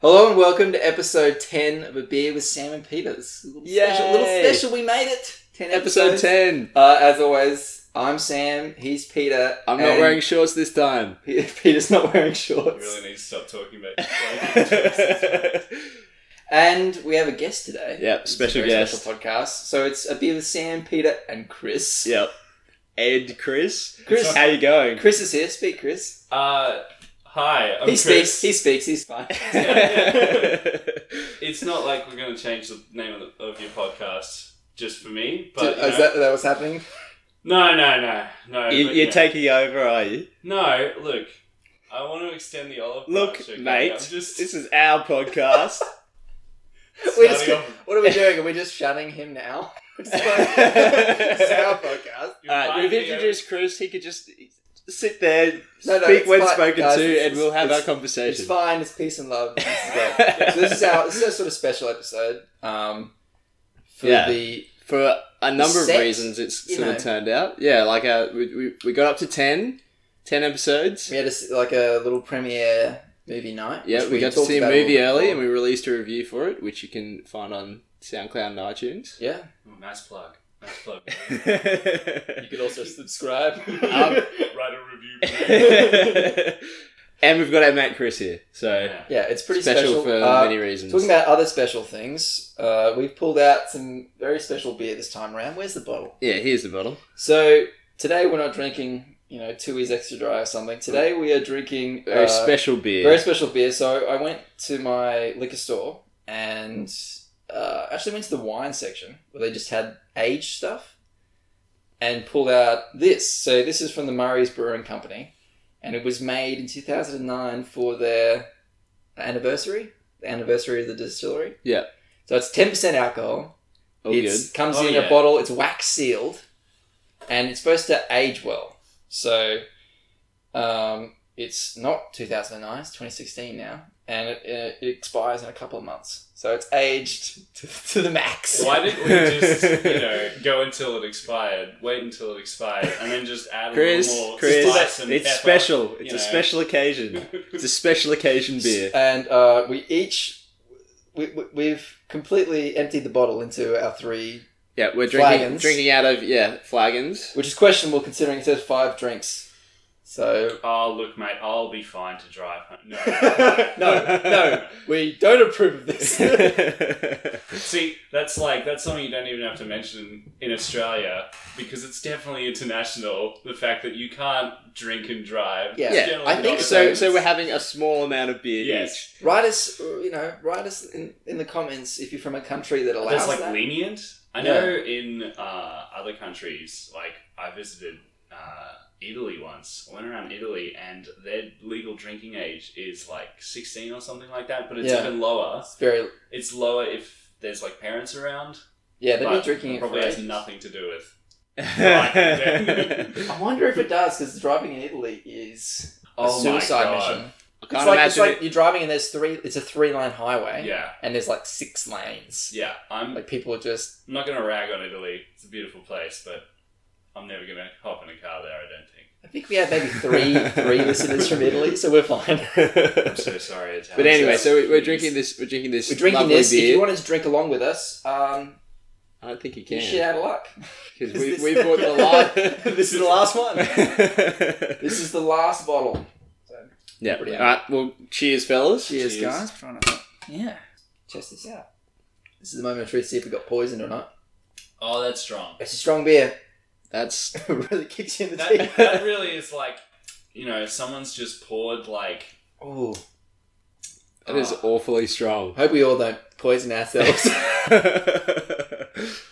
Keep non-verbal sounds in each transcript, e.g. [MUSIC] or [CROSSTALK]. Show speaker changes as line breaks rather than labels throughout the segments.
Hello and welcome to episode 10 of A Beer with Sam and Peters. A little special, little
Yay.
special, we made it! 10
Episode
episodes.
10.
Uh, as always, I'm Sam, he's Peter.
I'm not
and
wearing shorts this [LAUGHS] time.
[LAUGHS] Pe- Peter's not wearing shorts.
really need to stop talking
[LAUGHS]
about
yep,
And we have a guest today. It's a
special
very
guest.
Special podcast. So it's A Beer with Sam, Peter, and Chris.
Yep. Ed, Chris.
Chris,
How you going?
Chris is here. Speak, Chris.
Uh, hi, I'm
he
Chris.
speaks. He speaks. He's
[LAUGHS]
fine.
[LAUGHS]
It's not like we're going to change the name of, the, of your podcast just for me, but
[LAUGHS]
you
is
know-
that that was happening?
no, no, no, no.
you,
but,
you're
yeah.
taking over, are you?
no. Look, I want to extend the olive.
Look,
branch, okay?
mate,
I'm just
this is our podcast.
We just-
starting off-
What are we doing? Are we just shunning him now? [LAUGHS] It's like- it's our podcast.
[LAUGHS] you're
Alright,
fine
Uh, we've
here.
introduced Chris. He could just sit there,
No, no,
speak
it's
when
fine,
spoken
guys,
to,
it's-
and we'll have our
it's-
conversation.
It's
[LAUGHS]
fine. It's peace and [LAUGHS] love. This is great. so this is our this is our sort of special episode. Um, for
Yeah.
the
[LAUGHS] for a number
Set,
of reasons it's
you
sort of
know.
turned out yeah like uh, we, we, we got up to 10 10 episodes
we had a s like a little premiere movie night.
yeah
which
we got to
talked
see a
about a
movie
little
early
before.
and we released a review for it which you can find on soundcloud
[LAUGHS]
and itunes
yeah.
Oh, nice plug. Nice plug.
[LAUGHS]
You could also subscribe.
Um,
Write a review. please.
[LAUGHS] and we've got our mate chris here so
Yeah.
[LAUGHS] yeah, it's pretty
special,
special.
for
Uh,
many reasons
talking about other special things, uh, we've pulled out some very special beer this time around. Where's the bottle?
yeah here's the bottle
So today we're not drinking, you know, two E's extra dry or something. Today we are drinking
very
uh,
special beer
Very special beer. So I went to my liquor store and uh, actually went to the wine section where they just had aged stuff and pulled out this. So this is from the Murray's Brewing Company and it was made in 2009 for their anniversary, the anniversary of the distillery.
Yeah.
So it's 10% alcohol.
all
it
good
comes
Oh,
in a
yeah.
bottle, it's wax sealed and it's supposed to age well. So um, it's not 2009, it's 2016 now, and it, it, it expires in a couple of months. So it's aged to, to the max.
[LAUGHS] Why didn't we just, you know, go until it expired, wait until it expired, and then just add a
chris
little more
chris
spice and
it's
pepper?
special it's
you
a
know. [LAUGHS]
special occasion it's a special occasion beer
And uh, we each, we, we, we've completely emptied the bottle into our three,
Yeah, we're drinking
Flagons.
drinking out of yeah
[LAUGHS]
flagons. [LAUGHS]
which is questionable considering it says five drinks. So
Oh, look, mate, I'll be fine to drive home. No.
[LAUGHS]
no, [LAUGHS] no, we don't approve of this.
[LAUGHS] See, that's like, that's something you don't even have to mention in Australia because it's definitely international. The fact that you can't drink and drive.
Yeah.
It's
yeah,
generally
I
not
think
a
so.
thing.
So we're having a small amount of beer
Yes.
[LAUGHS]
each.
write us, uh, you know, write us in, in the comments if you're from a country that allows
That's like
that.
lenient. I know in uh, other countries, like I visited uh, Italy once. I went around Italy, and their legal drinking age is like sixteen or something like that. But it's
Yeah.
even lower.
It's very,
It's lower if there's like parents around.
yeah, they've been
but
drinking it
probably
for
has
ages.
nothing to do with.
I [LAUGHS]
I wonder if it does because driving in Italy is a
Oh my
suicide
God.
mission. It's
can't
like, it's
imagine
like
it.
you're driving and there's three. It's a three lane highway
Yeah,
and there's like six lanes.
yeah. I'm
Like people are just
I'm not gonna rag on Italy. It's a beautiful place, but I'm never gonna hop in a car there. I don't think.
I think we have maybe three three listeners from Italy, so we're fine.
I'm
[LAUGHS]
so sorry. Italians.
[LAUGHS] but anyway, so we- we're drinking this. We're drinking this.
We're drinking
lovely
this. If
beer.
you wanted to drink along with us, um,
I don't think you
you're shit
can
out of luck.
because
Is
we,
this-
we
[LAUGHS]
bought the lot.
this is the last one. This is the last bottle.
yeah. All
Pretty-
right. Well, cheers, fellas.
Cheers,
Cheers.
guys. Trying to yeah, test this out. This is the moment of truth. See if we got poisoned or not.
Oh, that's strong.
It's a strong beer. [LAUGHS]
That's
it really kicks [LAUGHS] you in the
that,
teeth.
that really is like you know someone's just poured like
Oh,
that is
Ah.
awfully
[LAUGHS]
strong.
hope we all don't poison [LAUGHS]
[LAUGHS]
ourselves.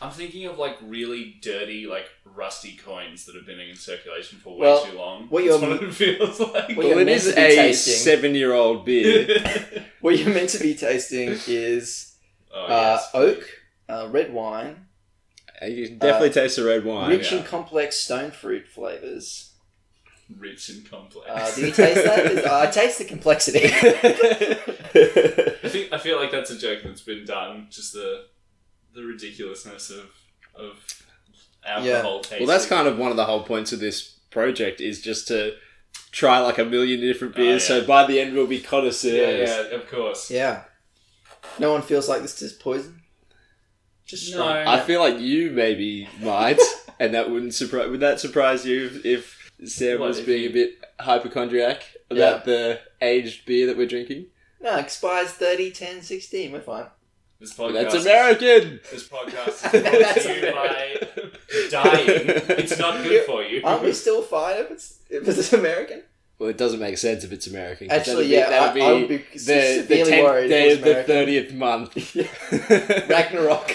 i'm thinking of like really dirty like rusty coins that have been in circulation for way
Well,
too long
what
That's
you're-
what it feels [LAUGHS] like
What you're
well, it
meant
is
to be
a
tasting.
seven-year-old beer.
[LAUGHS] what you're meant to be tasting is
[LAUGHS] Oh,
uh,
yes.
oak, uh, red wine,
Uh, You can definitely taste the red wine.
rich
yeah.
and complex stone fruit flavors.
rich and
[LAUGHS]
complex
Uh, do you taste that? 'Cause I taste the [LAUGHS] complexity.
[LAUGHS]
[LAUGHS]
[LAUGHS]
I, think, I feel like that's a joke that's been done just the the ridiculousness of of alcohol taste
well, that's kind of one of the whole points of this project is just to try like a million different
Oh,
beers.
yeah.
So by the end, we'll be connoisseurs.
Yeah, yeah, of course.
Yeah. No one feels like this is poison. Just
No.
strong.
I feel like you maybe
[LAUGHS]
might, and that wouldn't surprise. Would that surprise you if, if Sam
What,
was
if
being
you-
a bit hypochondriac about the aged beer that we're drinking?
No, expires 30, 10, 16. We're fine.
This
But
podcast.
that's
[LAUGHS]
American.
This
[LAUGHS]
podcast is brought
That's
to Oh, you by
American.
dying. It's not good for you.
Aren't [LAUGHS]
[LAUGHS]
we still fine if it's if it's American?
[LAUGHS] Well, it doesn't make sense if it's American. 'cause
Actually,
that would be-
yeah, I, I would be
the, the
severely
10th
worried. if
day
it
of the
was American.
30th month.
[LAUGHS] Ragnarok.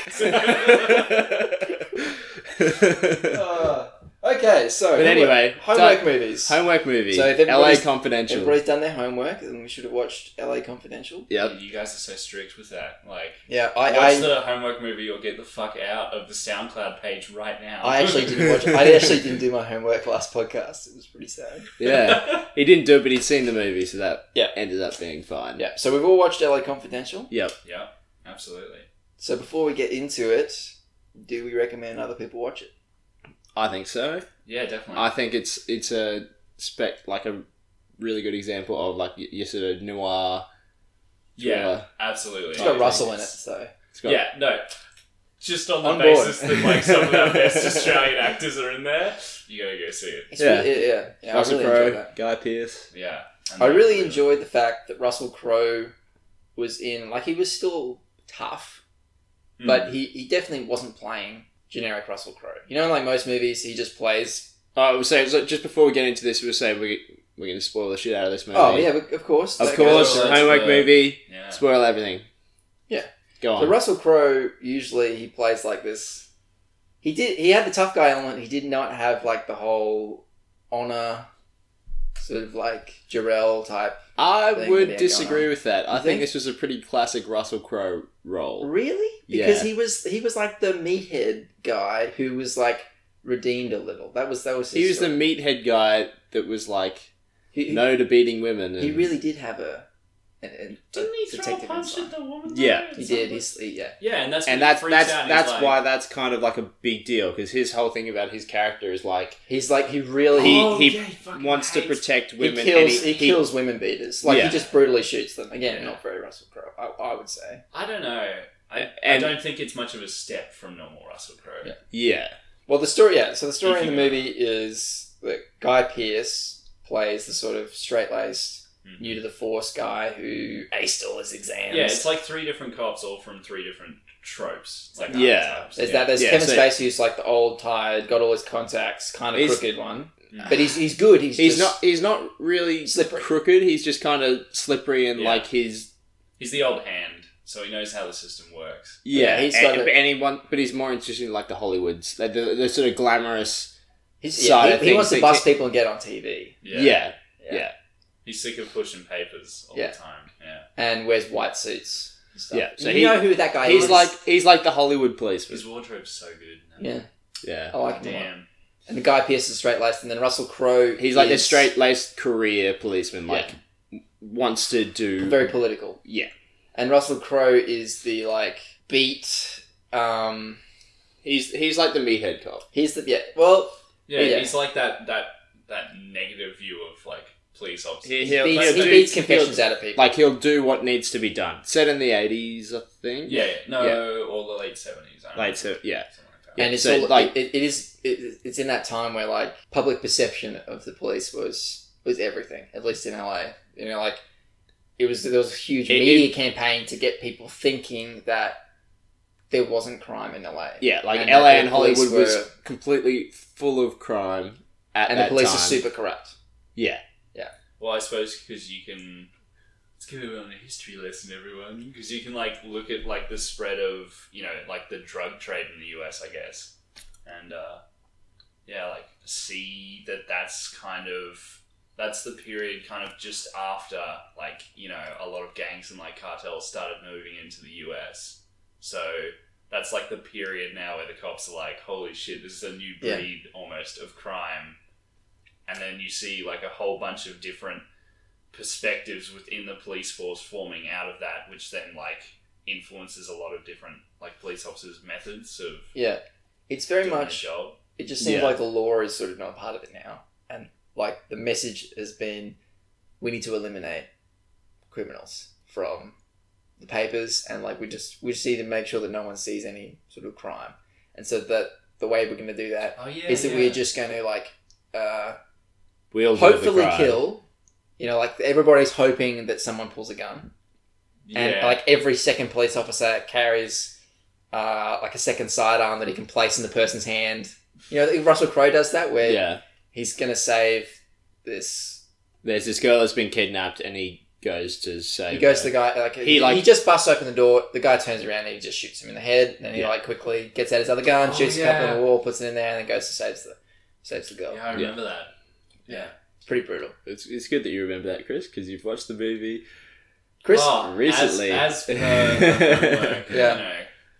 but
Uh, okay, so homework-
anyway,
homework
so-
movies.
[LAUGHS] homework movie.
So if
LA
everybody's-
Confidential.
Everybody's done their homework, and we should have watched LA Confidential.
Yep.
You guys are so strict with that. Like,
Yeah,
watch
I I,
the homework movie or get the fuck out of the SoundCloud page right now.
I actually
[LAUGHS]
didn't watch. [LAUGHS] I actually didn't do my homework last podcast. It was pretty sad.
Yeah. He didn't do it, but he'd seen the movie, so that
Yeah.
ended up being fine.
Yeah, so we've all watched LA Confidential.
Yep.
yeah, absolutely.
So before we get into it, do we recommend other people watch it?
I think so.
Yeah, definitely.
I think it's it's a spec like a really good example of like y- your sort of noir.
yeah,
thriller.
absolutely.
It's
I
got
think
Russell in it,
it's-
so
It's got
Yeah, no. Just on the
On board.
basis that like some
[LAUGHS]
of our best Australian actors are in there, you gotta go see it.
it's
Yeah.
really, yeah, yeah. I
Russell
really
Crowe,
enjoyed that.
Guy Pearce.
Yeah, and
I
then-
really enjoyed the fact that Russell Crowe was in, like, he was still tough,
Mm.
but he, he definitely wasn't playing generic Russell Crowe. You know, in, like most movies, he just plays.
Oh, I was saying so just before we get into this, we were saying we we're going to spoil the shit out of this movie.
Oh, yeah, but of course.
Of
that
course,
goes-
Spoilers
homework
for-
movie,
yeah.
spoil everything.
Yeah.
Go
So
on.
Russell Crowe usually he plays like this. He did. He had the tough guy element. He did not have like the whole honor, sort of like Jarrell type.
I
thing that he
would
had
disagree with that. I
You
think,
think?
this was a pretty classic Russell Crowe role.
Really? Because he was he was like the meathead guy who was like redeemed a little. That was that was his
He was the
story.
meathead guy that was like
he, he-
no to beating women. And
he really did have a. a, a
Didn't he throw a
detective
punch
inside.
at the woman?
Yeah.
though,
He did.
at some point?
He's, he, yeah.
Yeah, and that's
and
when he
that's
freaks
that's
out and he's
that's
like-
why that's kind of like a big deal because his whole thing about his character is like
He's like he really
He-
Oh,
he
yeah, fucking
wants to
hates-
protect
he
women. and
kills he, kills women beaters. Like
Yeah.
he just brutally shoots them. Again,
Yeah.
not very Russell Crowe. I, I would say.
I don't know. I,
And-
I don't think it's much of a step from normal Russell Crowe.
Yeah.
Yeah,
Well, the story, yeah. So the story
If
in the
you-
movie is that Guy Pearce plays the sort of straight laced,
Mm-hmm.
Mhm.
new to the force guy who aced all his exams.
Yeah, it's like three different cops, all from three different tropes. It's like
Yeah.
archetypes.
there's
Yeah.
that. There's
yeah,
Kevin
so-
Spacey, who's like the old, tired, got all his contacts, kind of
He's-
crooked one,
Mm.
but he's he's good. He's,
he's
just-
not he's not really
Slippery.
crooked. He's just kind of slippery and
Yeah.
like his
He's the old hand, so he knows how the system works.
yeah.
Yeah, he's
and,
got a-
and he want- but he's more interested in like the Hollywoods, like the, the sort of glamorous.
He's,
side
yeah,
of
he, he wants to
things.
bust people and get on TV
Yeah,
Yeah.
yeah.
He's sick of pushing papers all
Yeah.
the time. Yeah.
and wears white suits. and stuff.
Yeah, so
you
he-
know who that guy
he's
is.
like he's like the Hollywood policeman.
His wardrobe's so good.
yeah,
Yeah,
I like him. a lot.
Damn.
And the Guy Pearce is straight laced, and then Russell Crowe.
he's like the
is
straight laced career policeman.
Yeah.
Like wants to do
very political.
yeah.
and Russell Crowe is the like beat. Um,
He's he's like the meathead cop.
he's the yeah. Well,
Yeah,
Yeah.
he's like that that that negative view of like police officers.
He-
he
he'll-
beats,
he'll
he
do-
beats
he'll-
confessions out of people.
Like he'll do what needs to be done. Set in the eighties, I think.
yeah, yeah, no, or the late seventies.
Late se- yeah.
something like that.
yeah,
and it's
so,
all,
like-
like it, it is. It, it's in that time where like public perception of the police was was everything. At least in LA, you know, like it was there was a huge
It-
media campaign to get people thinking that there wasn't crime in LA.
Yeah, like
And
LA
that
and
the police
Hollywood was
were-
completely full of crime at
and the
that
police
time.
are super corrupt.
Yeah.
Well, I suppose because you can. Let's give everyone a history lesson, everyone, because you can like look at like the spread of you know like the drug trade in the U.S. I guess, and uh, yeah, like see that that's kind of that's the period kind of just after like you know a lot of gangs and like cartels started moving into the U.S. So that's like the period now where the cops are like, holy shit, this is a new
Yeah.
breed almost of crime, and then you see like a whole bunch of different perspectives within the police force forming out of that, which then like influences a lot of different like police officers' methods of
Yeah, it's very
doing their
much.
job.
It just seems
Yeah.
like the law is sort of not part of it now, and like the message has been we need to eliminate criminals from the papers and like we just we just need to make sure that no one sees any sort of crime. And so that the way we're going to do that
Oh yeah.
is that
yeah.
we're just going to like uh,
We all
hopefully
know the crime.
kill. You know, like everybody's hoping that someone pulls a gun, and
Yeah.
like every second police officer carries uh, like a second sidearm that he can place in the person's hand. You know, Russell Crowe does that where
Yeah,
he's gonna save this.
there's this girl that's been kidnapped, and he goes to save.
He goes
her.
to the guy like
He,
he,
like-
he just busts open the door. The guy turns around and he just shoots him in the head. And then he
Yeah.
like quickly gets out his other gun,
Oh,
shoots a couple
yeah.
on the wall, puts it in there, and then goes to saves the saves the girl.
Yeah, I remember that. Yeah.
It's pretty brutal.
It's, it's good that you remember that, Chris, because you've watched the movie.
Chris,
Oh,
recently.
as, as
[LAUGHS]
per my work,
Yeah.
you know,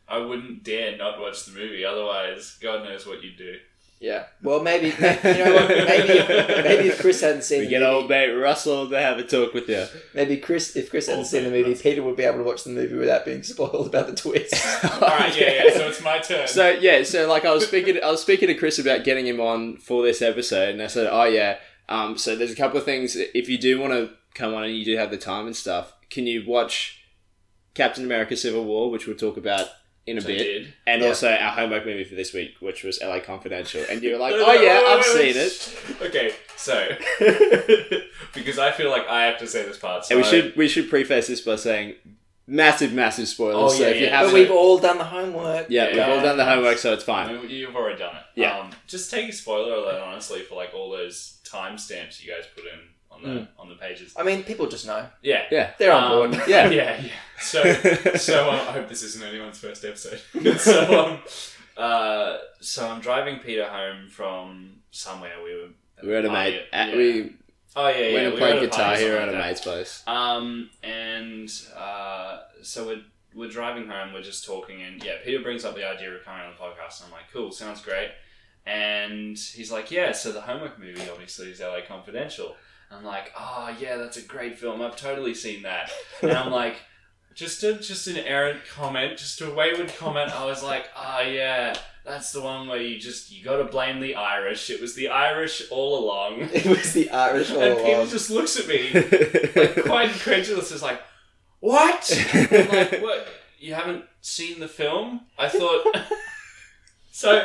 I wouldn't dare not watch the movie. Otherwise, God knows what
[LAUGHS]
you'd do.
yeah. Well, maybe you know what? Maybe if, maybe if Chris hadn't seen
We
the
get
movie-
old mate Russell to have a talk with you.
Maybe Chris, if Chris hadn't
Old
seen the
man,
movie,
that's-
Peter would be able to watch the movie without being [LAUGHS] spoiled about the twist.
All right, yeah, yeah. So it's my turn.
Oh, So yeah, so like I was speaking, I was speaking to Chris about getting him on for this episode, and I said, "Oh yeah, um, so there's a couple of things. If you do want to come on and you do have the time and stuff, can you watch Captain America: Civil War, which we'll talk about in a
Which I
bit,
did.
and
Yeah.
also our homework movie for this week, which was LA Confidential, and you were like,
[LAUGHS] No, no,
"Oh
no,
yeah,
wait,
I've
wait, wait.
seen it."
[LAUGHS] Okay, so [LAUGHS] because I feel like I have to say this part. So
And we
I-
should we should preface this by saying massive, massive spoilers.
Oh,
so
yeah,
if you
yeah.
but
haven't,
we've all done the homework.
yeah,
Yeah.
we've all done the homework, so it's fine.
No, You've already done it.
Yeah.
Um, just take a spoiler alert, honestly, for like all those timestamps you guys put in on the
Hmm.
on the pages.
I mean, people just know
Yeah.
Yeah.
they're on
Um,
board.
Yeah.
[LAUGHS] Yeah. Yeah.
[LAUGHS]
So. so um, I hope this isn't anyone's first episode. [LAUGHS] so um, uh, so I'm driving Peter home from somewhere we were.
We're at a
Oh,
mate.
yeah,
at-
yeah.
We
Oh yeah, yeah.
went and
we
played
were at a party
guitar
or
here at a
something like
mate's place.
that. Um, and uh, so we're we're driving home. We're just talking, and yeah, Peter brings up the idea of coming on the podcast, and I'm like, cool, sounds great. And he's like, yeah. So the homework movie obviously is LA Confidential. I'm like, oh yeah, that's a great film. I've totally seen that
[LAUGHS]
and I'm like, just a, just an errant comment, just a wayward comment. I was like, ah, yeah, that's the one where you just you got to blame the Irish. It was the Irish all along.
[LAUGHS] it was the Irish all
and Peter
along.
just looks
[LAUGHS]
at me like quite incredulous. Is like, what? I'm like, what? You haven't seen the film? I thought. [LAUGHS] so,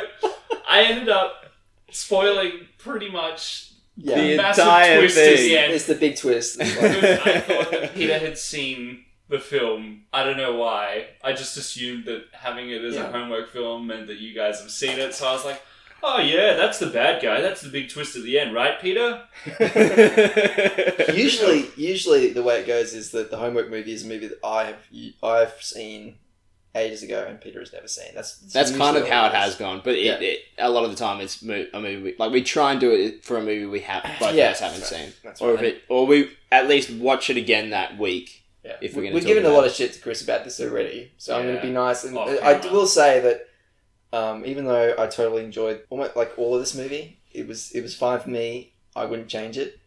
I ended up spoiling pretty much
Yeah,
The
massive
entire
twist
thing.
is the end.
it's the big twist. It's like-
I
[LAUGHS]
thought that Peter had seen the film. I don't know why. I just assumed that having it as
Yeah.
a homework film meant that you guys have seen it. So I was like, oh yeah, that's the bad guy. That's the big twist at the end, right, Peter?
[LAUGHS]
usually, usually the way it goes is that the homework movie is a movie that I have I've seen ages ago and Peter has never seen. That's
[LAUGHS] That's kind of
usually
how it
is.
has gone, but it,
Yeah.
it, a lot of the time it's mo- a movie. we- Like we try and do it for a movie we have both
Yeah,
of us haven't
that's
seen,
That's
or if
right.
it, or we at least watch it again that week.
Yeah.
if we're
we
gonna
have
talk
given a
about
lot of shit to Chris about this already, so I'm going
Yeah. Oh,
to be nice. And uh,
Off
I
camera.
will say that um, even though I totally enjoyed almost like all of this movie, it was it was fine for me. I wouldn't change it.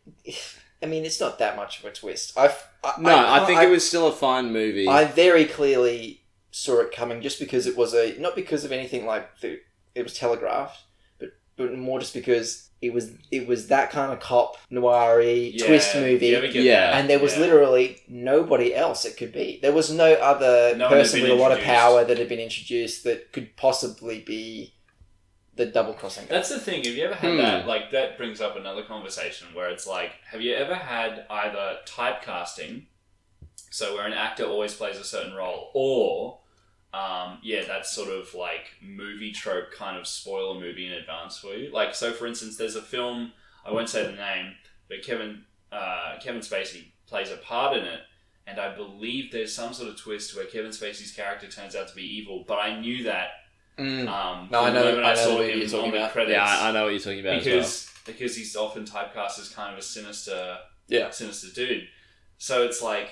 I mean, it's not that much of a twist. I've, I
No, I,
can't-
think it was still a fine movie.
I very clearly saw it coming, just because it was a not because of anything like the, it was telegraphed, but but more just because it was it was that kind of cop noir twist
Yeah,
movie.
you ever get
Yeah.
that?
And there was
Yeah.
literally nobody else it could be. There was no other
No one had
person with
been
a lot of
introduced.
power that had been introduced that could possibly be the double crossing guy.
That's the thing. Have you ever had
Hmm.
that? Like that brings up another conversation where it's like, have you ever had either typecasting, so where an actor always plays a certain role, or um, yeah, that's sort of like movie trope kind of spoiler movie in advance for you. Like, so for instance, there's a film I won't say the name, but Kevin uh, Kevin Spacey plays a part in it. And I believe there's some sort of twist where Kevin Spacey's character turns out to be evil, but I knew that
Mm.
um,
Hmm. No, I
from
know-
Uh,
the moment
I
I,
know
saw
the movie
him
you're talking
on the
about.
credits
yeah, I, I know what you're talking about. as well.
because because he's often typecast as kind of a sinister
Yeah.
sinister dude. So it's like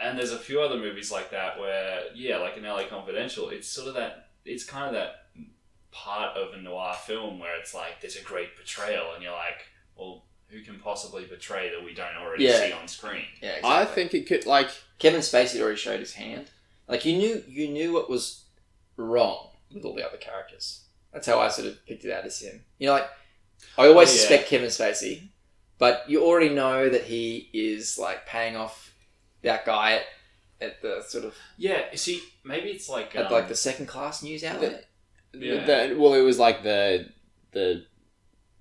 and there's a few other movies like that where yeah, like in LA Confidential, it's sort of that it's kind of that part of a noir film where it's like there's a great betrayal and you're like, well, who can possibly betray that we don't already
Yeah.
see on screen?
Yeah,
I think it could like
Kevin Spacey already showed his hand. Like you knew you knew what was wrong with all the other characters. That's how I sort of picked it out as him. You know, like I always
Oh, yeah.
suspect Kevin Spacey, But you already know that he is like paying off that guy at, at the sort of
Yeah, see, maybe it's like um,
at like the second class news outlet.
Yeah.
The- well, it was like the the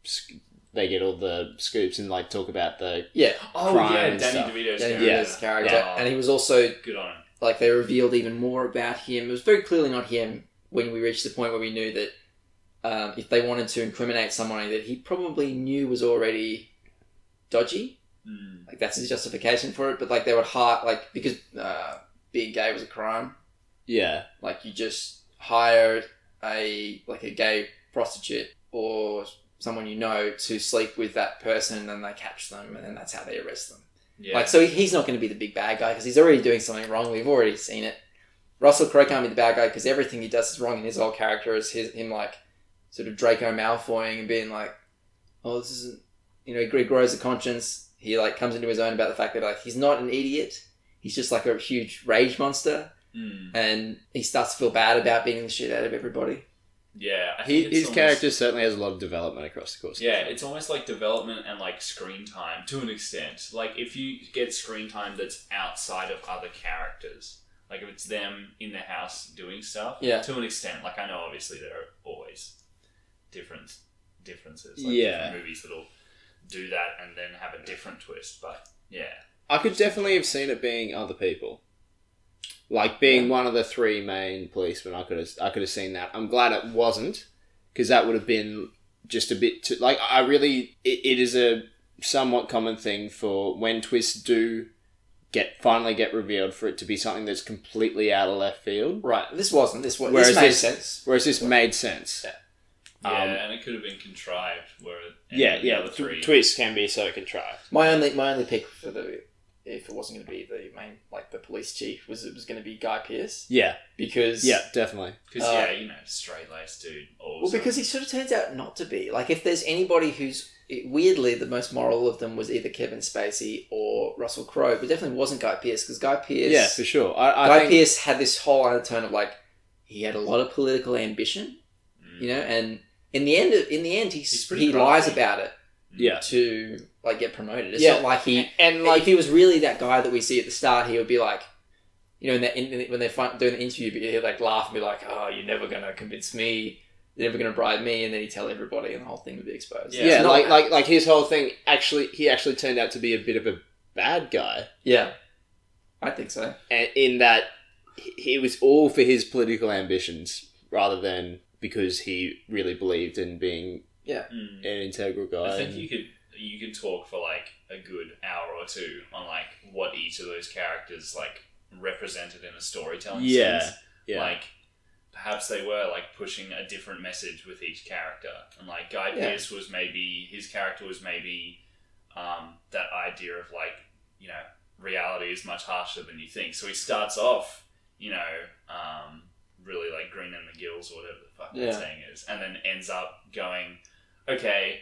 sc- they get all the scoops and like talk about the
Yeah,
oh
crime
yeah,
and
Danny
stuff.
DeVito's
Danny
character.
DeVito's character,
Yeah.
and he was also
Good on him.
like they revealed even more about him. It was very clearly not him when we reached the point where we knew that um, if they wanted to incriminate someone that he probably knew was already dodgy,
Mm.
like that's his justification for it. But like they would hire like because uh, being gay was a crime,
yeah
like you just hire a like a gay prostitute or someone you know to sleep with that person, and then they catch them, and then that's how they arrest them.
Yeah.
Like, so he- he's not going to be the big bad guy because he's already doing something wrong. We've already seen it. Russell Crowe can't be the bad guy because everything he does is wrong, and his whole character is his, him, like, sort of Draco Malfoying and being like, oh, this isn't, you know, he grows a conscience. He, like, comes into his own about the fact that, like, he's not an idiot. He's just, like, a huge rage monster,
Mm.
and he starts to feel bad about beating the shit out of everybody.
Yeah. I
he,
think it's
his
almost-
character certainly has a lot of development across the course. of the
Yeah,
film.
it's almost like development and like screen time to an extent. Like if you get screen time that's outside of other characters, like if it's them in the house doing stuff,
Yeah.
to an extent. Like I know obviously there are always different differences. Like
Yeah.
different movies that'll do that and then have a different twist, but yeah,
I could definitely have seen it being other people, like being one of the three main policemen. I could have I could have seen that. I'm glad it wasn't because that would have been just a bit too like I really it, it is a somewhat common thing for when twists do get finally get revealed for it to be something that's completely out of left field.
Right. This wasn't. This was.
Whereas
this made
this-
sense.
Whereas this made sense.
yeah,
Um,
and it could have been contrived. Where and
Yeah,
the
yeah.
other
tw-
three.
twists can be so contrived.
My only, my only pick for the, if it wasn't going to be the main, like, the police chief, was it was going to be Guy Pearce.
Yeah,
because
yeah, definitely.
Because
Uh,
yeah, you know, straight laced dude. Also.
well because he sort of turns out not to be like if there's anybody who's weirdly the most moral of them was either Kevin Spacey or Russell Crowe but definitely wasn't Guy Pearce because Guy Pearce
Yeah, for sure. I, I
Guy
think
Pearce had this whole undertone of like he had a lot of political ambition
Mm.
you know and in the end in the end he's,
He's pretty
he lies
crafty.
about it
yeah,
to like get promoted it's
Yeah.
not like he
and
like if he was really that guy that we see at the start, he would be like, you know, in that in, in- when they're fin- doing the interview, but he'd like laugh and be like, "Oh, you're never gonna convince me. You're never gonna bribe me," and then he'd tell everybody, and the whole thing would be exposed.
Yeah.
Yeah,
It's not
like
that.
like like his whole thing actually he actually turned out to be a bit of a bad guy
yeah, I think so.
a- in that he- it was all for his political ambitions rather than because he really believed in being
Mm.
an integral guy.
I think
and-
you could you could talk for like a good hour or two on like what each of those characters like represented in a storytelling
Yeah,
sense.
yeah.
Like perhaps they were like pushing a different message with each character. And like Guy
Yeah.
Pearce was maybe his character was maybe um, that idea of like, you know, reality is much harsher than you think. So he starts off, you know, um, really like green in the gills or whatever the fuck
Yeah.
that saying is, and then ends up going, okay,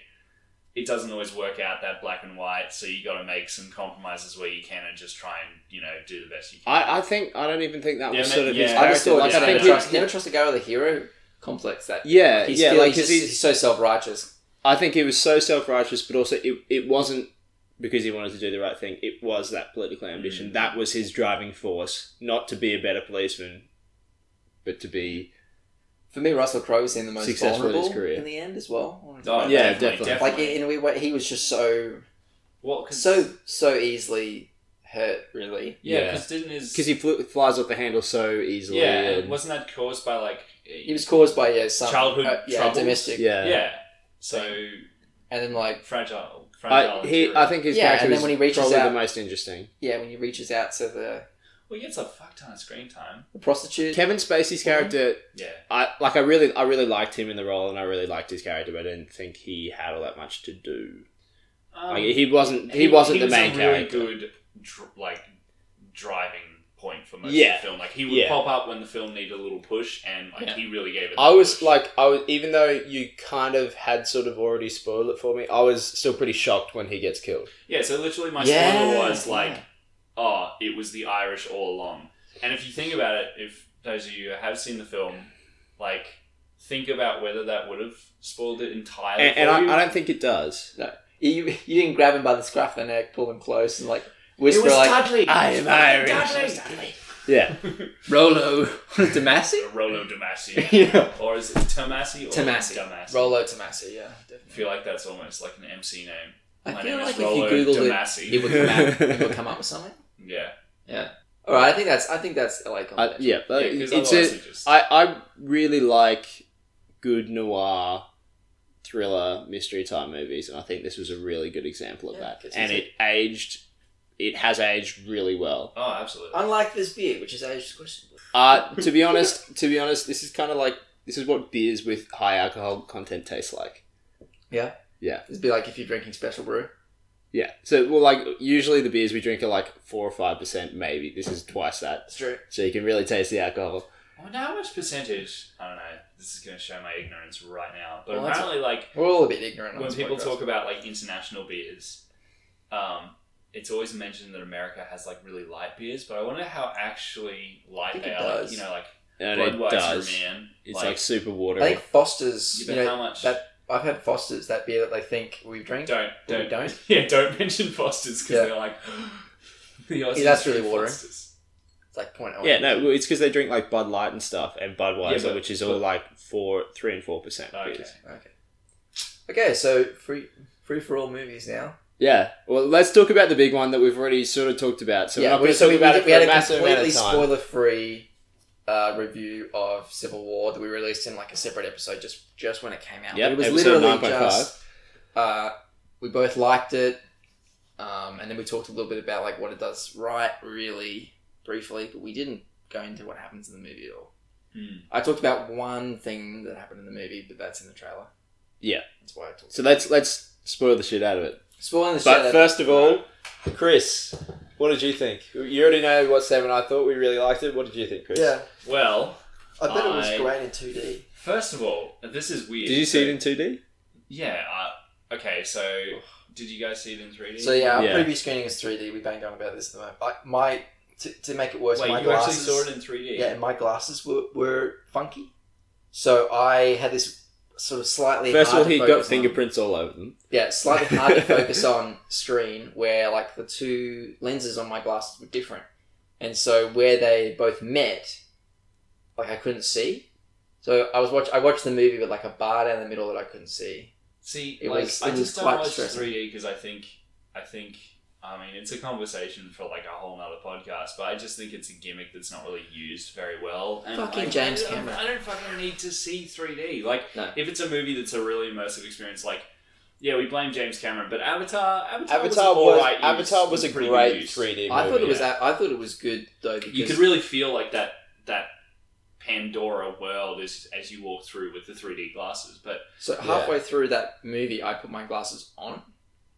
it doesn't always work out that black and white, so you got to make some compromises where you can and just try and you know do the best you can.
I, I think I don't even think that
Yeah,
was
ma-
sort of his
yeah.
I just
character.
thought,
Like,
like,
I
never,
think
he-
trust,
he,
never trust a guy with a hero complex. That
yeah,
he's
yeah,
feel-
like
he's,
'cause
just-
he's-
he's so self righteous.
I think he was so self righteous, but also it, it wasn't because he wanted to do the right thing. It was that political ambition.
Mm.
That was his driving force, not to be a better policeman, but to be
For me, Russell Crowe seemed the most
Successful in his
vulnerable
career.
in the end as well.
Oh,
Yeah,
definitely,
definitely.
like
definitely.
in, in a weird way, he was just so
well, cause,
so so easily hurt. Really,
yeah,
Yeah.
because didn't his
because he fl- flies off the handle so easily.
yeah and
and-
wasn't that caused by like
It was caused by yeah some
Childhood
uh, yeah,
troubles?
domestic,
yeah.
yeah, so
and then like
fragile fragile.
I, he,
hero.
I think his
Yeah,
character
and then
is
when he reaches
probably
out-
the most interesting.
yeah, when he reaches out to the,
well, he gets a fuck ton of screen time.
the prostitute,
Kevin
Mm-hmm.
Spacey's character,
Yeah,
I like. I really, I really liked him in the role, and I really liked his character, but I didn't think he had all that much to do.
um,
like, he wasn't. He, wasn't the
was
main
a
character.
Really good, dr- like driving point for most
Yeah.
of the film. Like he would
Yeah.
pop up when the film needed a little push, and like
Yeah.
he really gave it.
I
that
was
push.
like, I was even though you kind of had sort of already spoiled it for me. I was still pretty shocked when he gets killed.
yeah. So literally, my
Yeah,
spoiler was like,
yeah.
oh, it was the Irish all along. And if you think about it, if those of you who have seen the film, like think about whether that would have spoiled it entirely.
And, and
for you.
I, I don't think it does.
You, you didn't grab him by the scruff of the neck, pull him close, and like whisper like,
Dudley.
I am Irish.
Dudley. [LAUGHS]
Yeah. Rolo. [LAUGHS]
Damasi?
Rolo
[LAUGHS]
Damasi.
yeah.
Or is it Tomasi or
Tomasi.
Damasi?
Rolo Tomasi, yeah.
I
Definitely.
feel like that's almost like an MC name.
I
My
feel
name
like
is
if
Rolo
you Googled
Damasi.
it, it would, come out, it would come up with [LAUGHS] something.
[LAUGHS] Yeah.
All right, I think that's I think that's LA Confidential.
I, yeah.
Yeah,
but
'cause
it's
otherwise
a,
it just-
I, I really like good noir thriller mystery type movies, and I think this was a really good example of
Yeah,
that.
it's
And
easy.
it aged. It has aged really well.
Oh, absolutely.
Unlike this beer, which is aged questionably.
Uh, to be honest, to be honest, this is kind of like this is what beers with high alcohol content taste like.
It'd be like if you're drinking special brew.
Yeah. So, well, like usually the beers we drink are like four or five percent, maybe. This is twice that,
It's true.
so you can really taste the alcohol.
I wonder how much percentage. I don't know. This is going to show my ignorance right now. But
Well, that's-
apparently, like
We're all a bit ignorant. on
when
this
people
podcast.
talk about like international beers, um, it's always mentioned that America has like really light beers. But I wonder how actually
I
light
think
they
it
are. Like,
does.
you know, like
And it
Budweiser,
does.
man.
It's like, super
I
watery.
think Foster's.
Yeah,
You
but
know,
how much?
that- I've had Foster's that beer that they think we've drank.
Don't don't
don't?
yeah don't mention Fosters because
Yeah.
they're like [GASPS] the Aussies
Yeah, that's
drink
really watering.
Fosters.
It's like point. oh
yeah, no, well, it's because they drink like Bud Light and stuff, and Budweiser,
Yeah, but-
which is all
but-
like four, three, and four percent
Okay.
beers.
Okay. Okay, so free free for all movies now.
Yeah. Well, let's talk about the big one that we've already sort of talked about. So we're not
we-
going to
so
talk
we,
about
we,
it
we
for a
had a
massive amount
completely
of time.
spoiler free uh, review of Civil War that we released in like a separate episode just just when it came out.
Yep,
it was
episode
literally
9.5.
just uh, we both liked it, um, and then we talked a little bit about like what it does right, really briefly, but we didn't go into what happens in the movie at all.
Hmm.
I talked about one thing that happened in the movie, but that's in the trailer.
Yeah.
that's why I talked.
So let's let's spoil the shit out of it.
Spoiling the shit. out
But
of-
first of all, Chris, what did you think? You already know what Sam and I thought. We really liked it. What did you think, Chris?
yeah,
Well,
I bet it was
I-
great in two D.
first of all, this is weird.
Did you see it
So-
in two D?
Yeah. Uh, okay. So, did you guys see it in three D?
So yeah, our
Yeah.
preview screening is 3D. We banged on about this at the moment. I, my to, to make it worse,
Wait,
my
you
glasses.
actually saw it in three D?
yeah, and my glasses were, were funky, so I had this sort of slightly.
First of
hard
all,
to
he got
focus on-
fingerprints all over them.
Yeah, slightly
[LAUGHS]
hard to focus on screen where like the two lenses on my glasses were different, and so where they both met, like I couldn't see. So I was watch I watched the movie with like a bar down the middle that I couldn't see.
See,
It
like
was-
I
it was
just don't
quite
watch
stressful.
three D because I think I think I mean it's a conversation for like a whole nother podcast, but I just think it's a gimmick that's not really used very well. And
Fucking
like,
James
I don't-
Cameron.
I don't fucking need to see three D. Like
No.
if it's a movie that's a really immersive experience, like. Yeah, we blame James Cameron, but Avatar, Avatar,
Avatar
was, an
was
alright use,
Avatar was
was
a
pretty good
great
use.
three D movie.
I thought it was I thought it was good though because
You could really feel like that that Pandora world as as you walk through with the three D glasses. But
So halfway through that movie, I put my glasses on.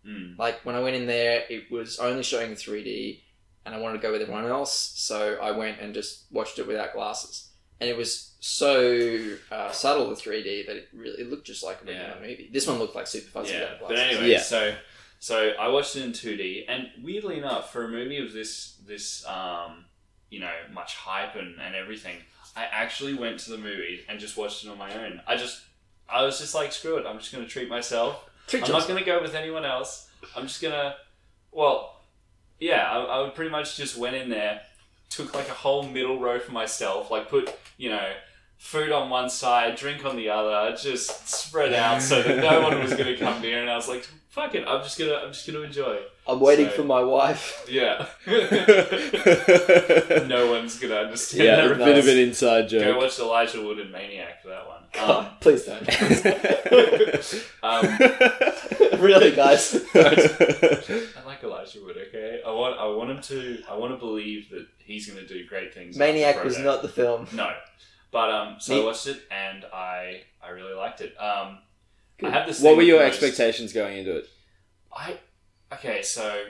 mm,
Like when I went in there, it was only showing 3D, and I wanted to go with everyone else, so I went and just watched it without glasses. And it was so uh, subtle the 3D that it really it looked just like a regular
Yeah.
movie. This one looked like super fuzzy
yeah.
without
But
glasses.
anyway,
Yeah.
so so I watched it in two D, and weirdly enough, for a movie of this this um, you know much hype and, and everything, I actually went to the movie and just watched it on my own. I just I was just like, screw it, I'm just gonna treat myself.
Trick
I'm
[LAUGHS]
not
shots.
going to go with anyone else. I'm just going to, well, yeah, I, I pretty much just went in there, took like a whole middle row for myself, like put, you know, food on one side, drink on the other, just spread out so that no one was going to come near. And I was like, fuck it, I'm just going to, I'm just going to enjoy.
I'm waiting
so-
for my wife.
Yeah. [LAUGHS]
yeah,
no one's going to understand
yeah, a
that.
bit of an inside
Go
joke.
watch Elijah Wood and Maniac for that one. Um,
God, please don't.
[LAUGHS]
um,
Um,
really, guys.
I like Elijah Wood. Okay, I want I want him to I want to believe that [LAUGHS] he's going to do great things. after
Maniac was
Frodo.
not the film.
no, but um, so
Neat.
I watched it and I I really liked it. Um, I
Good.
had this.
what
thing
were your
with most-
expectations going into it?
I okay, so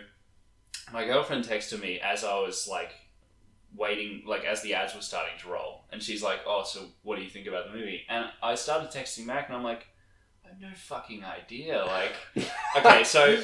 my girlfriend texted me as I was like waiting, like as the ads were starting to roll, and she's like, "Oh, so what do you think about the movie?" And I started texting back, and I'm like, "I have no fucking idea." Like,
[LAUGHS]
okay, so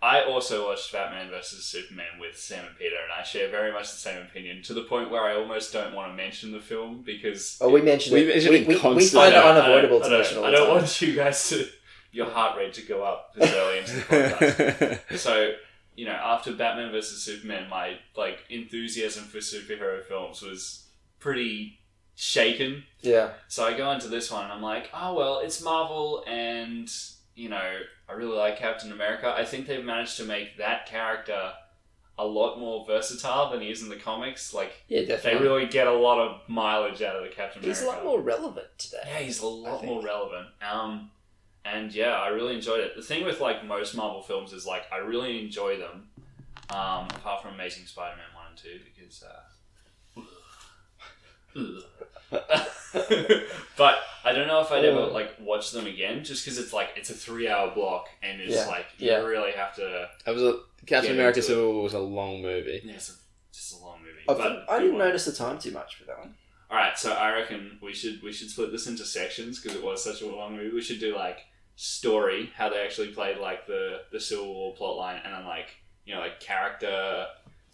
I also watched Batman vs Superman with Sam and Peter, and I share very much the same opinion to the point where I almost don't want to mention the film because
Oh, we mentioned
We
it.
mentioned it
we, we
constantly.
find it
I don't-
unavoidable
I
to
don't, I
mention all
don't,
the time.
want you guys to your heart rate to go up this early into the
[LAUGHS]
podcast. [LAUGHS] So, you know, after Batman vs Superman, my like enthusiasm for superhero films was pretty shaken.
Yeah.
So I go into this one and I'm like, oh well, it's Marvel and you know, I really like Captain America. I think they've managed to make that character a lot more versatile than he is in the comics. Like
Yeah,
they
definitely.
really get a lot of mileage out of the Captain
He's a
America.
lot more relevant today.
Yeah, he's a
I
lot
think.
more relevant. Um, and yeah, I really enjoyed it. The thing with like most Marvel films is like I really enjoy them, um, apart from Amazing Spider-Man one and two because. Uh, [LAUGHS] but I don't know if I'd ever
Ugh.
like watch them again, just because it's like it's a three-hour block, and it's
Yeah,
like you
yeah.
really have to.
That was a, Captain
Get into
America
it.
Civil War was a long movie.
Yeah, it's a, it's a long movie.
I,
but
think- I
good
didn't
one.
notice the time too much with that one.
All right, so I reckon we should we should split this into sections because it was such a long movie. We should do like story, how they actually played like the the Civil War plot line, and then like you know like character.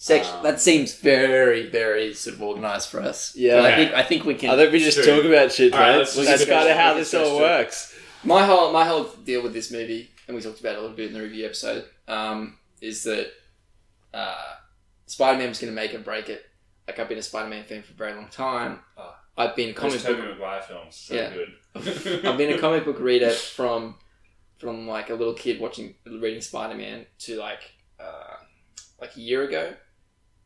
Section
Um,
that seems very, very sort of organized for us.
Yeah.
But I
Okay.
think I think we can.
I think we just
True.
talk about shit,
All right,
right?
let's just
That's
discuss
kind of
it.
how
Let's
this all
discuss it.
works.
My whole my whole deal with this movie, and we talked about it a little bit in the review episode, um, is that uh, Spider Man was going to make and break it. Like I've been a Spider Man fan for a very long time.
Oh.
I've been a comic
Those
book.
Tobey Maguire films, so
Yeah.
good.
I've been a comic book reader from from like a little kid watching reading Spider Man to like uh, like a year ago.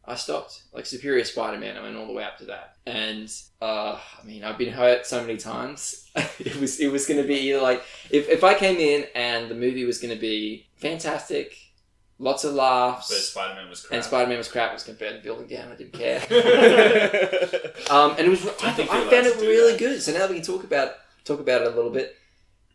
I stopped like Superior Spider Man. I went all the way up to that, and uh, I mean I've been hurt so many times. [LAUGHS] it was it was going to be either like if if I came in and the movie was going to be fantastic, lots of
but
laughs,
Spider Man was crap.
and Spider Man was crap. It was going to burn the building down. I didn't care.
[LAUGHS]
[LAUGHS]
[LAUGHS] yeah,
Um, and it was.
I
I,
think
I
you're
found
allowed
it
to do
really
that.
good. So now we can talk about talk about it a little bit.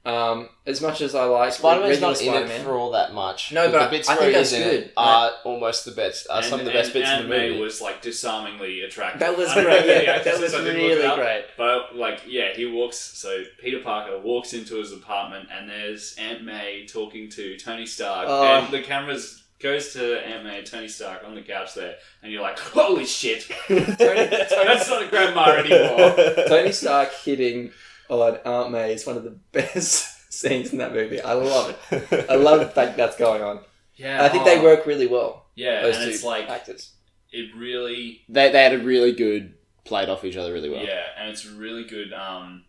Um, as much as I like
Spider-Man's
original
not in it for all that much.
No, but
the bits
I think
where he
that's
is in
good.
it are almost the best. Are
And-
some of the
and
best bits in
Aunt
the
May
movie. [LAUGHS]
was like disarmingly
[LAUGHS]
attractive.
that was
I don't know,
great.
[LAUGHS] yeah,
Yeah, [LAUGHS]
this
that
is
was
something to look
really
up.
great.
But like, yeah, he walks. So Peter Parker walks into his apartment, and there's Aunt May talking to Tony Stark,
Oh.
and the cameras goes to Aunt May and Tony Stark on the couch there, and you're like, "Holy shit, [LAUGHS] that's not a
[LAUGHS]
grandma anymore."
Tony Stark hitting on Aunt May is one of the [LAUGHS] best scenes in that movie. I love it. I love the fact that's going on.
Yeah,
I think
Oh.
they work really well.
Yeah,
Those
and
two
it's like
actors.
it really
They, they had a really good played off each other really well.
Yeah, and it's really good. Um,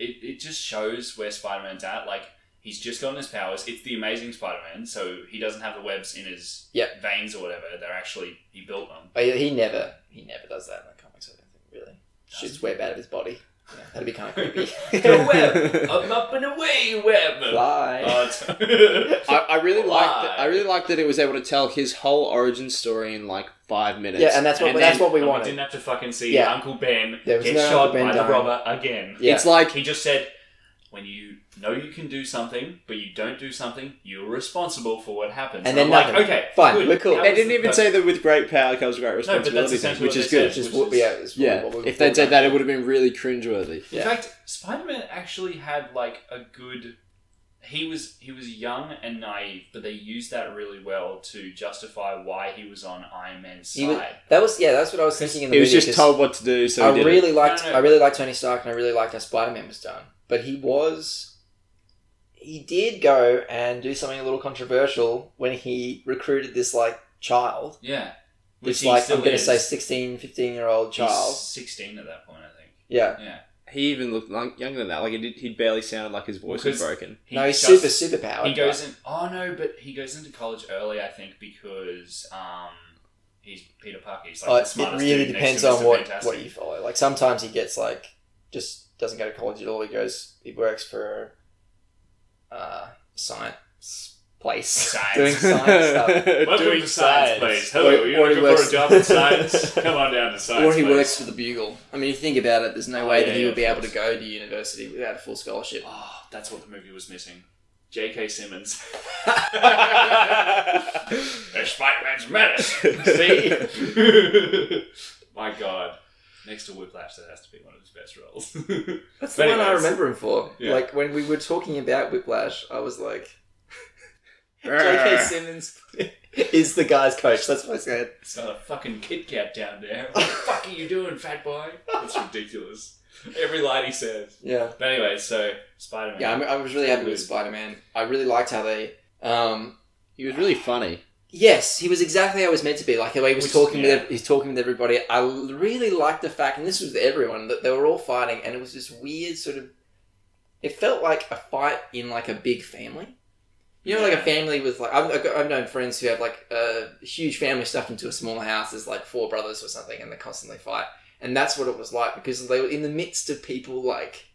it, it just shows where Spider Man's at. Like, he's just gotten his powers. It's the amazing Spider Man, so he doesn't have the webs in his
Yep.
veins or whatever. They're actually, he built them.
Oh, yeah, he never he never does that in the comics. I don't think really shoots web out of his body. Yeah, that'd be
[LAUGHS]
kind of creepy.
The web!
[LAUGHS]
I'm up and away, web!
Fly.
Oh, [LAUGHS] it's-
I, I really liked.
Why?
That, I really liked that it was able to tell his whole origin story in like five minutes.
Yeah, and that's what
And
[LAUGHS] that's
then-
what we
and
wanted.
didn't have to fucking see
Yeah.
Uncle Ben
There was
get
no
shot
Uncle Ben
by the
dying.
robber again.
Yeah.
it's like
He just said, when you know you can do something, but you don't do something, you're responsible for what happens.
And then
I'm like,
nothing.
okay,
Fine,
good.
we're cool.
That
they
was
didn't
the
even
perfect-
say that with great power comes great
that's
responsibility,
essentially
which
what
is
they
good.
Which is
Which
what
is-
we yeah, it's probably
Yeah,
what we
if they
call
did that, it would have been really cringeworthy.
In
Yeah.
fact, Spider Man actually had like a good. He was he was young and naive, but they used that really well to justify why he was on Iron Man's
He was-
side.
That was yeah, that's what I was thinking in the
He was
movie,
just
'cause
told what to do, so
I
he did
really liked
No, no.
I really liked Tony Stark and I really liked how Spider Man was done. But he was he did go and do something a little controversial when he recruited this like child.
Yeah,
This
he
like
still
I'm gonna
is.
say 16, 15 year old
He's
child.
sixteen at that point, I think.
Yeah.
it. He even looked like, younger than that. Like he, did, he barely sounded like his voice was
Because-
broken.
He
no, he's
just-
super super powered.
He goes in. Oh no, but he goes into college early, I think, because um, he's Peter Parker. He's like the
Uh, it
smartest
really
dude
depends
next to
on
Mr.
what,
Fantastic.
what you follow. Like sometimes he gets like just doesn't go to college at all. He goes he works for uh, science place [LAUGHS]
Science.
doing science
[LAUGHS]
stuff.
Welcome
Doing
to
science.
science, please. Hello,
Or-
you're
or he
looking for
works-
a
[LAUGHS]
job in science? Come on down to science.
or he
please.
works for the Bugle. I mean, if you think about it, there's no
Oh,
way
yeah,
that he
yeah,
would be
of
able to go to university without a full scholarship.
Oh, that's what the movie was missing. J.K. Simmons. [LAUGHS] There's
[LAUGHS]
Spider-Man's menace. See? [LAUGHS] My God. Next to Whiplash, that has to be one of his best roles. [LAUGHS]
That's
But
the one I
anyways.
remember him for.
Yeah.
Like when we were talking about Whiplash, I was like, J.K. Simmons.
is the guy's coach. That's what I said.
It's got a fucking Kit Kat down there. What the fuck are you doing, fat boy? It's ridiculous. Every line he says.
Yeah.
But anyway, so Spider Man.
Yeah, I'm, I was really happy with Spider Man. I really liked how they. Um,
He was really funny.
yes, he was exactly how he was meant to be. Like the way he was
Which-
talking
yeah.
with ev- he's talking with everybody. I l- really liked the fact, and this was with everyone that they were all fighting, and it was this weird sort of. It felt like a fight in like a big family. You know, like a family with like I've, I've got- I've known friends who have like a huge family stuffed into a small house. There's like four brothers or something, and they constantly fight. And that's what it was like because they were in the midst of people like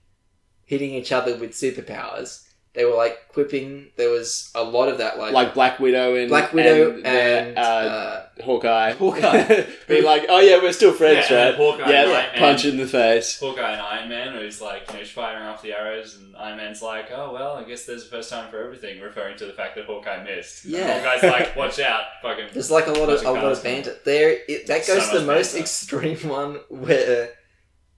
hitting each other with superpowers. They were like quipping. There was a lot of that, like,
Like Black Widow and
Black Widow and,
the,
uh,
uh, Hawkeye. [LAUGHS]
Hawkeye.
Being like, oh yeah, we're still
yeah,
friends,
and then
right?
Hawkeye
Yeah,
and
like,
Iron Man.
punch in the face.
Hawkeye and Iron Man, who's like, you know, firing off the arrows, and Iron Man's like, oh, well, I guess there's a first time for everything, referring to the fact that Hawkeye missed. And
Yeah.
Hawkeye's like, watch out, fucking.
there's like a lot of
Magic
a lot
powers.
of banter there. It, that
So
goes to the
much
most
banter.
extreme [LAUGHS] one where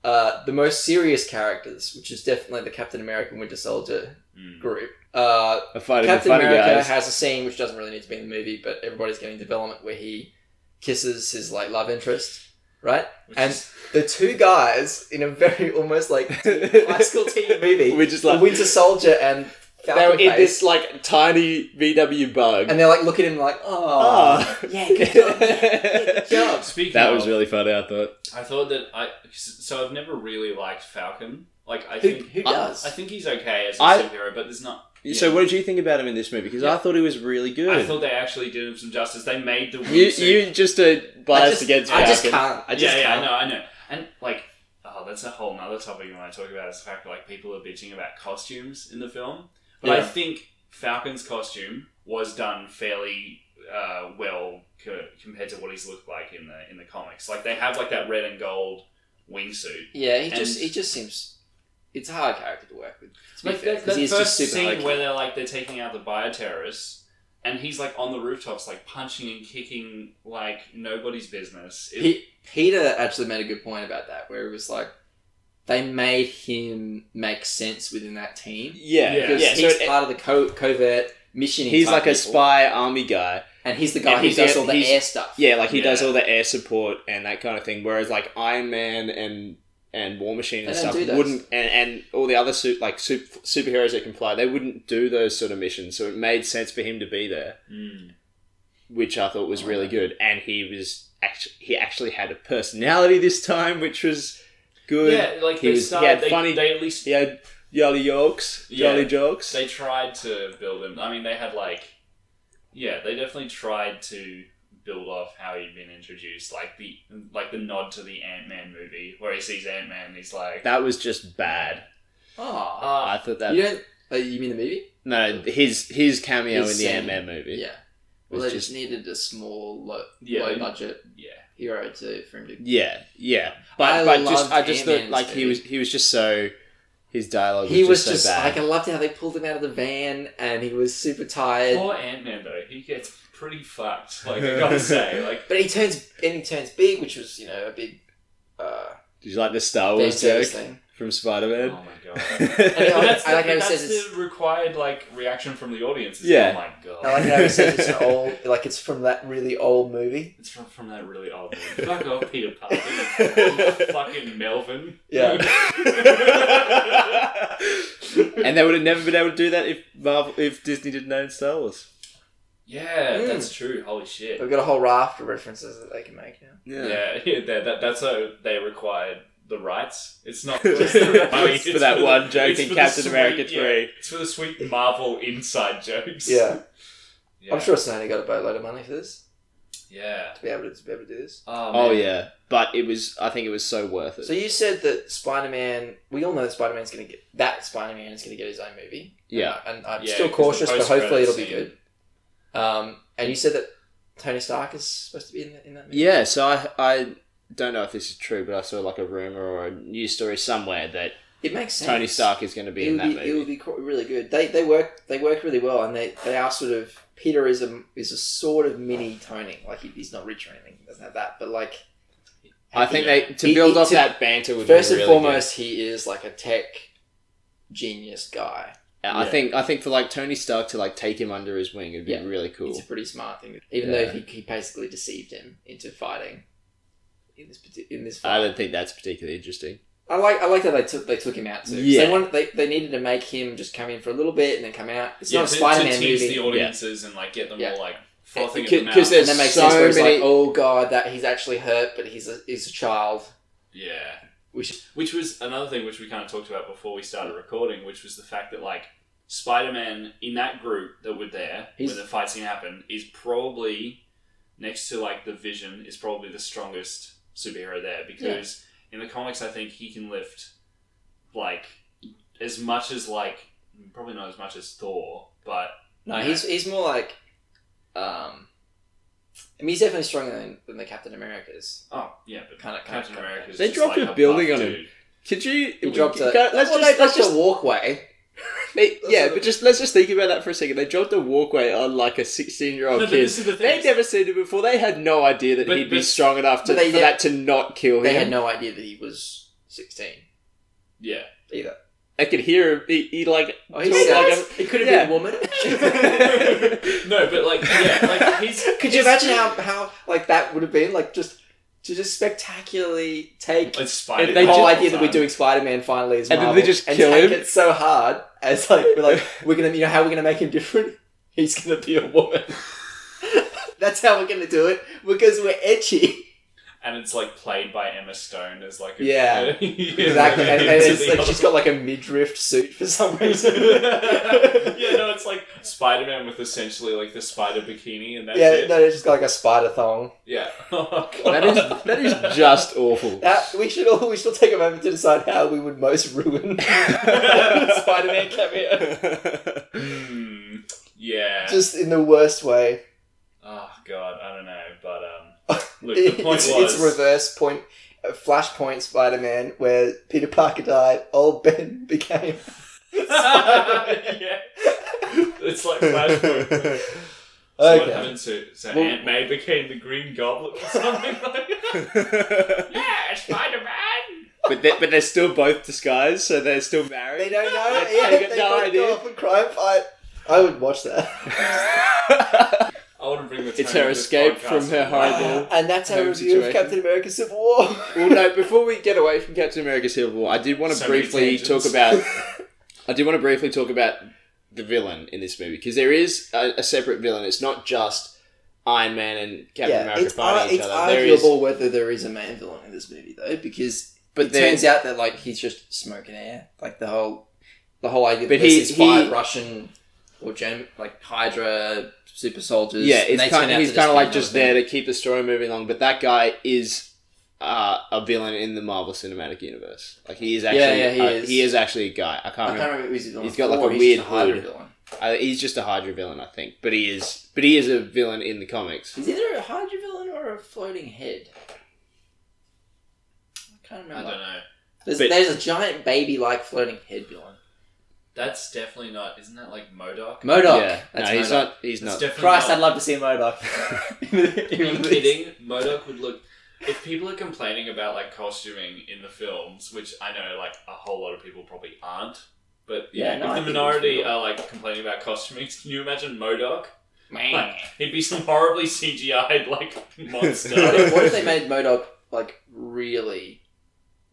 uh, the most serious characters, which is definitely the Captain America and Winter Soldier
Mm.
group. Uh,
A fighting the
Captain
funny
America
guys.
has a scene which doesn't really need to be in the movie, but everybody's getting development where he kisses his like love interest, right?
Which
And
is-
the two guys in a very [LAUGHS] almost like teen-
[LAUGHS]
high school teen movie,
We're just
the
like
Winter Soldier and
they were
Falcon
in
Face,
this like tiny VW bug. [LAUGHS]
and they're like looking at him like, oh,
Ah.
[LAUGHS] yeah, good job, yeah, good job.
Speaking
that
of,
was really funny. I thought.
I thought that I. So I've never really liked Falcon. Like, I
Who,
think.
who
I-
does?
I think he's okay as a
I-
superhero, but there's not.
So, what did you think about him in this movie? Because I thought he was really good.
I thought they actually did him some justice. They made the
you,
weird suit.
you just a bias
I just,
against
I just
Falcon.
can't. I just
yeah,
can't.
yeah, I know, I know. And like, oh, that's a whole nother topic you want to talk about is the fact that like people are bitching about costumes in the film, but I
Yeah.
think Falcon's costume was done fairly uh, well co- compared to what he's looked like in the in the comics. Like they have like that red and gold wingsuit.
Yeah, he
And-
just he just seems. It's a hard character to work with. To be
Like
fair,
that,
'cause
that
he's just
first
super
scene
hard
where they're like they're taking out the bioterrorists. And he's like on the rooftops, like punching and kicking like nobody's business. It-
He, Peter actually made a good point about that, where it was like they made him make sense within that team
Yeah,
Yeah.
yeah.
because
yeah. So
he's
it-
part of the co- covert mission.
he's like a
spy,
spy army guy.
and he's the guy
and
who
he's
does
the-
all the
he's-
air stuff.
Yeah, like he does
Yeah.
all the air support and that kind of thing. Whereas like Iron Man and and War Machine and
They don't
stuff
do those.
wouldn't, and, and all the other su- like sup- superheroes that can fly, they wouldn't do those sort of missions. So it made sense for him to be there,
Mm.
which I thought was really good. And he was actually he actually had a personality this time, which was good.
Yeah, like
He
they
was- he
started.
had
they,
funny-
they at least
He had jolly jokes,
Yeah.
jolly jokes.
They tried to build him. I mean, they had like, yeah, they definitely tried to build off how he'd been introduced, like the like the nod to the Ant Man movie where he sees Ant Man, and he's like,
That was just bad.
Oh,
ah,
I thought that
you don't. Oh, you mean the movie?
no his his cameo
His
in the
scene.
Ant Man movie.
Yeah. Well,
was
they
just-
just, needed a small, low,
yeah,
low budget
yeah.
hero to for him to.
Yeah, yeah. But
I
but just
loved
I just thought
Ant-Man's
like he
movie.
was he was just so his dialogue Oh, was
He was
just,
just
so
like
bad.
I loved how they pulled him out of the van, and he was super tired.
Poor Ant Man though, he gets pretty fucked. Like I gotta say, like
But he turns and he turns big, which was you know a big uh,
Did you like the Star
fan
Wars joke
service thing. Oh.
from
oh
Spider
my god.
Man?
I
But that's the,
I like how he
that's
says it's-
the required like reaction from the audience. Is,
Yeah.
Oh my god.
I like how he says it's an old, like it's from that really old [LAUGHS] movie.
It's from, from that really old movie. Fuck off, Peter Parker. fucking Melvin.
Yeah.
[LAUGHS] and they would have never been able to do that if Marvel if Disney didn't own Star Wars.
[LAUGHS] Yeah,
Mm.
that's true. Holy shit.
We've got a whole raft of references that they can make now.
Yeah, yeah [LAUGHS] that, that, that's how they required the rights. It's not just the [LAUGHS] money,
It's
it's
for that
the-
one joke
it's
in
for the
Captain
sweet-
America
yeah,
three.
it's for the sweet Marvel inside jokes. [LAUGHS]
Yeah.
yeah.
I'm sure Sony got a boatload of money for this
Yeah.
to be able to, to be able to do this.
Oh
man.
yeah, but it was. I think it was so worth it.
So you said that Spider-Man. We all know that Spider-Man's going to get that Spider-Man is going to get his own movie. Uh,
yeah,
and I'm
Yeah,
still
'cause the
cautious, but hopefully
post-credits
it'll be
scene.
good. Um, and you said that Tony Stark is supposed to be in, in that movie.
yeah. So I I don't know if this is true, but I saw like a rumor or a news story somewhere that
it makes sense.
Tony Stark is going to be
it
in
would
that
be, It
movie.
would be qu- really good. They they work they work really well, and they, they are sort of Peter is a is a sort of mini Tony. Like he, he's not rich or anything, he doesn't have that, but like
I
he-
think they to
he-
build
he-
off
to-
that banter would
first
be
and
really
foremost he is like a tech genius guy
I
Yeah.
think I think for like Tony Stark to like take him under his wing would be
Yeah.
really cool.
It's a pretty smart thing, even
Yeah.
though he, he basically deceived him into fighting in this parti- in this
I
fight.
don't think that's particularly interesting.
I like I like that they took they took him out too. 'Cause
Yeah.
They, wanted, they they needed to make him just come in for a little bit and then come out. It's
yeah,
not a
to,
Spider
to
Man
tease
movie.
the audiences and like get them
Yeah.
all like frothing at the mouth.
Because
and
there's
that makes
so
sense where it's
many.
like, oh god, that he's actually hurt, but he's a he's a child.
yeah.
Which
Which was another thing which we kind of talked about before we started recording, which was the fact that like Spider Man in that group that were there
He's-
when the fight scene happened is probably next to like the Vision is probably the strongest superhero there because in the comics I think he can lift like as much as like probably not as much as Thor, but
no, he's he's more like, um, I mean, he's definitely stronger than, than the Captain America's.
oh yeah, but
Kinda- kinda-
Captain America.
They dropped a building on him. Could you?
He dropped a Oh,
Can- Let's
well,
just,
they
let's
dropped
just
a walkway.
Mate,
That's
yeah,
not-
but just let's just think about that for a second. They dropped a walkway on like a sixteen-year-old
No, but
kid.
this is the thing.
They'd Oh, never seen it before. They had no idea that
But-
he'd be
but-
strong enough to,
but they
for
ne-
that to not kill
They
him.
had no idea that he was sixteen
Yeah.
either.
I could hear him. He, he like
Oh, he's
talked like a-
It could have
yeah.
been a woman.
[LAUGHS]
[LAUGHS] No, but like yeah, like he's
[LAUGHS] could you imagine how, how like that would have been like just to just spectacularly take
it's Spider.
the
They
whole
just-
idea that we're doing Spider-Man finally is
And then
Marvel,
they just
and
kill
take
him.
it so hard as like we're
[LAUGHS]
like we're gonna you know how we're gonna make him different. [LAUGHS] He's gonna be a woman. [LAUGHS] That's how we're gonna do it because we're edgy.
and it's like played by Emma Stone as like a, [LAUGHS]
Yeah.
Yeah,
Exactly, and, and
it's
it's
the
like she's got like a midriff suit for some
[LAUGHS]
reason. [LAUGHS]
other- [LAUGHS] yeah, no, it's like Spider Man with essentially like the spider bikini, and that's
yeah,
it.
no, it's just got like a spider thong.
Yeah, [LAUGHS] oh, God.
that is that is just
[LAUGHS]
awful. [LAUGHS]
That, we should all we should take a moment to decide how we would most
[LAUGHS]
ruin [LAUGHS] Spider-Man cameo,
[LAUGHS]
Hmm, yeah.
just in the worst way.
oh God, I don't know, but um, look, the point
it's,
was
it's reverse point, uh, flashpoint Spider-Man, where Peter Parker died, old Ben [LAUGHS]
[LAUGHS]
became.
[LAUGHS] yeah, it's
[LAUGHS]
like flashpoint. So What
Okay.
happened to so
Well-
Aunt May became the Green Goblin or something like that? [LAUGHS] yeah, Spider Man.
but they, but they're still both disguised, so they're still married.
They don't know.
They
yeah,
got
they
no
got to
idea.
go off and crime fight. I would watch that.
[LAUGHS]
I want to bring the.
It's
tone
her
of this
escape
podcast
from her
to
horrible-
and that's our
Home
review
situation.
of Captain America: Civil War.
well, no. Before we get away from Captain America: Civil War, I did want to
So many
briefly talk
tangents.
about. [LAUGHS] I do want to briefly talk about the villain in this movie because there is a, a separate villain. It's not just Iron Man and Captain
yeah,
America
it's, ar-
fighting each
it's
other. There is,
arguable whether there is a man villain in this movie though, because
but
it
there,
turns out that like he's just smoking air, like the whole, the whole idea.
But
that this
he-
is five
he-
Russian or German, like Hydra super soldiers.
yeah,
and
it's
they turn
kind
out
of,
to
he's kind of like
be
just
another
there to keep the story moving along. But that guy is uh, a villain in the Marvel Cinematic Universe. Like he is actually,
yeah, he
uh,
is.
he is actually a guy. I
I
can't remember.
can't remember who he's villain.
He's got, like,
for,
a
he's
weird
just Hydra
hood.
villain.
Uh, he's just a Hydra villain, I think. But he is, but he is a villain in the comics.
He's either a Hydra villain or a floating head. I can't
I
remember.
don't know.
There's,
But-
there's a giant baby-like floating head villain.
That's definitely not. Isn't that like Modoc?
Modok.
Yeah, no,
That's
he's
Modok.
not. He's
That's
not.
definitely
Christ, I'd
not.
love to see
[LAUGHS]
Modok.
Are you kidding? Modoc would look. If people are complaining about like costuming in the films, which I know like a whole lot of people probably aren't, but yeah,
Yeah, no, I
if
think
the
it's
minority
real.
are like complaining about costuming, [LAUGHS] can you imagine Modoc? Like, he'd be some horribly CGI'd
[LAUGHS]
like
what, if,
monster.
what if they made Modok like really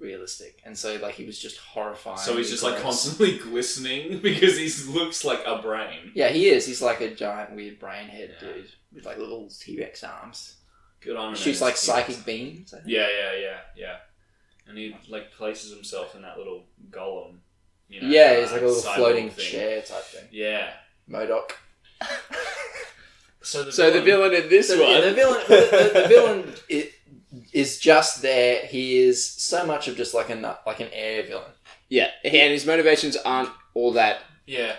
realistic, and so like he was just horrifying?
so he's just like
gross.
constantly glistening [LAUGHS] because he looks like a brain.
Yeah, he is. He's like a giant weird brain head
Yeah.
dude with like little T-Rex arms.
Good on him.
Shoots like psychic beams. I think.
Yeah, yeah, yeah, yeah. And he like places himself in that little golem. You know,
yeah,
uh,
it's like a little
cyborg
floating
thing.
chair type thing.
Yeah.
Modoc.
So the
So the villain in this
So
one,
yeah, the villain, the, the, the villain [LAUGHS] i- is just there. He is so much of just like a nu- like an air villain.
yeah, and his motivations aren't all that
Yeah.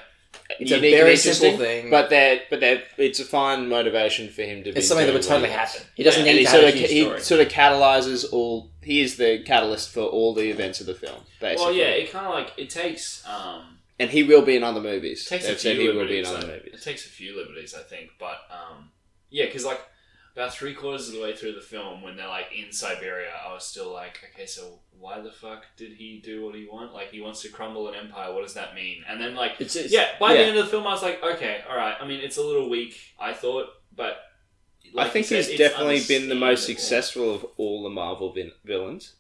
It's
unique
a very
and
simple
interesting.
thing,
But they're, but they're, it's a fine motivation for him to. be
it's something that
doing
would totally
what he is.
happen. He doesn't
and
need
he
to have
sort
a
of
huge
he
story.
sort of catalyzes all. He is the catalyst for all the events of the film, basically.
Well, yeah. It kind of like it takes um
and he will be in other movies.
it takes a
They've
few
said he will be in
liberties.
other
like,
movies.
It takes a few liberties, I think, but um yeah, because like about three quarters of the way through the film, when they're like in Siberia, I was still like, okay, so why the fuck did he do what he want? Like, he wants to crumble an empire. What does that mean? And then like,
It's, it's
yeah.
yeah.
By the end of the film, I was like, okay, all right. I mean, it's a little weak, I thought, but like
I think
you said,
he's
it's
definitely been the most
understandable.
successful of all the Marvel vin- villains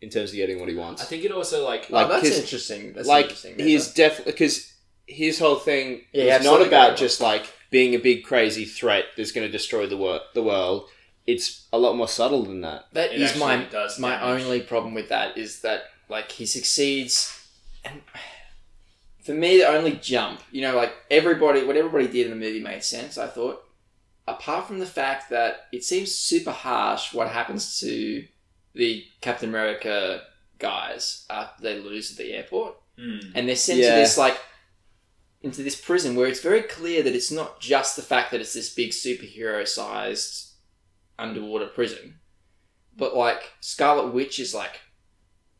in terms of getting what he wants.
I think it also
Like,
like,
Like,
Oh, that's
'cause-
interesting. That's
like
interesting.
he's definitely because his whole thing
Yeah,
is not
absolutely.
about just like being a big crazy threat that's going to destroy the world. The world. It's a lot more subtle than that.
that
it
is
actually
my
does
my
damage.
only problem with that is that like he succeeds and [SIGHS] for me the only jump you know like everybody what everybody did in the movie made sense i thought apart from the fact that it seems super harsh what happens to the captain america guys after they lose at the airport
Hmm.
and they're sent
Yeah.
to this like into this prison where it's very clear that it's not just the fact that it's this big superhero sized underwater prison but like scarlet witch is like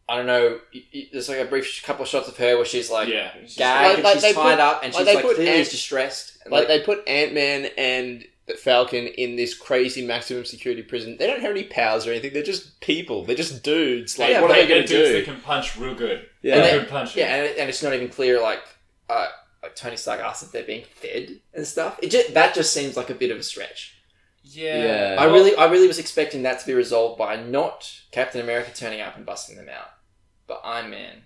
i don't know y- y- there's like a brief couple of shots of her where she's like
yeah,
gagged
Like-
and
like
she's
they
tied
put-
up and
like
she's
they
like
put
clearly
ant-
distressed And,
Like, they put Ant Man and the Falcon in this crazy maximum security prison. They don't have any powers or anything. They're just people. They're just dudes. Like
Yeah,
what are they going to
get dudes
do?
that can punch real good.
Yeah.
Real
And
good punches.
yeah and, it- and it's not even clear like uh like tony stark asks if they're being fed and stuff it just, that just seems like a bit of a stretch
Yeah.
I really, I really was expecting that to be resolved by not Captain America turning up and busting them out, but Iron Man.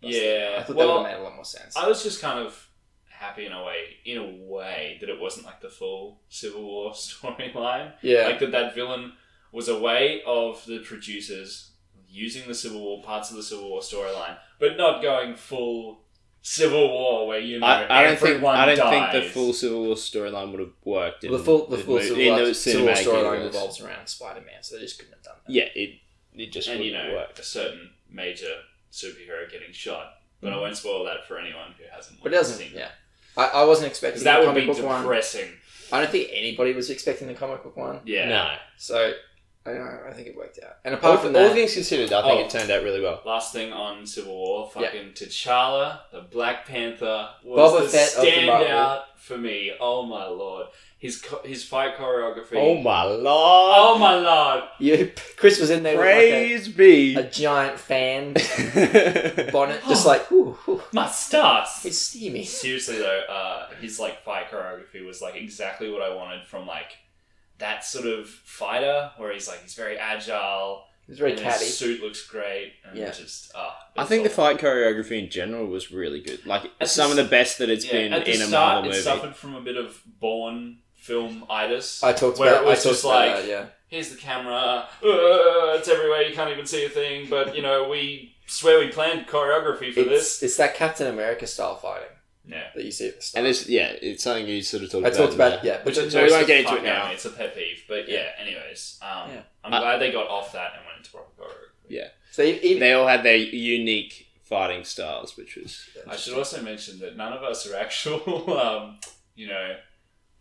busted them out.
Yeah.
I thought that
Well,
would have made a lot more sense.
I was just kind of happy in a way, in a way that it wasn't like the full Civil War [LAUGHS] storyline.
yeah,
Like that, that villain was a way of the producers using the Civil War parts of the Civil War storyline, but not going full Civil War where you know
I, I don't think
everyone
I don't
dies.
think the full Civil War storyline would have worked. In
the full, the
in
full
mo-
Civil,
in
War-
the
Civil War
cinematic
storyline
universe.
revolves around Spider Man, so they just couldn't have done that.
Yeah, it it just
and
wouldn't
you know
work.
a certain major superhero getting shot. But
Mm.
I won't spoil that for anyone who hasn't.
But it doesn't.
seen
Yeah, I, I wasn't expecting
because that
the
would
comic
be
book one.
depressing.
I don't think anybody was expecting the comic book one,
Yeah.
No.
so I, don't know, I think it worked out. And
All,
apart from
all
that,
things considered, I think
Oh.
it turned out really well.
Last thing on Civil War,
Yeah.
fucking T'Challa, the Black Panther,
Boba
was
Fett
the
of the Marvel.
standout for me. Oh my lord, his co- his fight choreography.
Oh my lord!
Oh my lord!
you, [LAUGHS] Chris was in there with
Praise be. [LAUGHS]
like a, a giant
[LAUGHS]
fan
yeah,
bonnet, just
[GASPS]
like ooh, ooh,
My stars.
it's steamy.
Seriously though, uh, his like fight choreography was like exactly what I wanted from like that sort of fighter where he's like he's very agile.
It's very
and
catty.
His suit looks great. And
Yeah.
Just ah,
I
it's
think the
all-
fight choreography in general was really good. Like
At
some
the
of the best that it's
Yeah,
been
at the
in a
start,
Marvel
it
movie.
suffered from a bit of born film itis.
I talked
where
about.
it was
I talked
just
about
like-
that, yeah.
here's the camera, uh, it's everywhere, you can't even see a thing, but you know, we swear we planned choreography for
it's,
this.
It's that Captain America style fighting
Yeah.
that you see at the start.
and it's yeah, it's something you sort of talked
I
about.
talked
in
about
there.
yeah, which
So
is
we won't get into
Fuck
it
no,
now.
It's a pet peeve, but yeah, anyways, um,
Yeah. Uh,
I'm
I-
glad they got off that and went into proper choreography.
so e- e-
They all had their unique fighting styles, which was
I should also mention that none of us are actual, [LAUGHS] um, you know,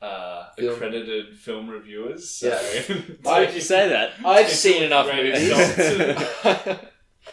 uh,
Film-
accredited film reviewers. So. [LAUGHS]
Yeah.
Why did you say that?
I've seen enough
Great
movies. [LAUGHS]
[LAUGHS] results.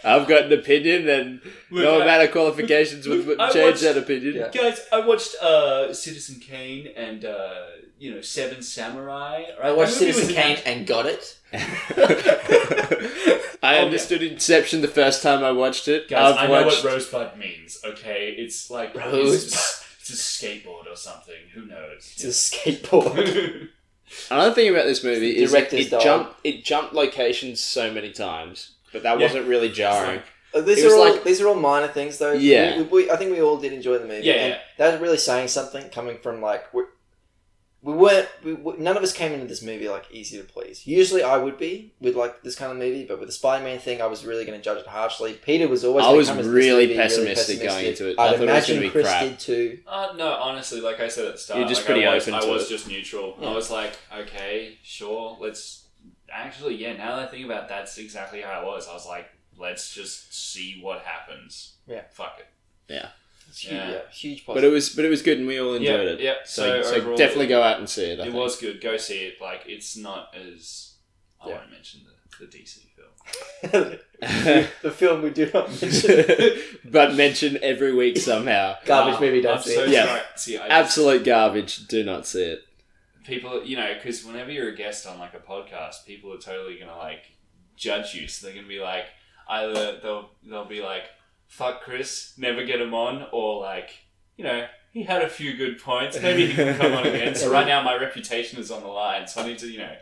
I've got an opinion, and
Look,
no
I-
amount of qualifications would, would
I
change
watched-
that opinion.
Yeah.
Guys, I watched uh, Citizen Kane and uh, you know Seven Samurai.
I watched Citizen Kane and got it.
[LAUGHS] I
yeah.
understood Inception the first time I watched it.
Guys, i
I've
know
watched
what rosebud means. Okay, it's like
Rosebud.
It's, it's a skateboard or something. Who knows?
It's a skateboard.
[LAUGHS]
another thing about this movie
The
is it,
director's
it
dog.
jumped it jumped locations so many times, but that
Yeah.
wasn't really jarring.
Uh, these
It
are
was
all
like-
these are all minor things though.
Yeah.
We- we- I think we all did enjoy the movie.
Yeah,
and
yeah.
that was really saying something coming from like we, we weren't we, we- none of us came into this movie like easy to please. Usually I would be with like this kind of movie, but with the Spider Man thing, I was really going to judge it harshly. Peter was always.
I
gonna
was
come into this
really
movie
pessimistic going into it. I
I'd
thought it was
imagine
gonna be
Chris
crap.
did too.
Uh, no, honestly, like I said at the start,
You're just
like,
pretty
I was,
open
I
to
was
it.
just neutral.
Yeah.
I was like, okay, sure, let's. Actually, yeah. Now that I think about it, that's exactly how I was. I was like, let's just see what happens.
Yeah.
Fuck it.
It's huge,
Yeah.
yeah, huge
But
positive.
it was but it was good, and we all enjoyed
Yeah,
it.
yeah.
So,
So
so
overall-
definitely go out and see it. I
It
think.
was [LAUGHS] good. Go see it. Like, it's not as. I
Yeah.
won't mention the, the DC
[LAUGHS]
film.
the film we
[LAUGHS]
do not mention.
[LAUGHS]
[LAUGHS]
but mention every week somehow.
Garbage
Ah,
movie, don't
I'm
see
so
it.
Yeah.
sorry. See, I just-
Absolute garbage. Do not see it.
people, you know, because whenever you're a guest on like a podcast, people are totally gonna like judge you. So they're gonna be like, either they'll they'll be like, "Fuck Chris, never get him on," or like, you know, he had a few good points. Maybe he can come
[LAUGHS]
on again. So right now, my reputation is on the line. So I need to, you know,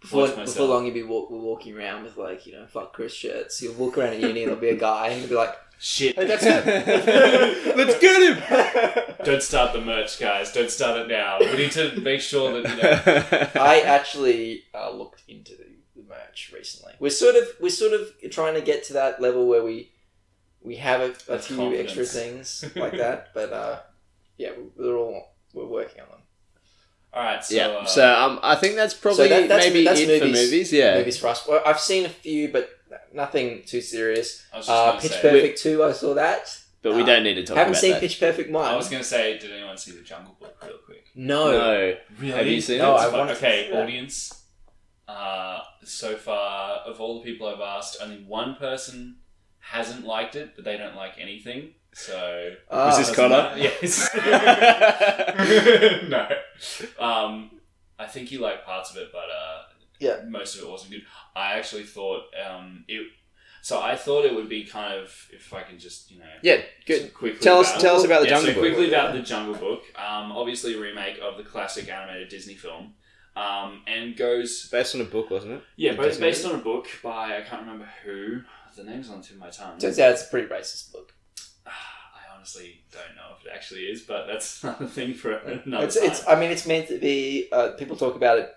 Before,
watch myself.
before long, you'll be walk, walking around with like you know fuck Chris shirts. You'll walk around at uni and there'll be a guy and he'll be like, [LAUGHS]
Shit.
That's
[LAUGHS]
it.
Let's [LAUGHS] get him.
Don't start the merch, guys. Don't start it now. We need to make sure that you know.
I actually uh, looked into the, the merch recently. We're sort of we're sort of trying to get to that level where we we have a, a
That's
few
confidence.
extra things
[LAUGHS]
like that, but uh, yeah, we're all we're working on them.
All right. So,
yeah.
uh,
so um, I think that's probably
that- that's-
maybe
that's
it for
movies.
movies. Yeah.
Movies for us. Well, I've seen a few, but nothing too serious.
I was just
Uh,
gonna
Pitch
say.
Perfect two, I saw that.
But we
Uh,
don't need to talk
Haven't
about
seen
that.
Pitch Perfect
I
one.
was gonna say, did anyone see the Jungle Book real quick?
No.
No.
Really?
Have you seen
No,
it?
I
But-
wanted to
okay,
see that.
audience. Uh, so far, of all the people I've asked, only one person hasn't liked it, but they don't like anything. So Uh,
Ah,
Was this
that's- [LAUGHS]
Connor?
[LAUGHS] yes.
[LAUGHS]
no. Um, I think he liked parts of it, but uh,
Yeah.
most of it wasn't good. I actually thought um, it. So I thought it would be kind of if I can just you know
Yeah. Good.
quickly
Tell us.
about-
Tell us about the
yeah,
Jungle
so
Book.
quickly about the Jungle Book. Um, obviously a remake of the classic animated Disney film, um, and goes
Based on a book, wasn't it?
yeah, but it's
Disney
based on a book by I can't remember who. The name's on the tip of my tongue.
Turns out it's a pretty racist book.
Ah, I honestly don't know if it actually is, but that's [LAUGHS] another thing for another
It's,
time.
it's. I mean, it's meant to be. Uh, people talk about it.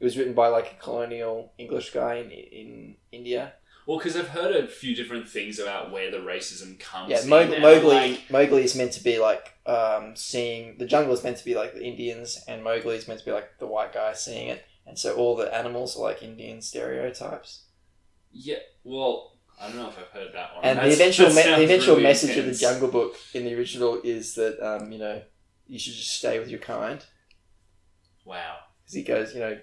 It was written by like a colonial English guy in, in India.
Well, because I've heard a few different things about where the racism comes.
Yeah,
in,
Mowgli.
and,
Mowgli,
like,
Mowgli is meant to be like um, seeing the jungle is meant to be like the Indians, and Mowgli is meant to be like the white guy seeing it, and so all the animals are like Indian stereotypes.
yeah. Well, I don't know if I've heard that one.
And the
Oh, That's-
eventual
that
me-
sounds
the eventual
really
message of
intense.
the Jungle Book in the original is that um, you know you should just stay with your kind
Wow.
because he goes you know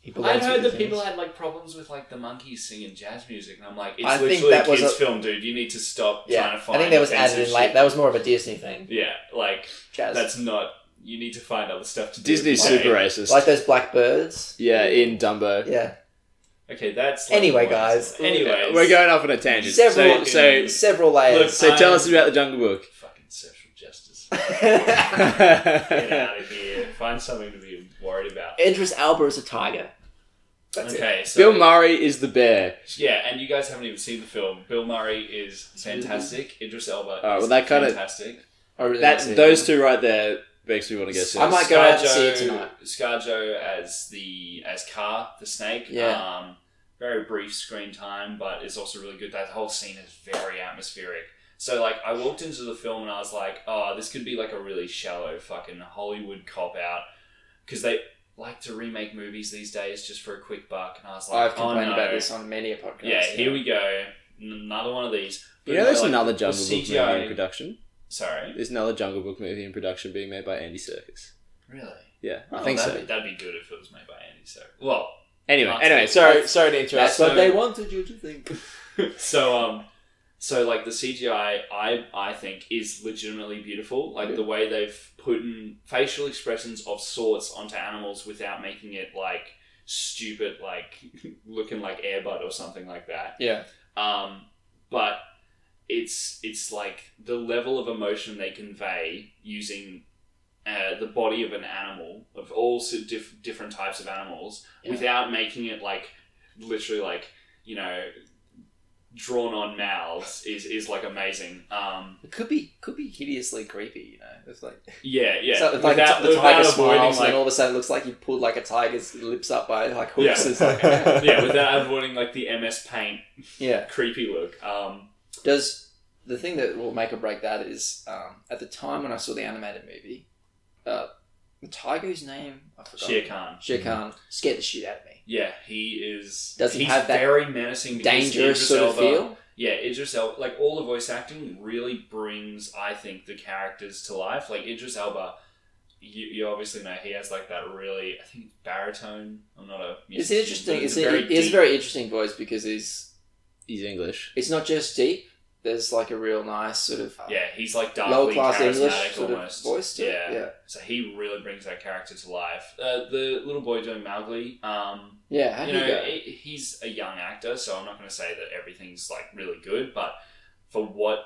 he belongs.
I'd heard
with
that
the
people
humans.
had like problems with like the monkeys singing jazz music, and I'm like, it's
I think
literally
that
a
was
kids'
a-
film, dude. You need to stop trying
Yeah,
to
I
find.
think that was added
offensive
in late.
shit.
That was more of a Disney thing.
Yeah, like
Jazz.
that's not. You need to find other stuff to do.
Disney's
Okay.
super racist.
like those black birds.
yeah, in Dumbo.
Yeah,
Okay, that's like,
Anyway,
what-
guys.
Anyway,
We're going off on a tangent.
Several-
so, so,
several layers.
so tell us about the Jungle [LAUGHS] Book.
fucking social justice. Get
yeah.
out of here. Find something to be worried about.
[LAUGHS] Idris Alba is a tiger. [LAUGHS] That's it.
okay, so
Bill Murray is the bear.
yeah, and you guys haven't even seen the film. Bill Murray is fantastic. Idris Elba is
well, that kinda-
fantastic.
I really
That
like it.
those two right there makes me want to go see.
I
it.
might go out and see it
Scarjo-
tonight.
Scarjo as the as Car the snake.
Yeah.
Um, very brief screen time, but it's also really good. That whole scene is very atmospheric. So like, I walked into the film and I was like, oh, this could be like a really shallow fucking Hollywood cop out because they like to remake movies these days just for a quick buck. And I was like,
I've
oh
complained
no,
about this on many a podcast.
yeah, here we go, N- another one of these.
You
But
know,
no,
there's
like,
another
the
Jungle Book
CGI
movie in production.
Sorry,
There's another Jungle Book movie in production being made by Andy Serkis.
really?
Yeah, I
Oh,
think
that'd
so.
Be, that'd be good if it was made by Andy. So well.
Anyway,
That's-
anyway, sorry, sorry to interrupt.
That's what
So-
they wanted you to think.
[LAUGHS] so um so like the CGI I I think is legitimately beautiful. Like the way they've put in facial expressions of sorts onto animals without making it like stupid like [LAUGHS] looking like Airbud or something like that.
Yeah.
Um but it's it's like the level of emotion they convey using uh, the body of an animal of all so diff- different types of animals
Yeah.
without making it like literally like you know drawn on mouths is is like amazing. Um,
It could be could be hideously creepy, you know. It's like
yeah, yeah.
so it's like
Without-
the tiger
without avoiding,
smiles,
like-
and all of a sudden it looks like you pulled like a tiger's lips up by like hooks.
Yeah.
It's
[LAUGHS]
like,
yeah, without avoiding like the MS Paint
yeah.
creepy look. Um,
Does the thing that will make or break that is um, at the time when I saw the animated movie, uh, the tiger's name I forgot.
Shere Khan.
Shere Khan scared the shit out of me.
Yeah, he is.
Doesn't
he's
have that
very menacing, because
Dangerous
Idris
sort of
Elba-
feel.
Yeah, Idris Elba. Like all the voice acting really brings, I think, the characters to life. Like Idris Elba. You, you obviously know he has like that really I think baritone. I'm not a.
It's
musician,
interesting.
but
It's,
a
a,
very
it is a
deep-
very interesting voice because he's
He's English.
it's not just deep. there's like a real nice sort of
Yeah, he's like
lower
darkly
class English
charismatic
sort
almost.
of voice to
yeah.
it. Yeah.
So he really brings that character to life. Uh, the little boy doing Mowgli, um,
Yeah, how
you
do you
know,
go?
he- he's a young actor, so I'm not going to say that everything's like really good, but for what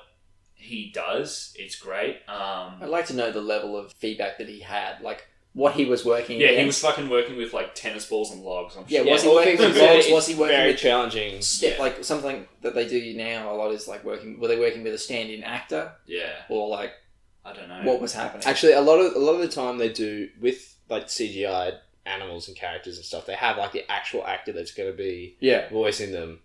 he does, it's great. Um,
I'd like to know the level of feedback that he had, like what he was working
yeah, he was
against.
fucking working with like tennis balls and logs. I'm
Yeah,
sure.
was he
all
[LAUGHS]
working
things
with
considered,
logs?
it's
Was he working
very
with-
challenging?
Step,
Yeah.
like something that they do now a lot is like working were they working with a stand-in actor
Yeah,
or like
I don't know.
what was happening
Actually, a lot of a lot of the time they do with like CGI animals and characters and stuff. They have like the actual actor that's going to be
yeah
voicing them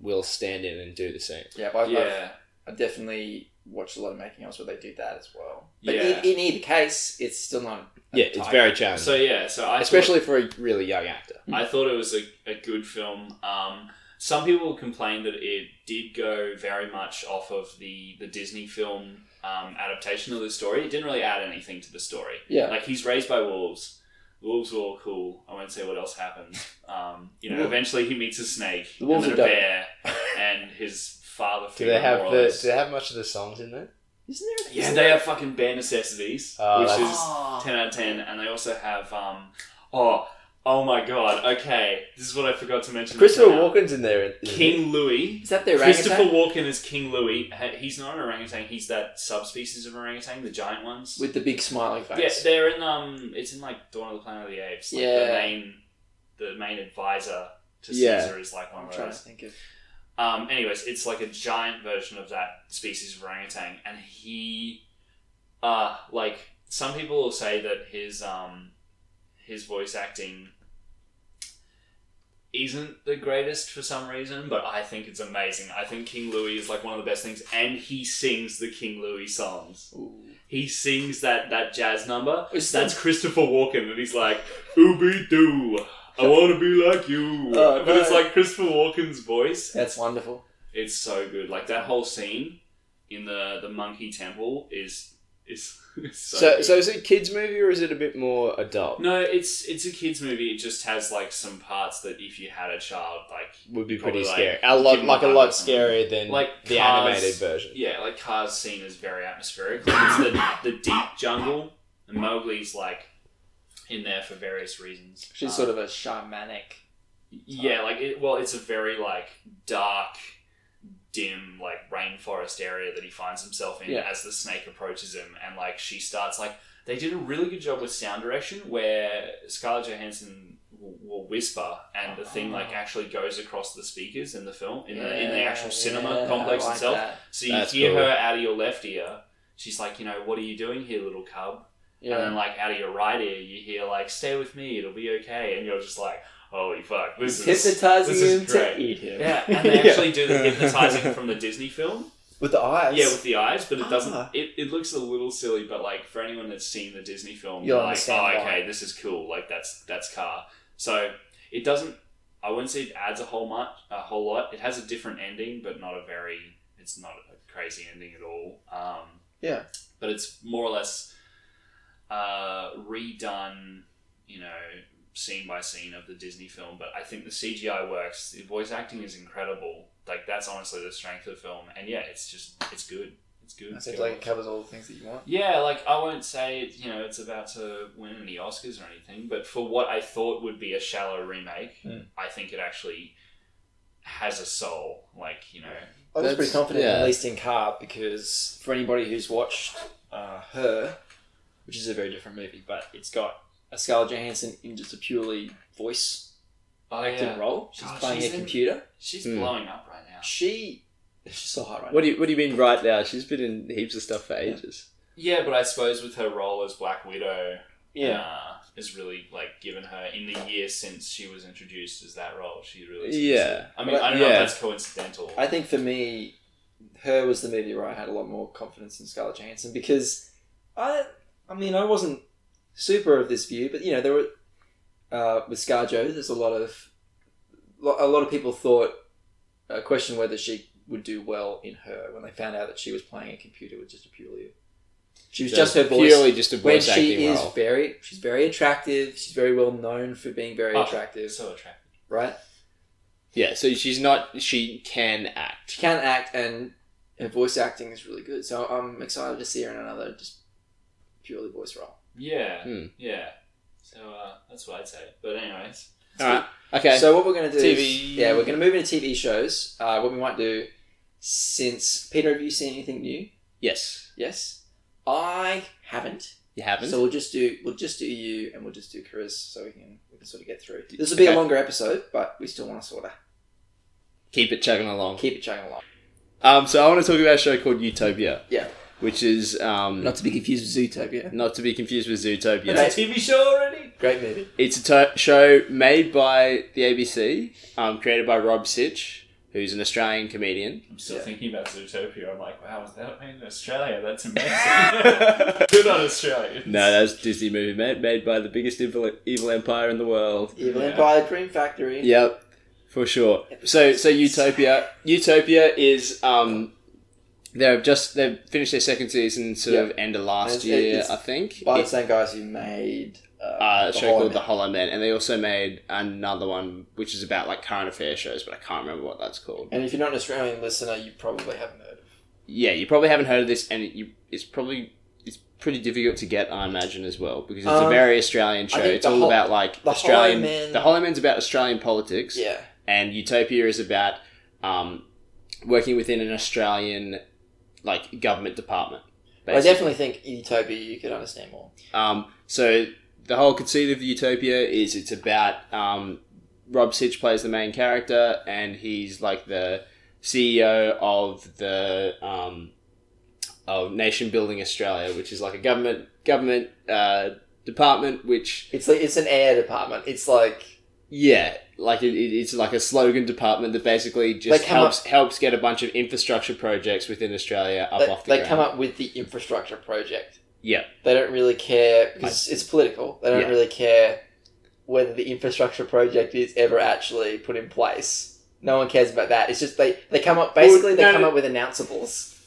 will stand in and do the same.
yeah but I've,
yeah,
I've, i definitely watched a lot of making ofs where they do that as well but
Yeah.
in, in either case it's still not a
Yeah, it's
type.
very challenging,
So yeah, so I thought-
especially for a really young actor.
I thought it was a, a good film. Um, some people complained that it did go very much off of the, the Disney film um, adaptation of the story. It didn't really add anything to the story.
Yeah.
Like, he's raised by wolves. Wolves are all cool. I won't say what else happens. Um, you know,
Wolf-
eventually he meets a snake,
The wolves
and
are
then a
dope.
bear, and his father
Do
figure.
they have
more or
the,
less.
Do they have much of the songs in there?
isn't there a- Ah.
Yeah,
isn't
they
there-
have fucking bear necessities,
Oh,
which
that's-
is ten out of ten, and they also have um oh oh my god okay this is what I forgot to mention.
Christopher
just now.
Walken's in there. isn't he?
King Louis.
is that their
Christopher
orangutan
Walken is King Louis. Ha- He's not an orangutan. He's that subspecies of orangutan, the giant ones.
with the big smiling
yeah,
face
they're in um. It's in like Dawn of the Planet of the Apes. Like
Yeah.
The main, the main advisor to
Yeah.
Caesar is like one
I'm
of
trying to
those.
think of
Um. Anyways, it's like a giant version of that species of orangutan, and he, uh, like some people will say that his um, his voice acting isn't the greatest for some reason, but I think it's amazing. I think King Louis is like one of the best things, and he sings the King Louis songs. He sings that that jazz number.
Is
That's Christopher Walken, and he's like, "Ooby doo, I want to be like you."
Oh,
but it's
no.
like Christopher Walken's voice.
that's wonderful
It's so good. Like that whole scene in the the monkey temple is is [LAUGHS] is so.
So,
good.
so is it a kids movie or is it a bit more adult?
no, it's it's a kids movie. It just has like some parts that if you had a child, like
Would be
Probably
pretty
like
scary. A lot,
Jim
like a
Carrey
lot
or something.
scarier than
Like
the
Cars.
animated version.
Yeah, like Cars scene is very atmospheric. Like, it's the, the deep jungle, and Mowgli's like in there for various reasons.
she's
Um,
sort of a shamanic
yeah, like it, well, it's a very like dark, dim like rainforest area that he finds himself in
Yeah.
as the snake approaches him, and like she starts like they did a really good job with sound direction where Scarlett Johansson will, will whisper and the thing like actually goes across the speakers in the film in the in the
Oh. Yeah,
actual cinema
yeah, I
complex
like
itself.
that.
So you
That's
hear
cool.
her out of your left ear. She's like, you know, what are you doing here, little cub? And
yeah
then, like, out of your right ear, you hear, like, stay with me, it'll be okay. And you're just like, holy fuck, this is.
hypnotizing
this is
him
great.
to eat him
Yeah, and they
[LAUGHS]
Yeah.
actually do the hypnotizing from the Disney film.
with the eyes
Yeah, with the eyes, but it doesn't.
Ah.
It, it looks a little silly, but like for anyone that's seen the Disney film,
You'll
you're like,
understand
oh,
why.
okay, this is cool. Like that's that's car. So it doesn't. I wouldn't say it adds a whole much, a whole lot. It has a different ending, but not a very. It's not a crazy ending at all. Um,
Yeah.
but it's more or less uh, redone. You know, scene by scene of the Disney film, but I think the CGI works. The voice acting is incredible. Like that's honestly the strength of the film, and yeah, it's just it's good. It's good.
That
It's
seems
good.
like it covers all the things that you want.
yeah, like I won't say it, you know it's about to win any Oscars or anything, but for what I thought would be a shallow remake,
Mm.
I think it actually has a soul. Like you know,
I was
That's-
pretty confident,
yeah.
at least in Car, because for anybody who's watched uh, Her, which is a very different movie, but it's got a Scarlett Johansson in just a purely voice
oh
acting role. She's
God,
playing
she's
a
in-
computer.
she's
Hmm.
blowing up right now.
She, she's so hot right
What
now.
do you What do you mean right now? She's been in heaps of stuff for ages.
Yeah, but I suppose with her role as Black Widow,
yeah,
uh, is really like given her in the year since she was introduced as that role. She really,
Yeah.
I mean, I don't know
Yeah.
if that's coincidental.
I think for me, Her was the movie where I had a lot more confidence in Scarlett Johansson because I, I mean, I wasn't super of this view, but you know, there were uh, with ScarJo, there's a lot of lo- a lot of people thought uh, questioned whether she would do well in her when they found out that she was playing a computer with just a purely. She was just her voice.
purely just a
when
voice acting
she is
role.
very, she's very attractive. She's very well known for being very
Oh.
attractive,
it's so attractive.
right?
Yeah, so she's not. She can act.
She can act, and Her voice acting is really good, so I'm excited to see her in another just purely voice role.
Yeah,
Hmm.
yeah. So uh, that's what I'd say. But anyways,
All right. Okay.
So what we're going to do? Is,
TV.
yeah, we're going to move into TV shows. Uh, what we might do, since Peter, have you seen anything new?
yes.
Yes, I haven't.
You haven't.
So we'll just do we'll just do you and we'll just do Chris, so we can we can sort of get through. This will be
Okay.
a longer episode, but we still want to sort of
Keep it chugging along.
keep it chugging along.
Um, so I want to talk about a show called Utopia.
Yeah.
Which is um,
Not to be confused with Zootopia.
not to be confused with Zootopia.
Okay.
it's a TV show already.
Great movie.
It's a to- show made by the ABC, um, created by Rob Sitch, who's an Australian [LAUGHS] comedian.
I'm still
Yeah.
thinking about Zootopia. I'm like, wow, is that made in Australia?
[LAUGHS]
That's amazing. [LAUGHS] Good on Australians.
No, that's Disney movie made, made by the biggest evil, evil empire in the world.
Evil
Yeah.
Empire, Dream Factory.
Yep, for sure. So, so Utopia, Utopia is um, they've just they've finished their second season, sort of end of
It's-
last year,
it's
I think.
By the
It's,
same guys who made uh,
uh, a
The
show
Hollow
called The
Man.
Hollow Man, and they also made another one which is about like current affair shows, but I can't remember what that's called.
And if you're not an Australian listener, you probably haven't heard. of
yeah, you probably haven't heard of this, and you, it's probably it's pretty difficult to get, I imagine, as well, because it's a
Um,
very Australian show.
think
It's
the
all
Hol-
about like
the
Australian.
Hollow Man-
The Hollow Man's about Australian politics,
Yeah.
and Utopia is about um, working within an Australian like government department.
But I
basically.
definitely think Utopia you could understand more.
Um, so the whole conceit of Utopia is it's about um, Rob Sitch plays the main character, and he's like the CEO of the um, of Nation Building Australia, which is like a government government uh, department, which
It's like it's an air department. It's like
yeah, like it, it- it's like a slogan department that basically just
They come
helps helps get a bunch of infrastructure projects within Australia up
they,
off the
they
ground.
come up with the infrastructure project.
Yeah.
They don't really care because it's political. They don't
Yeah.
really care whether the infrastructure project is ever actually put in place. No one cares about that. It's just they, they come up basically they
no,
come
no.
up with announceables.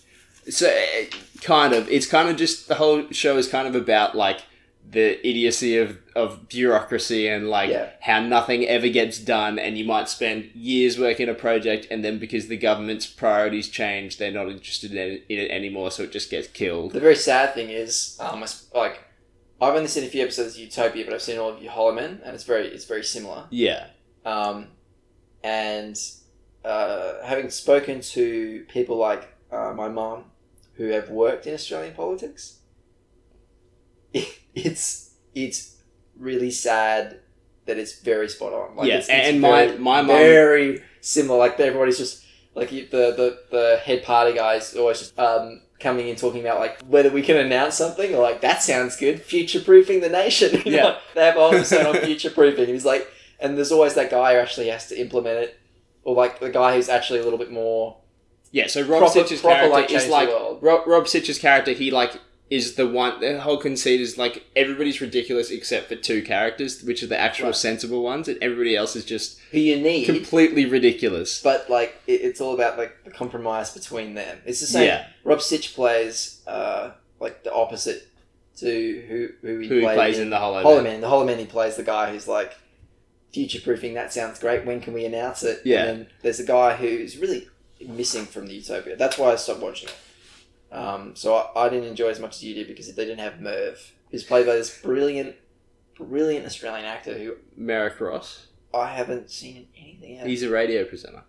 so eh, kind of it's kind of just the whole show is kind of about like the idiocy of, of bureaucracy and like
Yeah.
how nothing ever gets done and you might spend years working a project and then because the government's priorities change they're not interested in, in it anymore so it just gets killed
The very sad thing is, um, I s- like I've only seen a few episodes of Utopia, but I've seen all of you Hollow Men, and it's very it's very similar.
yeah
Um, and uh, having spoken to people like uh, my mom, who have worked in Australian politics, [LAUGHS] it's it's really sad that it's very spot on.
yeah
it's, it's
and
very-
my my mom
very similar. Like everybody's just like you- the the, the head party guys always just um, coming in talking about like whether we can announce something or like that sounds good, future proofing the nation. [LAUGHS] You
Yeah.
know, they have a whole episode on future proofing. He's like, and there's always that guy who actually has to implement it, or like the guy who's actually a little bit more
yeah so rob
proper,
Sitch's
proper
character
like change
is like
the world.
Rob, Rob Sitch's character, he like is the one. The whole conceit is like everybody's ridiculous except for two characters, which are the actual
Right.
sensible ones, and everybody else is just
Who you need,
completely ridiculous.
but like it, it's all about like the compromise between them. It's the same.
Yeah,
Rob Sitch plays uh, like the opposite to who who he,
who he
played
plays
in
in the Hollow.
Hollow
Man.
Man. The Hollow Man, he plays the guy who's like, future proofing, that sounds great. When can we announce it?
Yeah.
And then there's a guy who's really missing from the Utopia. That's why I stopped watching it. Um, so I, I didn't enjoy as much as you did because they didn't have Merv, who's played by this brilliant, brilliant Australian actor who
Merrick Ross.
I haven't seen in anything else.
He's a radio presenter.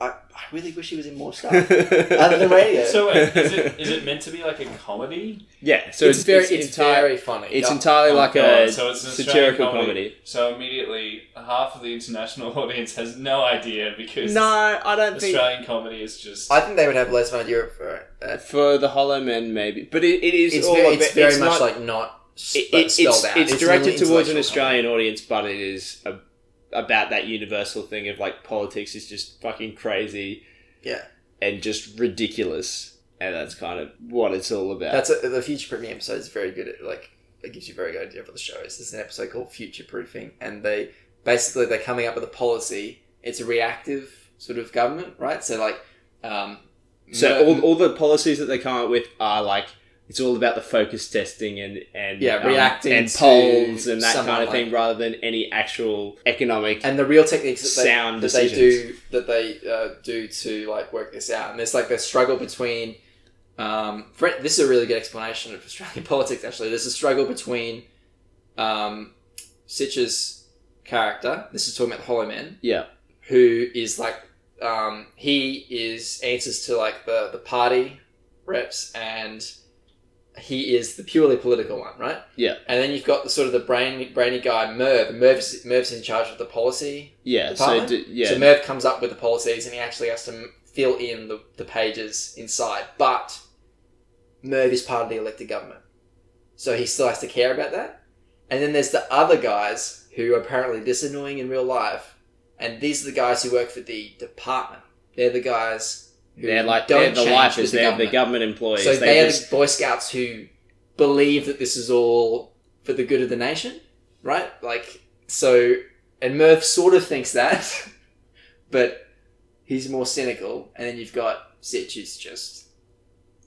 I, I really wish he was in more stuff. Other
[LAUGHS]
than [LAUGHS] radio.
So wait, is it is it meant to be like a comedy?
Yeah, so it's,
very,
it's,
it's
entire-
very funny.
it's
Yeah.
entirely
Oh
like
God,
a
so it's an Australian
satirical
comedy.
comedy.
So immediately, half of the international [LAUGHS] audience has no idea because
No, I don't think
Australian comedy is just.
I think they would have less fun in Europe for it. Uh,
for the Hollow Men maybe, but it, it is
it's,
all
very,
a
it's
bit-
very
it's
much
not-
like not
it,
spe-
it,
spelled
it's,
out.
it's
It's
directed
really
towards
intellectual
an Australian audience, but it is a, about that universal thing of like politics is just fucking crazy.
Yeah.
And just ridiculous. And that's kind of what it's all about.
That's a, the future proofing episode is very good at like it gives you a very good idea of what the show is. There's an episode called Future Proofing, and they basically they're coming up with a policy. It's a reactive sort of government, right? So like, um,
so
Mer-
all, all the policies that they come up with are like it's all about the focus testing and and um,
Yeah, reacting
and
to
polls and that
someone
kind of
like-
thing rather than any actual economic.
and the real techniques that they,
Sound
that they do
decisions.
that they uh, do to like work this out. And there's like the struggle between. Um, Fre- this is a really good explanation of Australian [LAUGHS] politics. Actually, there's a struggle between um, Sitch's character. This is talking about the Hollow Men.
Yeah.
Who is like um, he is answers to like the the party reps and he is the purely political one, right?
Yeah.
And then you've got the sort of the brainy brainy guy Merv. Merv's, Merv's in charge of the policy
yeah, so
Department?
d- yeah,
so Merv comes up with the policies and he actually has to m- fill in the, the pages inside. But Merv is part of the elected government. So he still has to care about that. And then there's the other guys who are apparently this annoying in real life. And these are the guys who work for the department. They're the guys who
they're like
don't
they're the
change
lifers,
with the
they're
government.
the government employees.
So
they
they are
just-
the Boy Scouts who believe that this is all for the good of the nation, right? Like, so, and Merv sort of thinks that, [LAUGHS] but he's more cynical. And then you've got Sitch, who's just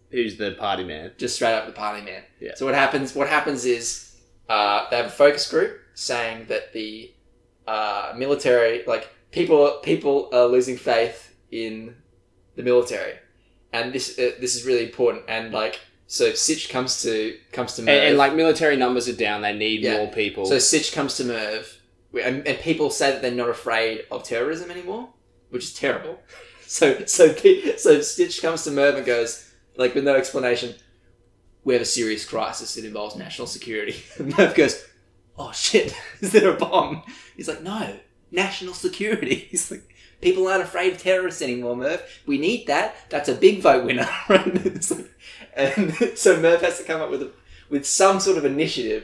who's the party man?
just straight up the party man.
Yeah.
So what happens? What happens is uh, they have a focus group saying that the uh, military, like people, people are losing faith in the military, and this uh, this is really important. And like, so Sitch comes to comes to
And,
Merv.
and like military numbers are down. They need
Yeah.
more people.
so Sitch comes to Merv, and, and people say that they're not afraid of terrorism anymore, which is terrible. [LAUGHS] So so pe- so Stitch comes to Merv and goes like with no explanation. We have a serious crisis. It involves national security. [LAUGHS] And Merv goes, "Oh shit! [LAUGHS] Is there a bomb?" He's like, "No, national security." [LAUGHS] He's like, "People aren't afraid of terrorists anymore, Merv. We need that. That's a big vote winner." [LAUGHS] Right? It's like- and [LAUGHS] so Merv has to come up with a, with some sort of initiative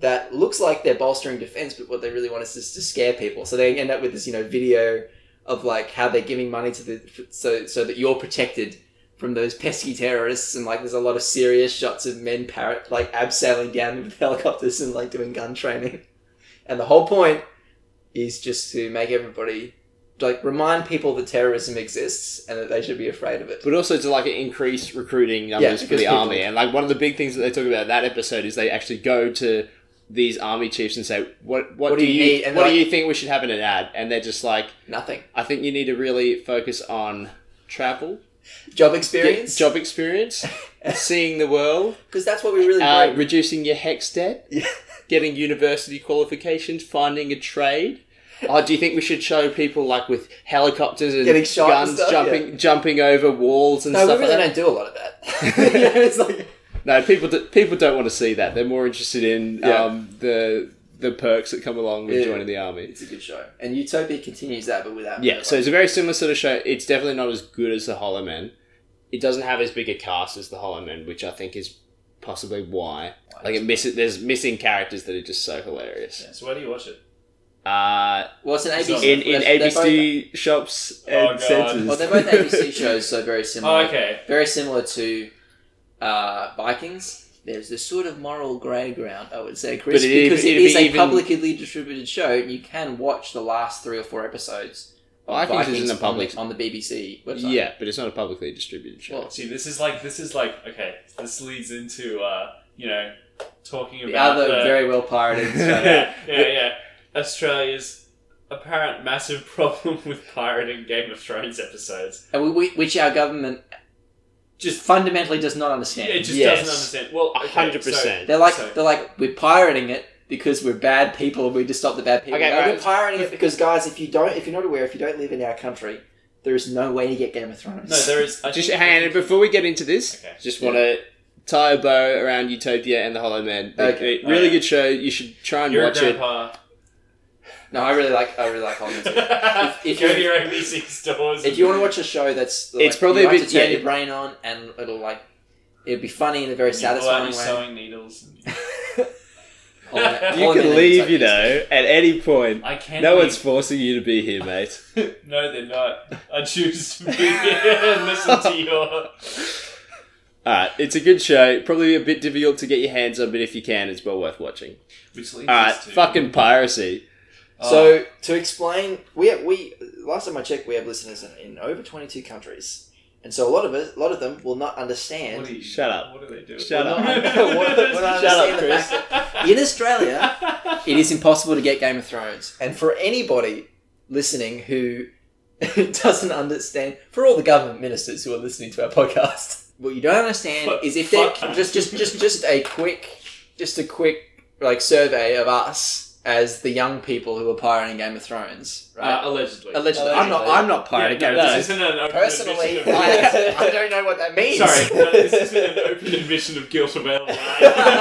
that looks like they're bolstering defense, but what they really want is just to scare people. So they end up with this, you know, video of like how they're giving money to the so so that you're protected from those pesky terrorists and like there's a lot of serious shots of men parrot like abseiling down with helicopters and like doing gun training and the whole point is just to make everybody like remind people that terrorism exists and that they should be afraid of it
but also to like increase recruiting numbers for
because
the
people-
army. And like one of the big things that they talk about in that episode is they actually go to these army chiefs and say, "What what, do, you,
need?" And
what
they're
do you think we should have in an ad?" And they're just like,
nothing
"I think you need to really focus on travel,
job
get
experience [LAUGHS]
job experience, seeing the world,
because that's what we really
uh,
bring.
reducing your hex debt,
[LAUGHS] Yeah.
getting university qualifications, finding a trade." Oh, do you think we should show people like with helicopters and
Getting shot and
guns
stuff,
jumping jumping over walls and
no we
stuff
really
like that?
don't do a lot of that [LAUGHS] yeah, it's like
No, people do, people don't want to see that. They're more interested in
Yeah.
um, the the perks that come along with
Yeah.
joining the
[LAUGHS]
army.
it's a good show and utopia continues that but without
Yeah, so it's a very similar sort of show. It's definitely not as good as the Hollow Men. It doesn't have as big a cast as the Hollow Men, which I think is possibly why. Like it misses. There's missing characters that are just so hilarious.
So where do you watch it?
Uh,
well it's an
So-
abc
in in
they're- they're both-
ABC shops
Oh,
and
God.
censors.
Well, they're
[LAUGHS]
both ABC shows, so very similar.
Oh, okay.
Very similar to uh, Vikings. There's this sort of moral grey ground, I would say, Chris,
But it-
because it
it'd
is
be
a
even-
publicly distributed show, and you can watch the last three or four episodes. of
Vikings isn't a
on
public-
the- on the, BBC website.
Yeah, but it's not a publicly distributed show.
Well,
See, this is like this is like okay. This leads into uh, you know talking
the
about
other
the-
very well pirated. show.
[LAUGHS]
[LAUGHS]
yeah,
[LAUGHS]
yeah, yeah. Australia's apparent massive [LAUGHS] problem with pirating Game of Thrones episodes.
and we, we, which our government just fundamentally does not understand.
It just
Yes.
doesn't understand. Well,
A
okay,
hundred
so-
percent.
They're like
So-
they're like we're pirating it because we're bad people. We just stop the bad people.
Okay,
No,
right.
we're pirating it because guys, if you don't, if you're not aware, if you don't live in our country, there is no way to get Game of Thrones.
No, there is. I
Just
think-
hang on, before we get into this,
Okay.
just want to tie a bow around Utopia and the Hollow Man. They-
Okay.
they- really
Alright.
good show. You should try and
You're a
watch it.
grandpa.
no, I really like I really like Hollow Men. [LAUGHS]
if,
if
Go
you-
to your [LAUGHS] ABC stores.
If you want to watch a show that's, like,
It's probably
you
a
have
bit-
to turn
yeah.
your brain on, and it'll like it'll be funny in a very
and you pull out
satisfying
your
way. [LAUGHS]
sewing needles.
Hollow Men-
You
Hollow
[LAUGHS] You
Men
can
is
leave,
like-
you know, at any point.
I can't.
No
leave.
one's forcing you to be here, mate.
No, they're not. I choose to be here and listen to your.
Alright, it's a good show. Probably a bit difficult to get your hands on, but if you can, it's well worth watching.
Which leads
Alright,
us to
fucking piracy.
Oh,
So to explain, we have, we last time I checked, we have listeners in, in over twenty two countries, and so a lot of us, a lot of them will not understand
What do you-
Shut up.
What do they do?
Shut
Well,
[LAUGHS] up.
no, I- [LAUGHS] what- what I
Shut up,
understand the
Chris.
[LAUGHS]
in Australia, it is impossible to get Game of Thrones. And for anybody listening who [LAUGHS] doesn't understand, for all the government ministers who are listening to our podcast, what you don't understand
Fuck-
is if they're
fuck.
just just just just a quick just a quick like survey of us as the young people who are pirating Game of Thrones, right?
Uh, allegedly.
Allegedly,
I'm not. I'm not pirating.
Yeah,
Game
no,
of
this
Thrones.
isn't an open
Personally,
admission of-
[LAUGHS] I, I don't know what that means.
Sorry, no, this isn't an open admission of guilt of L. [LAUGHS]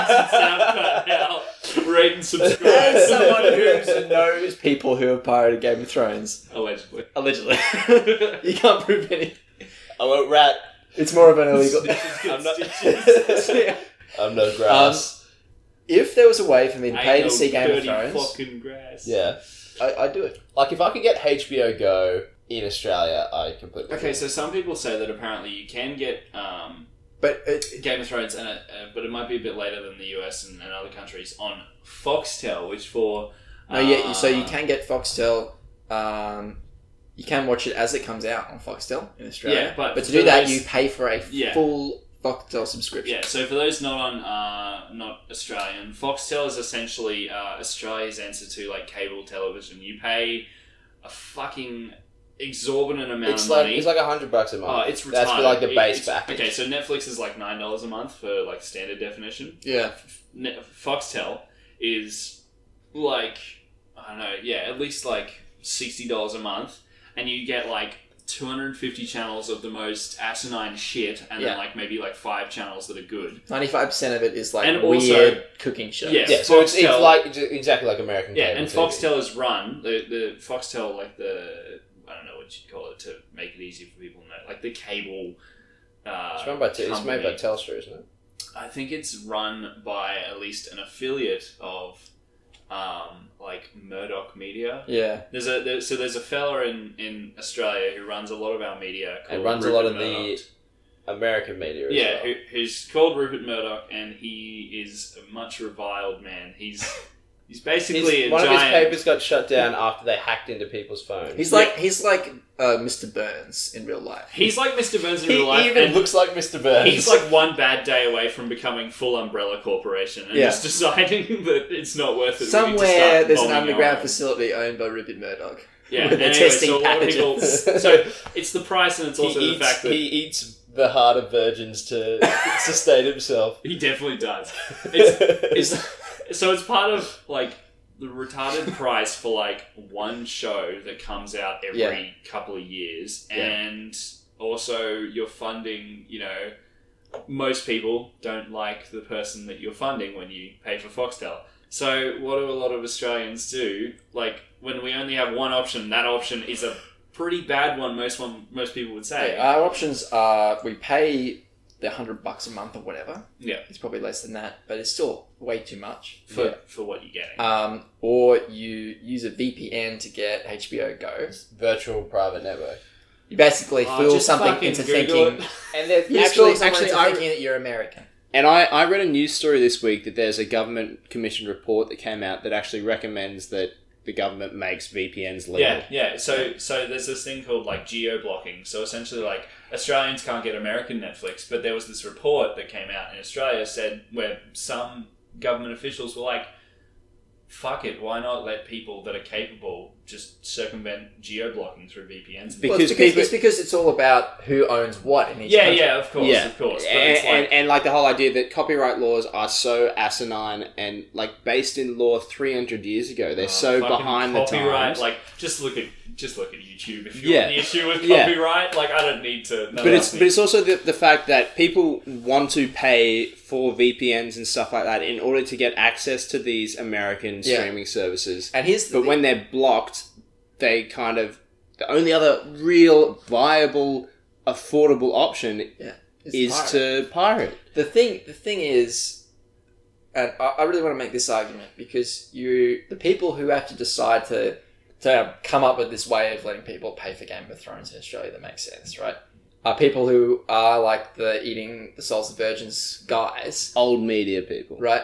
SoundCloud now. Rate and subscribe.
As someone who knows people who have pirated Game of
[LAUGHS]
Thrones,
Allegedly.
allegedly, [LAUGHS] you can't prove anything.
I won't rat.
It's more of an illegal.
Snitches get
I'm not-
[LAUGHS]
stitches.
I'm no grass.
if there was a way for me to pay
Ain't
to
no
see Game of
dirty
Thrones,
fucking grass.
yeah.
I, I'd do it.
Like if I could get HBO Go in Australia, I completely.
Okay, so some people say that apparently you can get um,
But it,
Game of Thrones, and it, uh, but it might be a bit later than the US and, and other countries on Foxtel, which for
no, yeah.
uh,
So you can get Foxtel. Um, you can watch it as it comes out on Foxtel in Australia.
Yeah, but
but to
for
do that,
those-
you pay for a
Yeah.
full Foxtel subscription.
Yeah, so for those not on, uh, not Australian, Foxtel is essentially uh, Australia's answer to like cable television. You pay a fucking exorbitant amount
It's
of
like
money.
it's like a hundred bucks a
oh,
month.
it's retarded.
That's for, like, the
It-
base
it's-
package.
Okay, so Netflix is like nine dollars a month for like standard definition.
Yeah.
Net- Foxtel is like I don't know, yeah, at least like sixty dollars a month, and you get like. 250 channels of the most asinine shit, and
Yeah.
then like maybe like five channels that are good.
Ninety-five percent of it is like
And
weird
also-
cooking shows.
Yeah.
yeah, so it's, it's
Foxtel.
like it's exactly like American.
Yeah,
cable
and
TV.
Foxtel is run the the Foxtel like the I don't know what you'd call it to make it easy for people to know like the cable. Uh,
It's run by. Te- it's made by
company.
Telstra, isn't it?
I think it's run by at least an affiliate of, um, like Murdoch Media.
Yeah.
There's a there, so there's a fella in, in Australia who runs a lot of our media.
And
called
runs a lot of
Rupert
the-
Murdoch.
American media. As
yeah,
well.
who, who's called Rupert Murdoch, and he is a much reviled man. He's he's basically
His-
a
one
giant.
of his papers got shut down after they hacked into people's phones.
He's like he's like uh, Mr. Burns in real life.
He's like Mr. Burns in
he
real life,
even
and
looks like Mr. Burns.
He's like one bad day away from becoming full umbrella corporation and
Yeah.
just deciding [LAUGHS] that it's not worth it. we need to
Somewhere
start
there's an
bombing
underground
our own.
facility owned by Rupert
[LAUGHS]
Murdoch.
Yeah,
where
and
they're
anyway,
testing
so a lot of people-
packages.
[LAUGHS] so it's the price and it's
he
[LAUGHS] also the
eats,
fact that
he eats the heart of virgins to
[LAUGHS]
sustain himself.
he
[LAUGHS]
definitely does. It's,
It's,
it's, [LAUGHS] so it's part of like
[LAUGHS]
the retarded price for like one show that comes out every
Yeah.
couple of years,
Yeah.
and also you're funding, you know. Most people don't like the person that you're funding when you pay for Foxtel. So what do a lot of Australians do? Like when we only have one option, that option is a pretty bad one. Most one, most people would say.
Yeah, our options are we pay the hundred bucks a month or whatever.
Yeah.
it's probably less than that, but it's still way too much.
for, for what you're getting.
Um, or you use a VPN to get HBO Go.
[LAUGHS] virtual private network.
You basically
Oh,
fool
just
something
fucking
into
Google
thinking.
it.
And there's
You
Actually-
actually, someone
actually,
into
I-
thinking that you're American.
And I, I read a news story this week that there's a government commissioned report that came out that actually recommends that the government makes VPNs legal.
Yeah, yeah. So so there's this thing called like geo blocking. So essentially, like Australians can't get American Netflix, but there was this report that came out in Australia said where some government officials were like, "Fuck it, why not let people that are capable just circumvent geo blocking through VPNs?" And
Well,
Because
it's, because,
people-
it's because it's all about who owns what in each
yeah,
country.
yeah, of course,
Yeah.
of course. But
And,
it's like,
and, and like the whole idea that copyright laws are so asinine and like based in law 300 years ago they're
uh,
so
fucking
behind the
copyright,
times
Like, just look at just look at YouTube. If you're
Yeah.
the issue with
Yeah.
copyright, like I don't need to. no,
but it's
nothing.
but it's also the, the fact that people want to pay for VPNs and stuff like that in order to get access to these American
Yeah.
streaming services
And here's the
But
thing.
when they're blocked, they kind of the only other real viable, affordable option
It's
is
pirate.
to pirate.
the thing the thing is and I, I really want to make this argument because you the people who have to decide to to come up with this way of letting people pay for Game of Thrones in Australia that makes sense, right? Are people who are like the eating the souls of virgins guys,
Old media people.
right?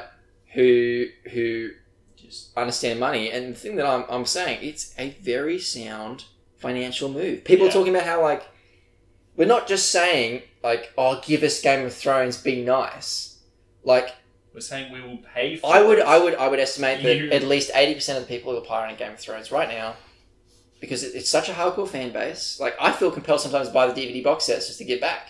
Who who
Just-
understand money. And the thing that I'm, I'm saying, it's a very sound financial move. People are
Yeah.
talking about how like We're not just saying like, "Oh, give us Game of Thrones, be nice." Like,
We're saying we will pay for
I would,
it.
I would, I would estimate that
You-
at least eighty percent of the people who are pirating Game of Thrones right now, because it, it's such a hardcore fan base. Like, I feel compelled sometimes to buy the DVD box sets just to get
[LAUGHS]
back.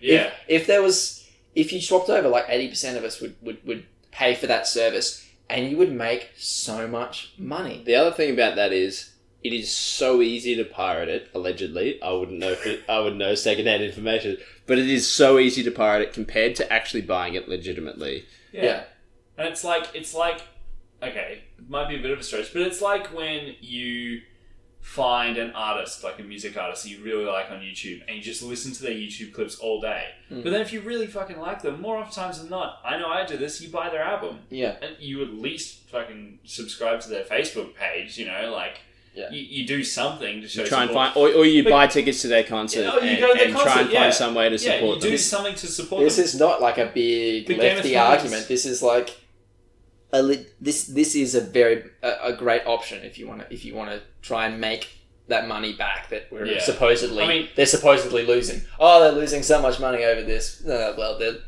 Yeah.
If, if there was, if you swapped over, like eighty percent of us would, would would pay for that service, and you would make so much money.
The other thing about that is it is so easy to pirate it. Allegedly, I wouldn't know. If it, I would know secondhand information, but it is so easy to pirate it compared to actually buying it legitimately.
yeah. And it's like it's like okay, it might be a bit of a stretch, but it's like when you find an artist, like a music artist that you really like on YouTube, and you just listen to their YouTube clips all day.
Hmm.
Mm.
But then if you really fucking like them, more often times than not, I know I do this, you buy their album.
Yeah.
And you at least fucking subscribe to their Facebook page, you know, like
Yeah.
you, you do something to show
You try and
support.
find, or, or you
But-
buy tickets to their concert
Yeah, or Oh, you
and,
go to their
and
concert,
try and find
yeah.
some way to
yeah,
support
you do
them.
something to support
This
them.
is not like a big
The Game of
lefty
Thrones-
argument. This is like a li- this this is a very a, a great option if you want to if you want to try and make that money back that we're
Yeah.
supposedly
I mean-
they're supposedly losing. Oh, they're losing so much money over this. Uh, well, they're-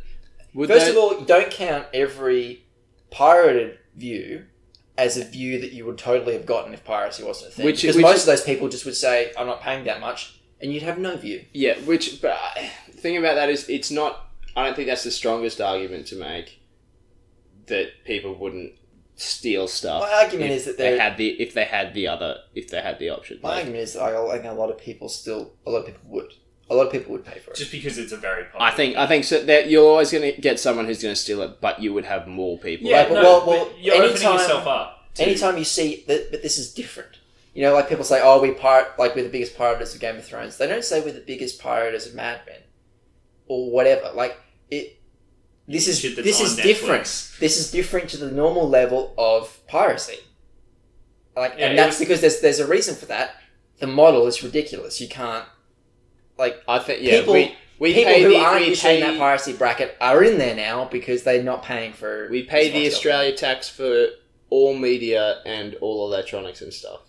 Would
first
they-
of all, don't count every pirated view as a view that you would totally have gotten if piracy wasn't a thing.
Which-
because
which
most
is-
of those people just would say, "I'm not paying that much," and you'd have no view.
Yeah, which but I- the thing about that is it's not. I don't think that's the strongest argument to make that people wouldn't steal stuff.
My argument
if
is that
they
they're-
had the if they had the other if they had the option.
My
Like,
argument is, I think a lot of people still, a lot of people would, a lot of people would pay for it.
just because it's a very popular
I think I think so that you're always going to get someone who's going to steal it, but you would have more people.
Yeah,
Like,
no,
well- well,
but you're
anytime-
opening yourself up. to-
Anytime you see that, but this is different. You know, like people say, "Oh, we pirate like we're the biggest pirators of Game of Thrones." They don't say we're the biggest pirators of Mad Men or whatever. Like it, this is
Shit that's
this
on
is
Netflix.
different. This is different to the normal level of piracy. Like,
Yeah, it
and that's
was-
because there's there's a reason for that. The model is ridiculous. You can't like
I think yeah.
People-
we we
people
pay
who
the,
aren't
we
usually
pay,
in that piracy bracket are in there now because they're not paying for.
we pay the
responsibility.
Australia tax for all media and all electronics and stuff.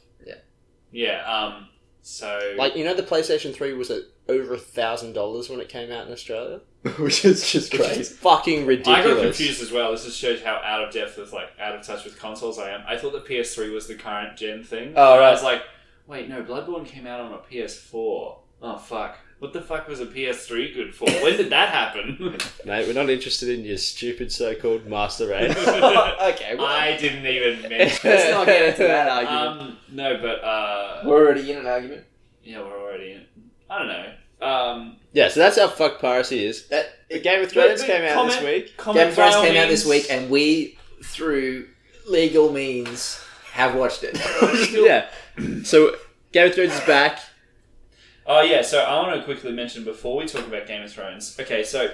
Yeah. Um. So
Like you know, the PlayStation Three was at over a thousand dollars when it came out in Australia,
which is just
[LAUGHS] which is fucking
I
ridiculous.
got confused as well. This just shows how out of depth with like out of touch with consoles I am. I thought the PS3 was the current gen thing.
Oh,
And I
right.
was like, wait, no, Bloodborne came out on a PS4. Oh fuck. What the fuck was a PS3 good for? When did
[LAUGHS]
that happen? [LAUGHS]
Mate, we're not interested in your stupid so-called master [LAUGHS] race.
[LAUGHS] okay, well,
I
[LAUGHS]
didn't even mention.
let's not get into
[LAUGHS]
that argument.
um. No, but uh.
We're already in an argument.
Yeah, we're already. In, I don't know. Um.
yeah, so that's how fuck piracy is.
That
The Game of Thrones
but
came out this
comment-
week.
Game of
comment by
Thrones
all
came out this
means.
week, and we, through legal means, have watched
[LAUGHS]
it. [LAUGHS]
yeah. So Game of Thrones is back.
Oh yeah, so I want to quickly mention before we talk about Game of Thrones. Okay, so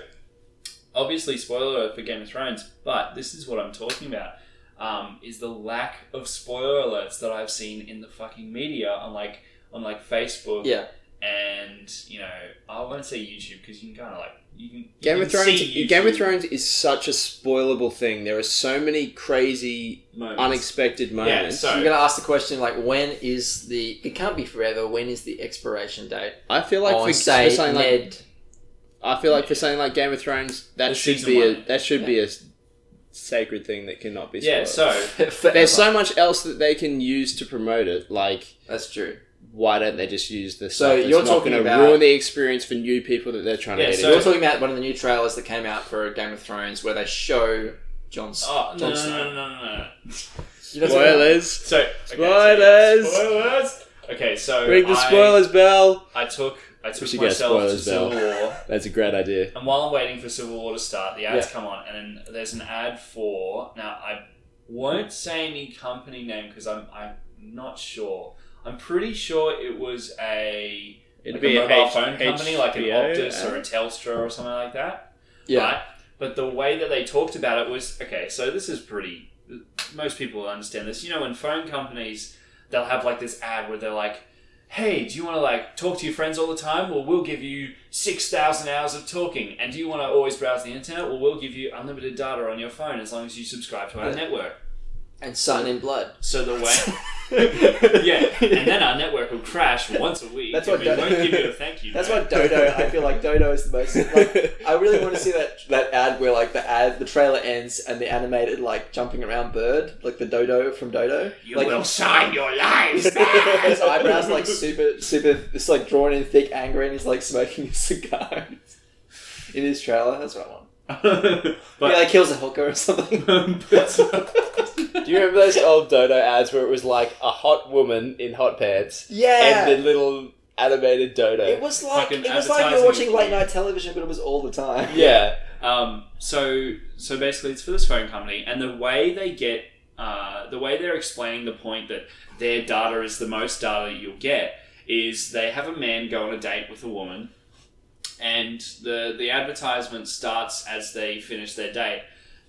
obviously spoiler alert for Game of Thrones, but this is what I'm talking about. Um, is the lack of spoiler alerts that I've seen in the fucking media on like on like Facebook
Yeah.
and you know I won't say YouTube because you can kind of like you can you
Game of
can
Thrones.
see
Game of
YouTube
Thrones is such a spoilable thing. There are so many crazy,
moments.
unexpected moments.
so-
I'm gonna ask the question like, when is the? It can't be forever. When is the expiration date?
I feel like
on
for,
say
for something like
Ned.
I feel like for something like Game of Thrones, that
The
should
season
be a
one.
that should
Yeah.
be a s- sacred thing that cannot be. Spoiled.
yeah. So
[LAUGHS] forever.
there's so much else that they can use to promote it. Like,
That's true.
why don't they just use the?
So
stuff that's
you're
not
talking
gonna
about-
ruin the experience for new people that they're trying
Yeah,
to get
so-
So
into.
you're talking about one of the new trailers that came out for Game of Thrones, where they show Jon. S-
oh no
Jon
no
Snow.
no no no. no.
You're not talking about-
Spoilers.
So okay, so-
Spoilers!
spoilers. Okay, so
Ring the
I-
spoilers bell.
I took I took
should get a
myself to
spoilers bell.
Civil War,
That's a great idea.
and while I'm waiting for Civil War to start, the ads come on, and then there's an ad for now. I won't say any company name because I'm I'm not sure. I'm pretty sure it was a like a mobile phone company, like an Optus or a Telstra or something like that.
Yeah.
Right? But the way that they talked about it was okay. So this is pretty. Most people understand this. You know, when phone companies, they'll have like this ad where they're like, "Hey, do you want to like talk to your friends all the time? Well, we'll give you six thousand hours of talking. And do you want to always browse the internet? Well, we'll give you unlimited data on your phone as long as you subscribe to our
Yeah.
network."
[LAUGHS] and Sun in Blood.
So the way
yeah, [LAUGHS]
yeah, and then our network will crash once a week.
That's
and
what
we
that-
won't
[LAUGHS]
give you a thank you.
That's
note.
why Dodo. I feel like Dodo is the most.
[LAUGHS]
Like, I really want to see that that ad where like the ad, the trailer ends and the animated like jumping around bird, like the Dodo from Dodo.
You
like,
will sign your
[LAUGHS]
lives.
his eyebrows like super, super. It's like drawn in thick anger, and he's like smoking a cigar in his trailer. That's what I want.
but [LAUGHS]
yeah, like kills a hooker or something. [LAUGHS]
Do you remember those old Dodo ads where it was like a hot woman in hot pants
Yeah,
and the little animated
it
uh,
Dodo?
was like
Fucking
it was like you're
advertising
watching late
is-
night television, but it was all the time.
Yeah,
[LAUGHS] Um, so so basically, it's for this phone company, and the way they get uh, the way they're explaining the point that their data is the most data that you'll get is they have a man go on a date with a woman, and the the advertisement starts as they finish their date,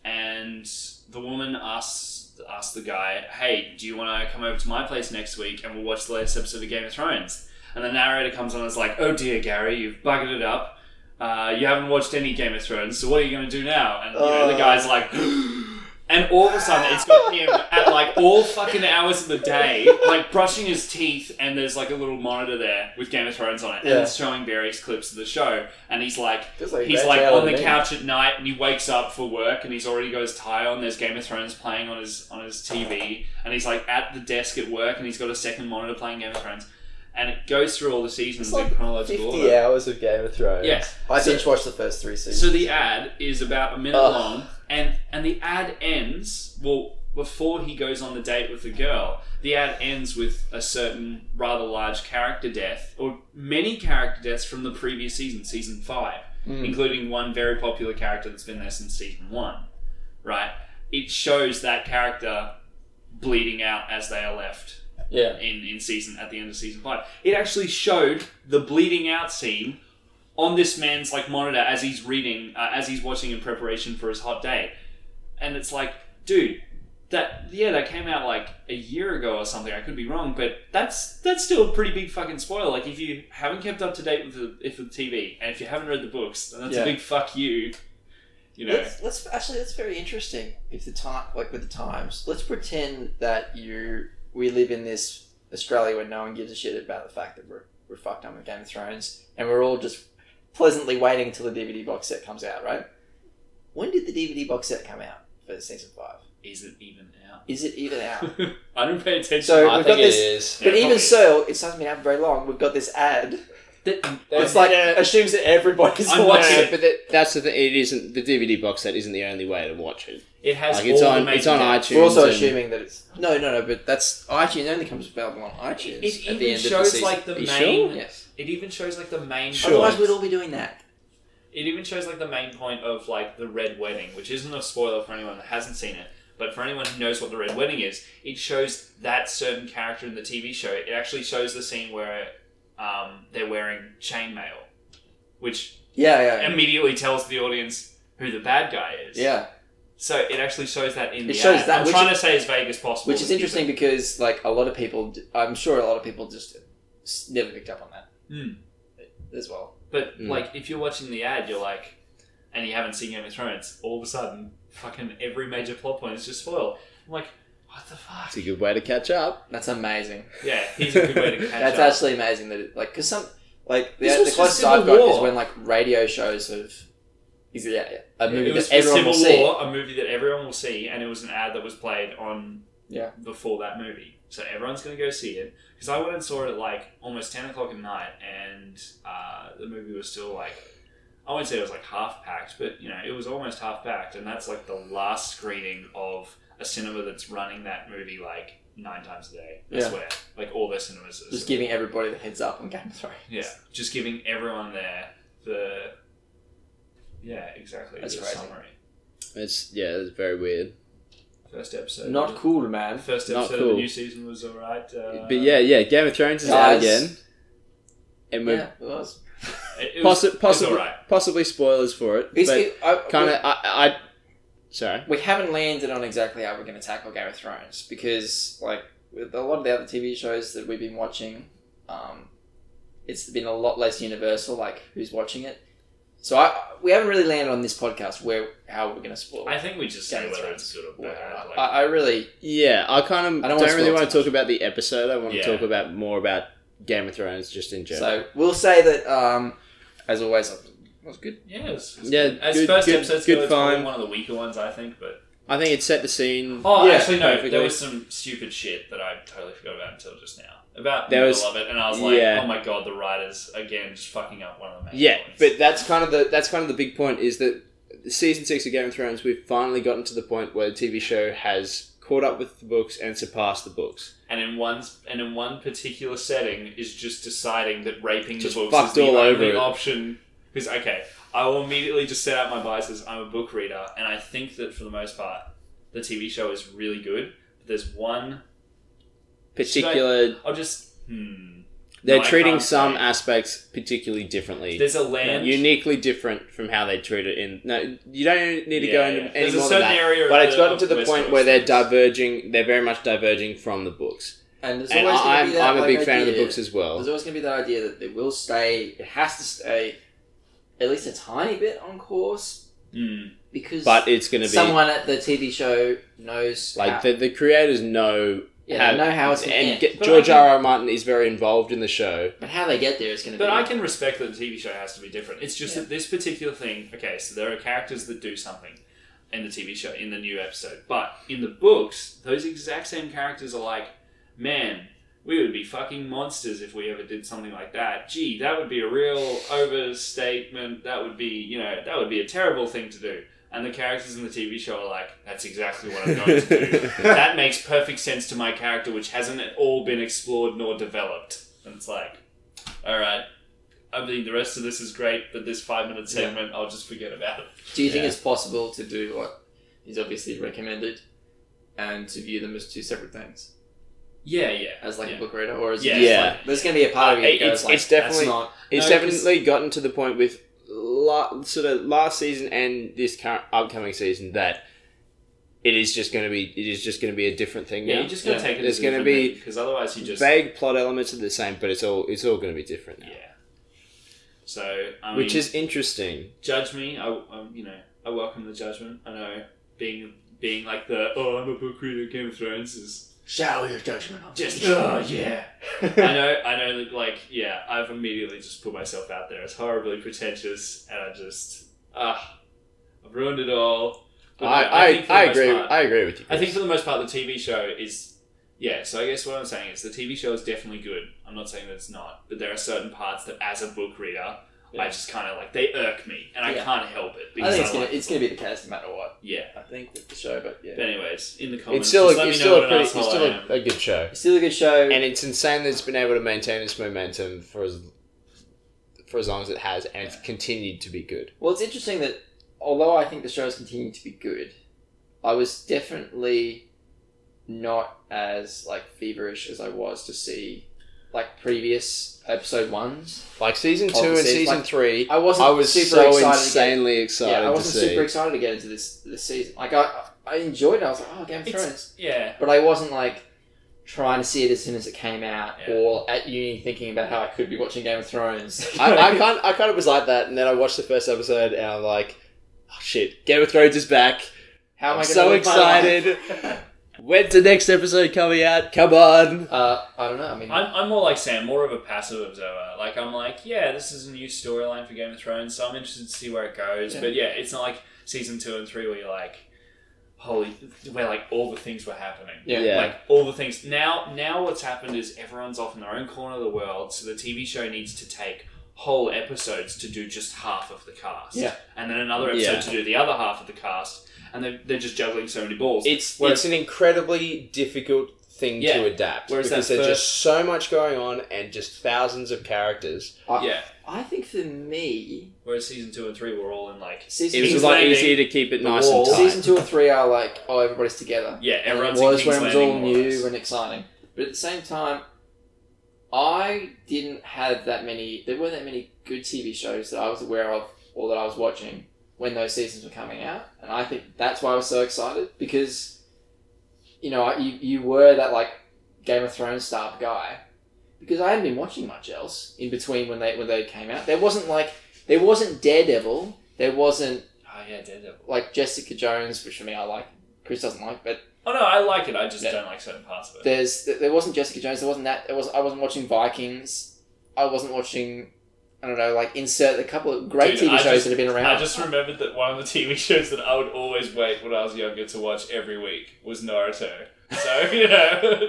and the woman asks asks the guy, "Hey, do you want to come over to my place next week and we'll watch the latest episode of Game of Thrones?" And the narrator comes on and is like, "Oh dear, Gary, you've buggered it up." uh, you haven't watched any Game of Thrones, so what are you going to do now? And you know, the
Oh.
guy's like, [GASPS] and all of a sudden it's got him at like all fucking hours of the day, like brushing his teeth, and there's like a little monitor there with Game of Thrones on it,
Yeah.
and it's showing various clips of the show, and he's like,
Feels like
he's
that
like
trailer
on
to
the
me.
couch at night, and he wakes up for work, and he's already got his tie on. There's Game of Thrones playing on his on his TV, and he's like at the desk at work, and he's got a second monitor playing Game of Thrones, and it goes through all the seasons
It's like
in chronological
Fifty
order.
hours of Game of Thrones.
Yeah,
I
So-
binge watched the first three seasons.
so the ad is about a minute
Ugh.
long, and and the ad ends well before he goes on the date with the girl. The ad ends with a certain rather large character death, or many character deaths from the previous season, season five, including one very popular character that's been there since season one. Right, it shows that character bleeding out as they are left
yeah.
in, in season at the end of season five. It actually showed the bleeding out scene on this man's like monitor as he's reading, uh, as he's watching in preparation for his hot day, and it's like, dude, that yeah, that came out like a year ago or something. I could be wrong, but that's that's still a pretty big fucking spoiler. Like if you haven't kept up to date with the if the TV and if you haven't read the books, then that's a
Yeah.
big fuck you. You know,
Let's, let's actually that's very interesting. If the time, like with the times, let's pretend that you we live in this Australia where no one gives a shit about the fact that we're we're fucked up with Game of Thrones, and we're all just pleasantly waiting until the DVD box set comes out, right? When did the DVD box set come out for season five?
is it even out? [LAUGHS]
Is it even out?
I don't pay attention.
So-
I
We've
think
got
it
this-
is.
but
Yeah,
even
probably.
so, it hasn't been out for very long. We've got this ad.
That-
It's like
Yeah.
assumes that everybody's
Uh, I'm
watching.
No, but that, that's the thing. It isn't the DVD box set isn't the only way to watch it.
it has
Like it's
all the
on
major
it's on
characters.
iTunes.
We're also
and-
assuming that it's no, no, no. But that's iTunes only comes available on iTunes
It, it
at the
even
end of the
shows
season.
like the
You
main.
sure?
yes.
It even shows like the main.
Sure.
Otherwise, we'd all be doing that.
It even shows like the main point of like the red wedding, which isn't a spoiler for anyone that hasn't seen it. But for anyone who knows what the red wedding is, it shows that certain character in the TV show. It actually shows the scene where um, they're wearing chainmail, which
Yeah, yeah,
immediately tells the audience who the bad guy is.
yeah.
So it actually shows that in
It
the
shows
ad.
that,
I'm
which
trying to say as vague as possible,
Which is
to keep
interesting
it-
because, like, a lot of people, d- I'm sure a lot of people just s- never picked up on that
Hmm.
as well.
But
Mm.
like, if you're watching the ad, you're like, and you haven't seen Game of Thrones, all of a sudden, fucking every major plot point is just spoiled. I'm like, what the fuck?
It's a good way to catch up.
That's amazing.
Yeah, he's a good way to catch
That's
up.
actually amazing that, it, like, because some, like, the,
This was
the
for
closest
Civil
I've got
War.
is when, like, radio shows have. Is it, yeah, yeah. A movie
it was
that
for
everyone will
Civil
see.
War, a movie that everyone will see, and it was an ad that was played on
Yeah.
before that movie. So everyone's going to go see it because I went and saw it at like almost ten o'clock at night, and uh, the movie was still like I wouldn't say it was like half packed, but you know it was almost half packed, and that's like the last screening of a cinema that's running that movie like nine times a day. I
Yeah.
swear, like all their cinemas. are-
Just giving everybody the heads up on Game of Thrones.
yeah, just giving everyone there the yeah exactly
That's
the
crazy.
summary.
It's yeah, it's very weird.
First episode.
Not cool, man.
First
Not
episode of
cool.
the new season was alright. Uh,
but yeah, yeah, Game of Thrones is out
Guys.
again, and we're
Yeah, it was.
it, it was,
possi-
it was
possibly
alright.
possibly spoilers for it.
It's,
but
it, I,
kind of, I, I, sorry.
we haven't landed on exactly how we're going to tackle Game of Thrones because, like, with a lot of the other TV shows that we've been watching, um, it's been a lot less universal, like, who's watching it. So I we haven't really landed on this podcast where how we're going to spoil.
I think we just say
Game of
whether
Thrones.
it's good or
Well,
bad. Like,
I, I really
Yeah, I kind of
I don't
I don't,
wanna
really
spoil
want
too
to talk about the episode. I want
Yeah.
to talk about more about Game of Thrones just in general.
so we'll say that um, as always. I was good.
yes.
Yeah,
As
good-
first
good-
episodes
good
go, it's probably
fine.
one of the weaker ones, I think. But
I think it set the scene.
oh,
Yeah,
actually, no.
perfectly.
There was some stupid shit that I totally forgot about until just now about
There
the
was-
middle of it, and I was like,
yeah.
oh my god, the writers again just fucking up one of the main.
Yeah,
points.
but that's kind of the that's kind of the big point is that season six of Game of Thrones we've finally gotten to the point where the TV show has caught up with the books and surpassed the books.
and in one and in one particular setting is just deciding that raping
Just
the books
fucked
is the
all over
only
it.
option. Because okay, I will immediately just set out my biases. I'm a book reader, and I think that for the most part, the TV show is really good. But there's one.
Particular,
I'll just hmm.
they're
No, I
treating
can't
some
say.
aspects particularly differently.
There's a land.
uniquely different from how they treat it in no you don't need to
Yeah,
go
yeah.
into any
There's a
more than
certain
that
area, of
but it's
the-
gotten
of
to the point
Westeros
where they're
that's-
diverging they're very much diverging from the books
And, there's
and
always gonna be
I'm,
that,
I'm a
like,
big fan of the
idea-
books as well
There's always going to be that idea that it will stay. It has to stay, at least a tiny bit on course
Hmm.
because
but it's going to be
someone at the TV show knows how,
like the, the creators know
yeah,
how-
they know how it's going to
and
end.
get,
But
George
I can-
R. R. Martin is very involved in the show
but how they get there is going to be.
But I can respect that the TV show has to be different. It's just
Yeah.
that this particular thing. Okay, so there are characters that do something in the TV show in the new episode, but in the books, those exact same characters are like, man, we would be fucking monsters if we ever did something like that. Gee, that would be a real overstatement. That would be, you know, that would be a terrible thing to do. And the characters in the TV show are like, that's exactly what I'm going to do. that makes perfect sense to my character, which hasn't at all been explored nor developed. And it's like, all right, I mean, the rest of this is great, but this five minute segment, I'll just forget about it.
Do you think
Yeah.
it's possible to do what is obviously recommended, and to view them as two separate things,
Yeah, yeah.
as like
yeah.
a book reader, or is
Yeah.
it just
Yeah.
like there's going to be a part of you that
It-
goes
it's-
like,
it's definitely-
that's not.
it's
No, 'cause-
definitely gotten to the point with la- sort of last season and this current upcoming season that it is just going to be it is just going to be a different thing
Yeah,
now.
you're just gonna
Yeah.
take it.
There's
as
gonna
gonna
be
be because otherwise you just
vague plot elements are the same, but it's all it's all going to be different now,
yeah. So I mean,
which is interesting.
judge me. I, I you know I welcome the judgment. I know being being like the oh I'm a book reader of Game of Thrones is
Shower your judgment on
[LAUGHS]
just
[LAUGHS]
oh yeah. [LAUGHS] I know I know that like yeah I've immediately just put myself out there. It's horribly pretentious, and I just ah I've ruined it all. But
I
no,
I,
think for the
I,
most
agree
part-
I agree with you.
I think
Chris.
for the most part, the TV show is. Yeah, so I guess what I'm saying is the TV show is definitely good. I'm not saying that it's not, but there are certain parts that, as a book reader, I
Yeah.
just kind of like they irk me, and I
Yeah.
can't help it.
I
Because
think it's gonna
like
it's gonna be the case no matter what.
yeah.
I think with the show, but yeah,
But anyways, in the comments,
it's still
just let
a, it's
me know
still a
what
pretty,
an
it's
asshole
still
I am.
a, a good show,
it's still a good show.
and it's insane that it's been able to maintain its momentum for as for as long as it has, and it's continued to be good.
Well, it's interesting that although I think the show has continued to be good, I was definitely not as like feverish as I was to see like previous episode ones.
Like season
Of
two
the
and
season,
season
like,
three,
I wasn't
I was
super
so
excited to get-
insanely excited
yeah, I
to
wasn't
see.
super excited to get into this this season. Like I, I enjoyed it. I was like, oh, Game of
It's-
Thrones,
Yeah,
but I wasn't like trying to see it as soon as it came out
Yeah.
or at uni thinking about how I could be watching Game of Thrones.
I,
[LAUGHS]
[LAUGHS] I kind I kind of was like that, and then I watched the first episode, and I'm like, oh shit, Game of Thrones is back.
how am I
I'm
gonna
so
live my life?
excited. When's the next episode coming out? Come on.
Uh, I don't know. I mean,
I'm, I'm more like Sam, more of a passive observer. Like I'm like, yeah, this is a new storyline for Game of Thrones, so I'm interested to see where it goes.
Yeah.
But yeah, it's not like season two and three where you're like, holy, where like all the things were happening.
Yeah.
Yeah.
like all the things. Now, now what's happened is everyone's off in their own corner of the world, so the TV show needs to take whole episodes to do just half of the cast,
Yeah.
and then another episode
Yeah.
to do the other half of the cast, and they're, they're just juggling so many balls.
It's
Whereas-
it's an incredibly difficult thing
Yeah.
to adapt
Whereas
because
that
there's
first-
just so much going on and just thousands of characters.
I-
yeah,
I think for me,
whereas season two and three were all in like
season
It was
King's
a lot
Landing,
easier to keep it
the
nice and
wall.
tight.
season two and three are like, oh, everybody's together.
yeah,
And
everyone's
it
in
was
King's
when it was all
Landing, more or less.
new and exciting, but at the same time, I didn't have that many. There weren't that many good TV shows that I was aware of or that I was watching when those seasons were coming out, and I think that's why I was so excited because, you know, I- you you were that like Game of Thrones star guy because I hadn't been watching much else in between when they when they came out. There wasn't like There wasn't Daredevil. There wasn't
Oh yeah, Daredevil.
like Jessica Jones, which for me I like. Chris doesn't like, but
Oh no, I like it. I just
Yeah.
don't like certain parts of it.
there's there wasn't Jessica Jones. There wasn't that. There was I wasn't watching Vikings. I wasn't watching. I don't know. Like insert a couple of great
Dude,
TV
I
shows
just-
that have been around.
I just remembered that one of the TV [LAUGHS] shows that I would always wait when I was younger to watch every week was Naruto. So [LAUGHS] you know,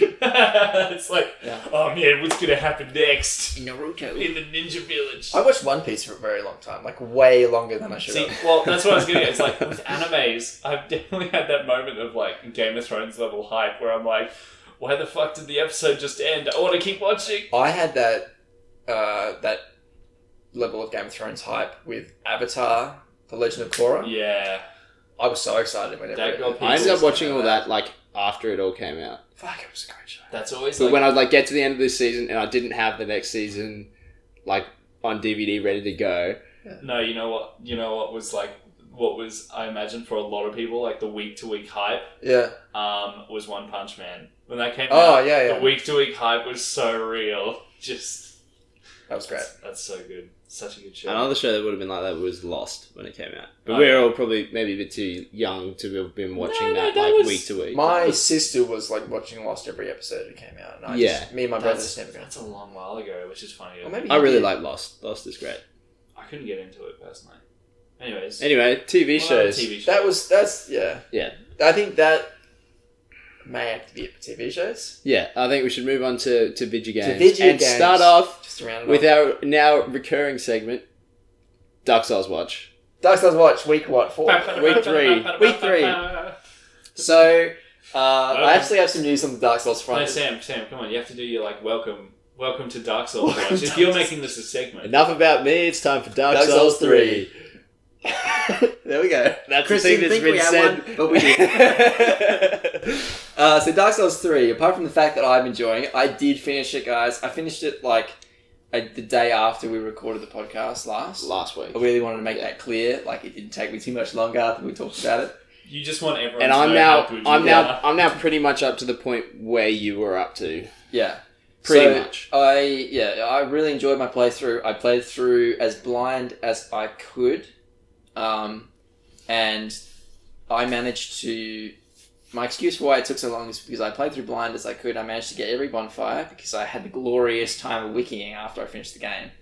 it's like,
Yeah.
oh man, what's gonna happen next
Naruto.
in the Ninja Village?
I watched One Piece for a very long time, like way longer than I should
See,
have.
well, that's what I was getting at. It's like with animes, I've definitely had that moment of like Game of Thrones level hype where I'm like, why the fuck did the episode just end? I want to keep watching.
I had that uh, that level of Game of Thrones hype with Avatar, The Legend of Korra.
Yeah,
I was so excited whenever
That
it-
got
I ended up
People
watching
say
all
that.
that like after it all came out.
Fuck, it was a great show.
that's always
But
like
when I would like get to the end of this season and I didn't have the next season like on DVD ready to go,
No, you know what? You know what was like what was I imagine for a lot of people like the week to week hype
Yeah.
um, was One Punch Man when that came
Oh
out.
yeah, yeah.
The week to week hype was so real. [LAUGHS] Just
that was great.
That's so good. Such a good show.
another show that would have been like that was Lost when it came out. But
Oh,
we were
yeah.
all probably maybe a bit too young to have been watching
No, no,
that,
that
like
was-
week to week.
My sister was like watching Lost every episode it came out, and I just, me and my brother
that's,
just never got.
that's a long while ago, which is funny.
Or maybe
I
you
really
did.
like Lost. Lost is great.
I couldn't get into it personally. Anyways,
Anyway, TV
Well,
shows.
TV shows.
That
[LAUGHS]
was that's yeah
Yeah.
I think that may have to be it for TV shows.
Yeah, I think we should move on to, to video games.
video
and
games.
start off
Just around
with our now recurring segment, Dark Souls Watch.
Dark Souls Watch week what
[LAUGHS]
four
Week three.
Week three. So uh, I actually have some news on the Dark Souls
No,
front.
Sam, Sam, come on! You have to do your like welcome, welcome to Dark Souls.
Welcome
Watch.
to
If you're
Dark
making this a segment,
Enough about me. It's time for Dark,
Dark Souls
Souls, Three.
3. [LAUGHS] there we go.
That's
Chris
the thing
didn't
that's
think
been
we had one,
said.
but we did. [LAUGHS] Uh, so Dark Souls three. Apart from the fact that I'm enjoying it, I did finish it, guys. I finished it like I, the day after we recorded the podcast last.
[LAUGHS] Last week.
I really wanted to make that clear. Like it didn't take me too much longer after we talked about it.
you just want everyone.
And
to
I'm
know
now,
how good you
I'm
are.
now,
[LAUGHS]
I'm now pretty much up to the point where you were up to.
Yeah,
Pretty
So, [LAUGHS]
much.
I yeah, I really enjoyed my playthrough. I played through as blind as I could, um, and I managed to. My excuse for why it took so long is because I played through blind as I could. I managed to get every bonfire because I had the glorious time of wikiing after I finished the game.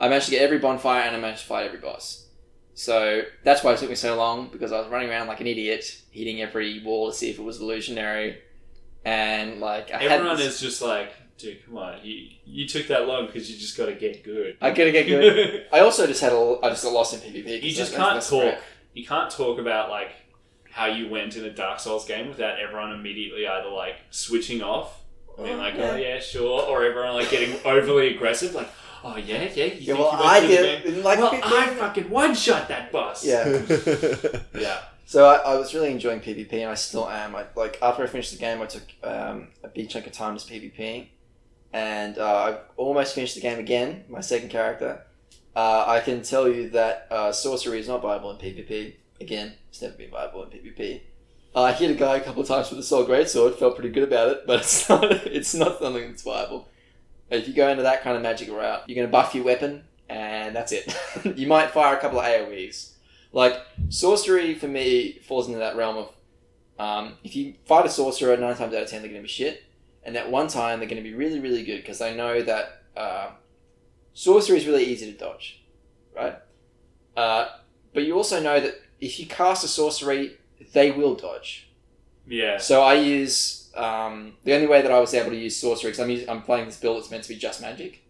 I managed to get every bonfire and I managed to fight every boss. So that's why it took me so long because I was running around like an idiot, hitting every wall to see if it was illusionary, and like I had
Everyone
this-
is just like, dude, come on, you you took that long because you just got to get good.
I gotta
[LAUGHS]
get good. I also just had a, I just got lost in PvP. 'cause
you just
that-
can't
that's- that's
talk.
crap.
You can't talk about like how you went in a Dark Souls game without everyone immediately either like switching off, being like, oh yeah, sure, or everyone like
[LAUGHS]
getting overly aggressive, like, oh yeah, yeah, you
Yeah, well,
think you went
I
through the
did.
game?"
in, Like,
well,
PvP.
I fucking one shot that boss.
yeah.
yeah.
So I, I was really enjoying PvP, and I still am. I, like after I finished the game, I took um, a big chunk of time just PvPing, and uh, I almost finished the game again. My second character. Uh, I can tell you that uh, sorcery is not viable in PvP. Again, it's never been viable in PvP. Uh, I hit a guy a couple of times with a soul greatsword. Felt pretty good about it, [LAUGHS] but it's not. It's not something that's viable. If you go into that kind of magic route, you're going to buff your weapon, and that's it. [LAUGHS] you might fire a couple of AOE's. Like sorcery for me falls into that realm of um, if you fight a sorcerer nine times out of ten they're going to be shit and at one time they're going to be really really good because they know that uh, sorcery is really easy to dodge right uh, but you also know that if you cast a sorcery they will dodge
Yeah.
so I use um, the only way that I was able to use sorcery because I'm us- I'm playing this build that's meant to be just magic,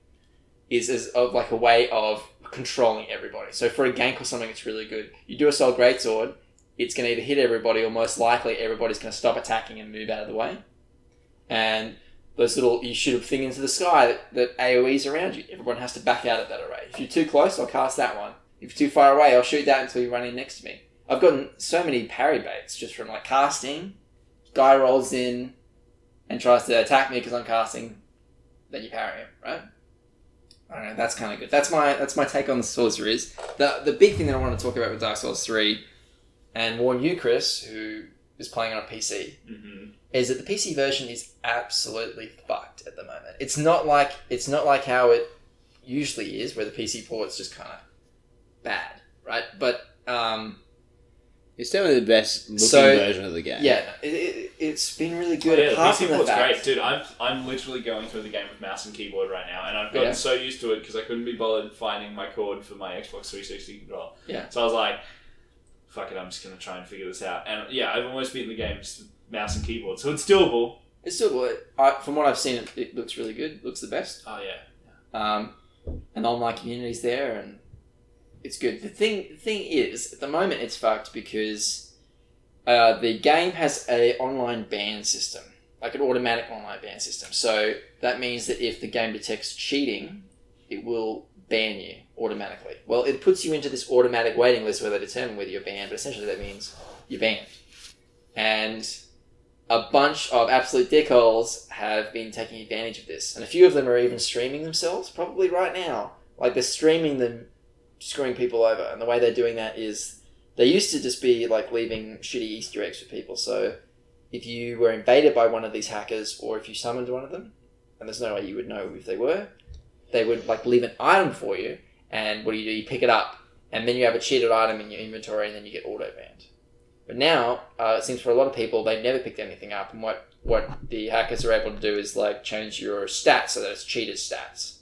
is as of like a way of controlling everybody. So for a gank or something, it's really good. You do a soul greatsword, it's going to either hit everybody or most likely everybody's going to stop attacking and move out of the way. And those little you shoot a thing into the sky that, that AOE's around you. Everyone has to back out of that array. If you're too close, I'll cast that one. If you're too far away, I'll shoot that until you run in next to me. I've gotten so many parry baits just from like casting guy rolls in and tries to attack me because I'm casting, then you parry him, right? I don't know. That's kind of good. That's my that's my take on the sorceries. The the big thing that I want to talk about with Dark Souls three, and warn you, Chris, who is playing on a PC,
hmm
is that the PC version is absolutely fucked at the moment. It's not like it's not like how it usually is, where the PC port's just kind of bad, right? But um,
It's definitely the best looking
So-
version of the game.
yeah, it, it, it's been really
Oh, Yeah,
good.
the
apart
PC
from the
port's
fact,
great, dude. I'm I'm literally going through the game with mouse and keyboard right now, and I've gotten
Yeah.
so used to it because I couldn't be bothered finding my cord for my Xbox 360 controller.
Yeah.
So I was like, "Fuck it, I'm just gonna try and figure this out." And yeah, I've almost beaten the game just with mouse and keyboard, so it's doable.
It's still good. I, from what I've seen, it, it looks really good. Looks the best.
Oh yeah.
Um, and the online community's there, and it's good. The thing, the thing is, at the moment, it's fucked because uh, the game has a online ban system, like an automatic online ban system. So that means that if the game detects cheating, it will ban you automatically. Well, it puts you into this automatic waiting list where they determine whether you're banned. But essentially, that means you're banned. And a bunch of absolute dickholes have been taking advantage of this, and a few of them are even streaming themselves, probably right now. Like they're streaming them, screwing people over, and the way they're doing that is they used to just be like leaving shitty Easter eggs for people. So if you were invaded by one of these hackers, or if you summoned one of them, and there's no way you would know if they were, they would like leave an item for you, and what do you do? You pick it up, and then you have a cheated item in your inventory, and then you get auto banned. But now, uh, it seems for a lot of people, they never picked anything up, and what what the hackers are able to do is like change your stats so that it's cheated stats,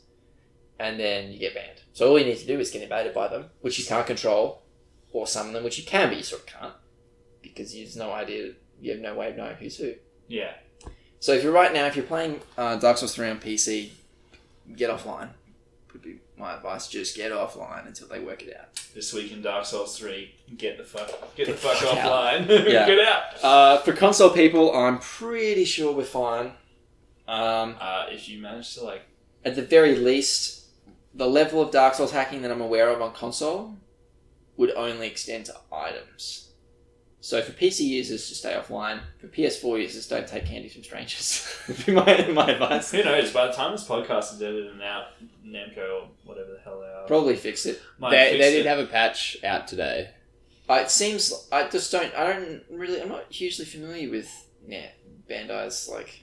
and then you get banned. So all you need to do is get invaded by them, which you can't control, or summon them, which you can, but you sort of can't because you have no idea, you have no way of knowing who's who.
Yeah.
So if you're right now, if you're playing uh, Dark Souls 3 on PC, get offline. Would be my advice. Just get offline until they work it out.
This week in Dark Souls 3, get the fuck, get, the
the
fuck,
fuck out.
offline, [LAUGHS]
Yeah.
get out.
Uh, for console people, I'm pretty sure we're fine. Um,
Uh, if you manage to like,
at the very least, the level of Dark Souls hacking that I'm aware of on console would only extend to items. So for PC users, just stay offline. For PS4 users, don't take candy from strangers. [LAUGHS] would be my, my advice.
who knows? By the time this podcast is edited and out, Namco or whatever the hell they are,
Probably fix it.
might
They,
fix
they
it.
did have a patch out today.
Uh, It seems I just don't. I don't really. I'm not hugely familiar with nah, Bandai's like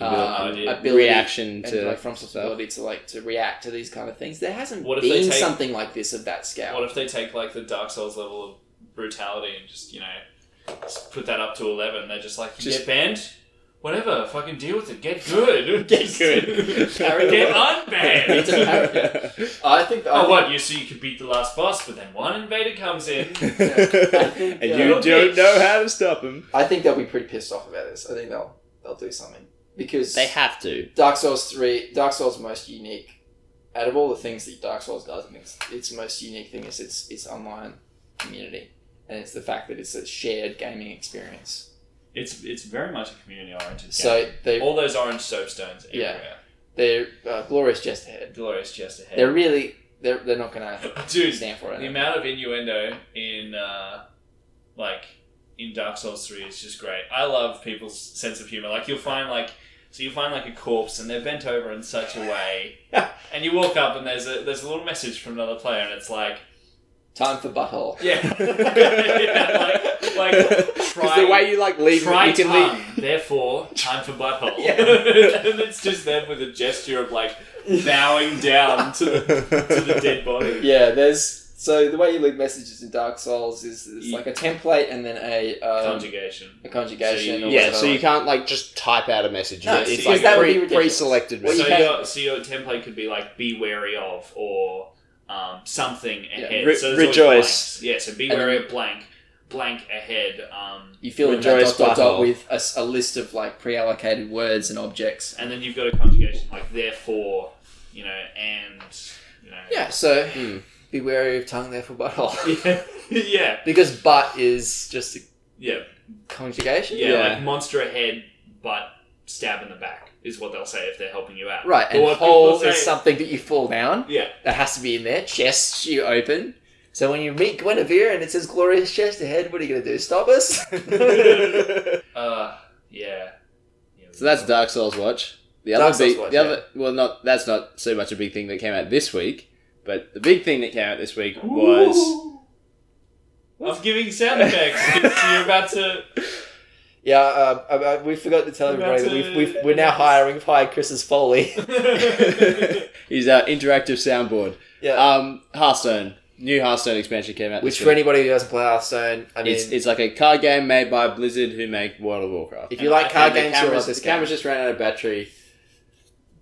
uh,
idea.
ability
Reaction
and
to
like from ability to like to react to these kind of things. There hasn't
What if they
been
take-
something like this of that scale.
What if they take like the Dark Souls level of brutality and just you know just put that up to eleven? They're just like, you
Just-
get banned, whatever, fucking deal with it. Get good,
Get good.
Carry
[LAUGHS] get [LAUGHS]
on. It's a
unbanned.
I think. I
Oh,
think-
what? You so you could beat the last boss, but then one invader comes in.
[LAUGHS] think,
and
uh,
you don't know how to stop them.
I think they'll be pretty pissed off about this. I think they'll they'll do something because
They have
[LAUGHS]
to.
Dark Souls three, Dark Souls most unique out of all the things that Dark Souls does. I think it's, its most unique thing is its its online community, and it's the fact that it's a shared gaming experience.
It's it's very much a community oriented.
So they
all those orange soapstones
Yeah.
everywhere.
they're uh, glorious just ahead.
Glorious just ahead.
They're really they're they're not gonna
[LAUGHS] Dude,
stand for
The
it.
amount of innuendo in uh, like in Dark Souls three is just great. I love people's sense of humor. Like you'll find like so you'll find like a corpse and they're bent over in such a
[LAUGHS]
way, and you walk up and there's a there's a little message from another player and it's like
Time for butthole.
yeah, [LAUGHS] yeah like like
[LAUGHS] 'Cause
try
the way you like leave,
try
you can
tongue,
leave.
therefore time for butthole.
Yeah.
[LAUGHS] and it's just them with a gesture of like bowing down to the,
[LAUGHS]
to the dead body.
Yeah, there's so the way you leave messages in Dark Souls is, is
You-
like a template and then a um,
Conjugation.
a conjugation.
So
or
you-
Yeah,
whatever,
so you
like-
can't like just type out a message.
No,
it's
see,
like
that
would be
pre-
ridiculous.
pre-selected
Well, you
so
message.
can-
your, so your template could be like be wary of or um, something ahead.
Re-
so there's always
rejoice.
blanks. Yeah, so be
And
wary
then-
of blank, blank ahead, um,
You fill in that
Rejoice
dot dot dot
butthole.
with a, s- a list of like pre-allocated words and objects.
and then you've got a conjugation like therefore, you know, and you know.
Yeah, so
Hmm.
be wary of tongue, therefore [LAUGHS] butthole.
Yeah, [LAUGHS] yeah,
because butt is just a
yeah,
conjugation.
yeah,
Yeah.
like monster ahead, but stab in the back is what they'll say if they're helping you out.
Right,
But
and
what people
hole is
say-
something that you fall down.
Yeah,
That has to be in there. Chest you open. So when you meet Guinevere and it says glorious chest ahead, what are you going to do? Stop us?
uh, yeah. yeah
So that's Dark Souls Watch. [LAUGHS] The other
Dark Souls
big,
Watch,
the other well, not that's not so much a big thing that came out this week, but the big thing that came out this week was
I'm giving sound effects. 'cause you're about to.
Yeah,
um,
uh, I, I- we forgot to tell
We're
everybody
about
that
to-
we've, we've, we're now hiring hired Chris's
[LAUGHS]
Foley.
He's our uh, interactive soundboard.
yeah,
Um, Hearthstone. New Hearthstone expansion came out.
which
this
for
week.
anybody who doesn't play Hearthstone, I mean,
it's, it's like a card game made by Blizzard who make World of Warcraft.
if you like card
And the
games, you'll
cameras,
love
the
this game.
cameras just ran out of battery,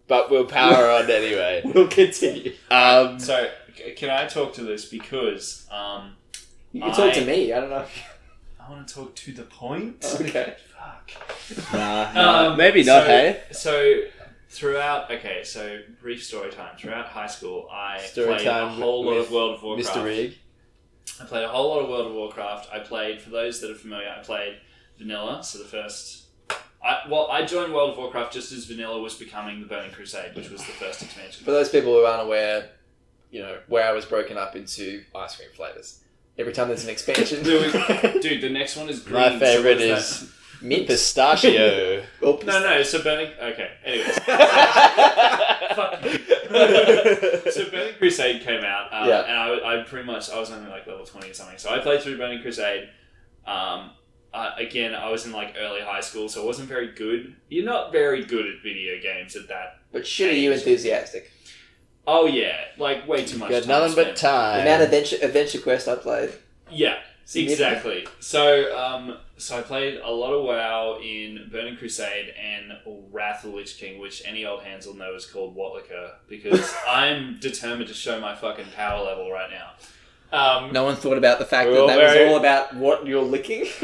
but
[LAUGHS]
we'll power on anyway. [LAUGHS]
We'll continue.
Um,
So, c- can I talk to this because um,
You can talk
I-
to
[LAUGHS]
me. I don't know.
I want to talk to the point?
Okay.
Fuck.
nah, nah,
Um,
maybe not.
so-
hey,
So, throughout, okay, so brief story time. Throughout high school, I
Story
played a
time
whole lot
with
of World of Warcraft.
Mr. Rig.
I played a whole lot of World of Warcraft. I played, for those that are familiar, I played Vanilla. So the first, I, well, I joined World of Warcraft just as Vanilla was becoming the Burning Crusade, which was the first
[LAUGHS]
expansion.
For those people who aren't aware, you know, WoW is broken up into ice cream flavors. Every time there's an
[LAUGHS]
expansion,
There was- Dude, the next one is green. so
my
what
favorite
is
is
[LAUGHS]
mint.
pistachio.
Oh,
that? no, no. So Burning. Okay.
[LAUGHS]
Anyways, fuck you.
[LAUGHS]
[LAUGHS]
so Burning Crusade came out, um,
Yeah.
and I, I pretty much I was only like level twenty or something. So I played through Burning Crusade. Um, uh, again, I was in like early high school, so I wasn't very good. You're not very good at video games at that.
But shit, are you enthusiastic?
Oh yeah, like way too much.
Got
time
nothing but
spent.
The
time.
amount of adventure, adventure quest I played.
Yeah,
significant.
exactly. So, um, so I played a lot of WoW in Burning Crusade and Wrath of the Lich King, which any old hands will know is called Watlika,
[LAUGHS]
because I'm determined to show my fucking power level right now. Um,
No one thought about the fact
We're all
that that
very-
was all about what you're licking.
[LAUGHS]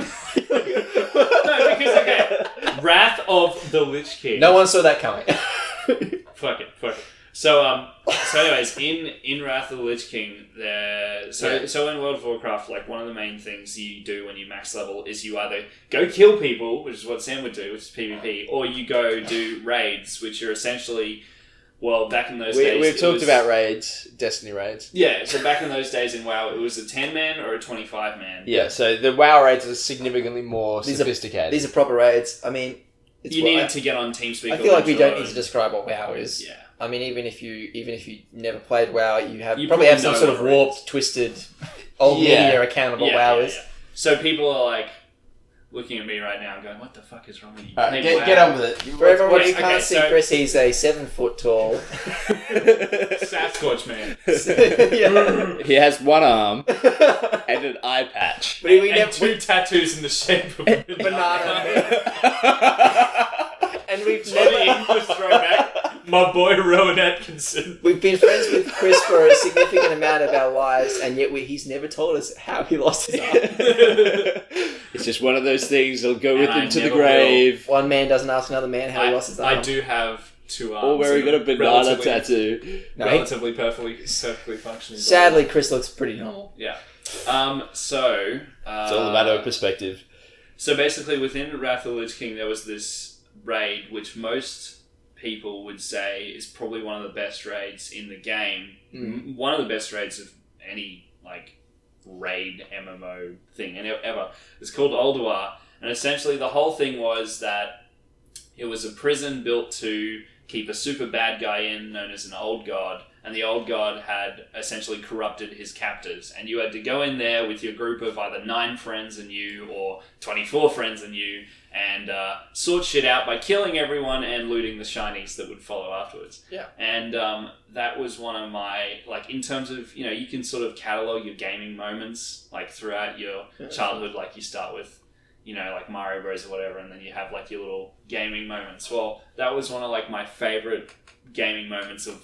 No, because okay, Wrath of the Lich King.
No one saw that coming. [LAUGHS]
fuck it, fuck it. So um, so anyways, in in Wrath of the Lich King, there. So
Yeah.
so in World of Warcraft, like one of the main things you do when you max level is you either go kill people, which is what Sam would do, which is PvP, or you go do raids, which are essentially, well, back in those
We,
days,
we've
it
talked
was-
about raids, Destiny raids.
Yeah, so back in those days in WoW, it was a ten man or a twenty five man.
Yeah, so the WoW raids are significantly more
These are-
sophisticated.
These are proper raids. I mean, it's
you
what
needed
I-
to get on TeamSpeak.
I,
or
feel like we don't
Webflow.
need to describe what WoW is.
Yeah.
I mean, even if you even if you never played WoW, you have
You
you probably,
probably
have some
know
sort of
what it is.
warped, twisted, old
Yeah.
media account of what WoW is.
yeah. So people are like looking at me right now and going, "What the fuck is wrong with you?"
All
Hey,
right, get,
wow.
get on with it. You-
For everyone who
okay,
can't see
so-
Chris, he's a seven foot tall.
[LAUGHS]
Sasquatch man.
Yeah.
He has one arm
[LAUGHS] but
and an eye patch.
we
and
never,
two tattoos in
[LAUGHS]
the shape of a
[LAUGHS]
banana. and we've
Johnny
never.
English throwback. My boy Rowan Atkinson.
We've been friends with Chris for a significant amount of our lives, and yet we, he's never told us how he lost his arm.
[LAUGHS]
it's just one of those things that'll go with
And I
him to the
never
grave.
One man doesn't ask another man how he
I,
lost his arm.
I do have two arms.
Or where he
and
got a banana
relatively,
tattoo.
No, he-
Relatively perfectly, perfectly functioning.
Sadly, Chris looks pretty normal.
Um. So. Uh,
It's all a matter of perspective.
So basically, within Wrath of the Lich King, there was this raid which most people would say is probably one of the best raids in the game.
Mm.
M- One of the best raids of any like raid MMO thing and e- ever. It's called Alduar, and essentially the whole thing was that it was a prison built to keep a super bad guy in, known as an old god. And the old god had essentially corrupted his captors, and you had to go in there with your group of either nine friends and you, or 24 friends and you and uh, sort shit out by killing everyone and looting the shinies that would follow afterwards.
Yeah.
And um, that was one of my, like, in terms of, you know, you can sort of catalog your gaming moments, like, throughout your
Yeah.
childhood. Like, you start with, you know, like Mario Bros or whatever, and then you have, like, your little gaming moments. Well, that was one of, like, my favorite gaming moments of,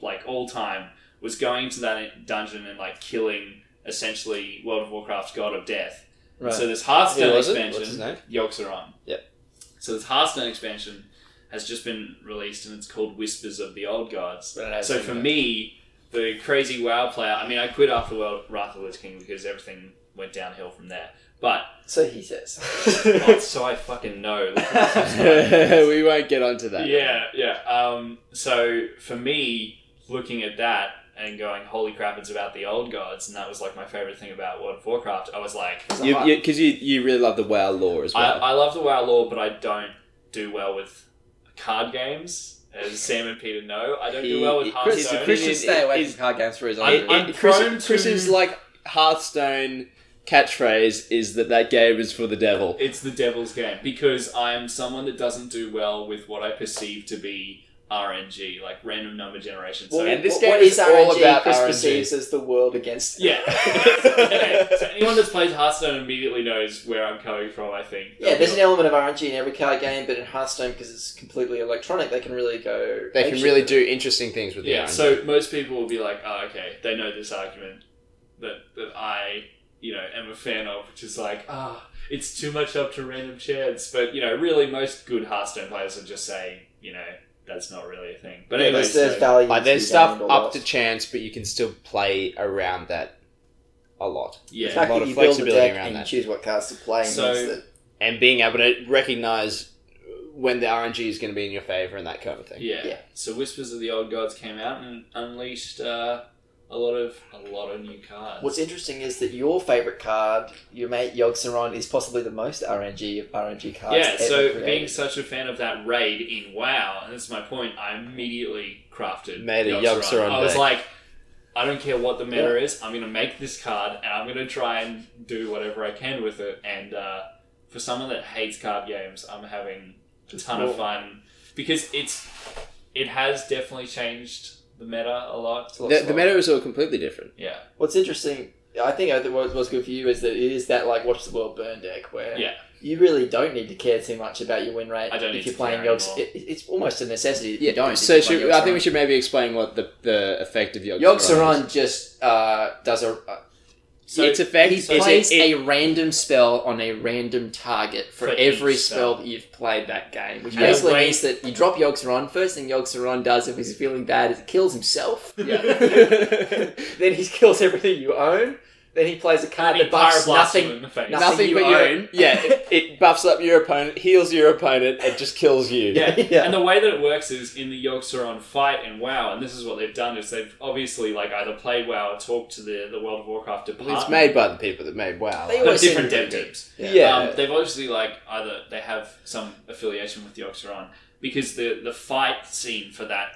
like, all time was going to that dungeon and, like, killing essentially World of Warcraft's God of Death.
Right.
So this Hearthstone
Who was it?
expansion,
What's his name?
Yolks are on.
Yep.
So this Hearthstone expansion has just been released, and it's called Whispers of the Old Gods. So for me, the crazy WoW player, I mean, I quit after World Wrath of the Lich King because everything went downhill from there. But
so he says.
[LAUGHS] oh, so I fucking know. Look at
[LAUGHS]
this.
we won't get onto [LAUGHS] that.
Yeah, yeah. Um, so for me, looking at that and going, "Holy crap, it's about the old gods," and that was like my favorite thing about World of Warcraft. I was like,
Because you, 'cause you, you really love the WoW lore as
I,
well.
I love the WoW lore, but I don't do well with card games, as Sam and Peter know. I don't do well with
He- Chris- Chris
Hearthstone.
Christian
Uh, is-
stay away
is-
from card games for his own.
I-
good.
I'm
Chris,
prone
Chris
to-
is like Hearthstone catchphrase is that that game is for the devil.
It's the devil's game because I'm someone that doesn't do well with what I perceive to be RNG, like random number generation. So
Well,
and this
what-
game
what
is
is
all
RNG
about
Chris
RNG.
perceives as the world against
yeah. [LAUGHS] Okay, So anyone that's played Hearthstone immediately knows where I'm coming from. I think.
Yeah, there's an element of RNG in every card game, but in Hearthstone, because it's completely electronic, they can really go.
They can
apeshit.
really do interesting things with
Yeah,
the
so most people will be like, oh, okay, they know this argument that, that I, you know, am a fan of, which is like, ah, it's too much up to random chance. But, you know, really, most good Hearthstone players would just say, you know, that's not really a thing. But
Yeah,
anyway,
there's, there's
so-
value.
like
to
there's
be
stuff
gained or
up
lost.
to chance, but you can still play around that a lot.
the
yeah.
fact
a lot
that
of
you build a
flexibility
deck
around
and you
that.
choose what cards to play.
So-
means that
and being able to recognize when the RNG is going to be in your favor and that kind of thing.
yeah,
Yeah.
So Whispers of the Old Gods came out and unleashed uh, a lot of a lot of new cards.
what's interesting is that your favorite card, your mate Yogg-Saron, is possibly the most RNG of RNG cards.
yeah,
ever
so
created.
being such a fan of that raid in WoW, and this is my point, I immediately crafted
Made a Yogg-Saron
I was
deck.
like, I don't care what the meta is, I'm going to make this card, and I'm going to try and do whatever I can with it. And uh, for someone that hates card games, I'm having a ton of
more-
fun because it's it has definitely changed the meta a lot.
It's a lot
The, the
slower.
meta is all completely different.
Yeah,
What's interesting, I think, uh, what- what's good for you is that it is that like watch the world burn deck where
Yeah.
you really don't need to care too much about your win rate.
I don't
if
need
you're
to
playing
care
Yogg.
anymore.
It, it's almost a necessity. That
Yeah,
you don't. if
So
you're
should,
playing
I think we
Yogg-Saron.
should maybe explain what the, the effect of Yogg-Saron, is.
Yogg-Saron just uh, does a. Uh,
so
its effect
he
is
plays
it, it-
a random spell on a random target for,
For
every
each
spell
spell.
that you've played that game, which
Yeah.
basically
Wait.
means that you drop Yogg-Saron. First thing Yogg-Saron does if he's feeling bad is he kills himself.
yeah.
[LAUGHS] then he kills everything you own. Then he plays a card
he
that buffs
pyroblasts you
nothing.
in the face.
nothing
Nothing
you
but your
own.
Yeah, it, it buffs up your opponent, heals your opponent, and
It just kills you.
Yeah.
[LAUGHS] Yeah.
and the way that it works is in the Yogg-Saron fight in WoW, and this is what they've done is they've obviously like either played WoW or talked to the, the World of Warcraft department.
It's made by the people that made WoW.
They
but
always seem
different
to be
dev
good.
teams.
Yeah.
Um, they've obviously like either they have some affiliation with Yogg-Saron because the the fight scene for that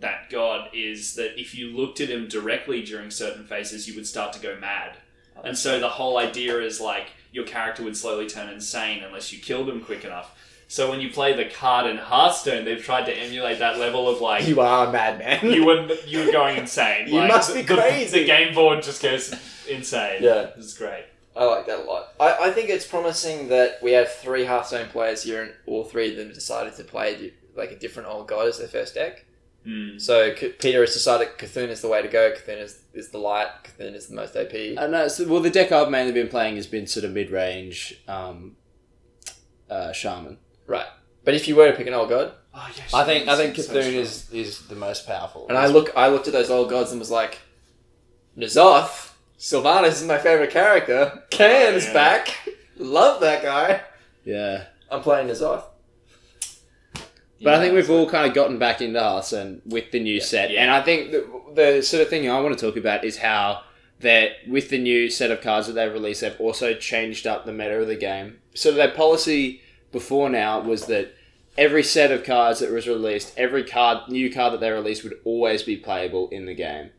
that god is that if you looked at him directly during certain phases, you would start to go mad. And so the whole idea is like your character would slowly turn insane unless you killed him quick enough. So when you play the card in Hearthstone, they've tried to emulate that level of
Um,
like
You are a madman.
[LAUGHS] you were you were going insane.
You
like,
must be
the,
crazy.
The game board just goes insane.
Yeah.
it's great.
I like that a lot. I, I think it's promising that we have three Hearthstone players here, and all three of them decided to play di- like a different old god as their first deck.
Hmm.
So C- Peter has decided Cthulhu is the way to go. Cthulhu is, is the light. Cthulhu is the most OP.
Uh,
I know. Uh, So, well, the deck I've mainly been playing has been sort of mid-range um, uh, shaman.
But if you were to pick an old god,
Oh, yeah,
I think I think
Shaman's so
Cthulhu
strong.
is, is the most powerful.
and I look, I looked at those old gods and was like, Nazoth, Sylvanas is my favorite character. Can's
Yeah.
back. Love that guy.
Yeah,
I'm playing Nazoth.
but I
Yeah.
think we've all kind of gotten back into us and with the new set.
Yeah.
And I think the, the sort of thing I want to talk about is how that with the new set of cards that they've released, they've also changed up the meta of the game. So their policy before now was that every set of cards that was released, every card new card that they released would always be playable in the game.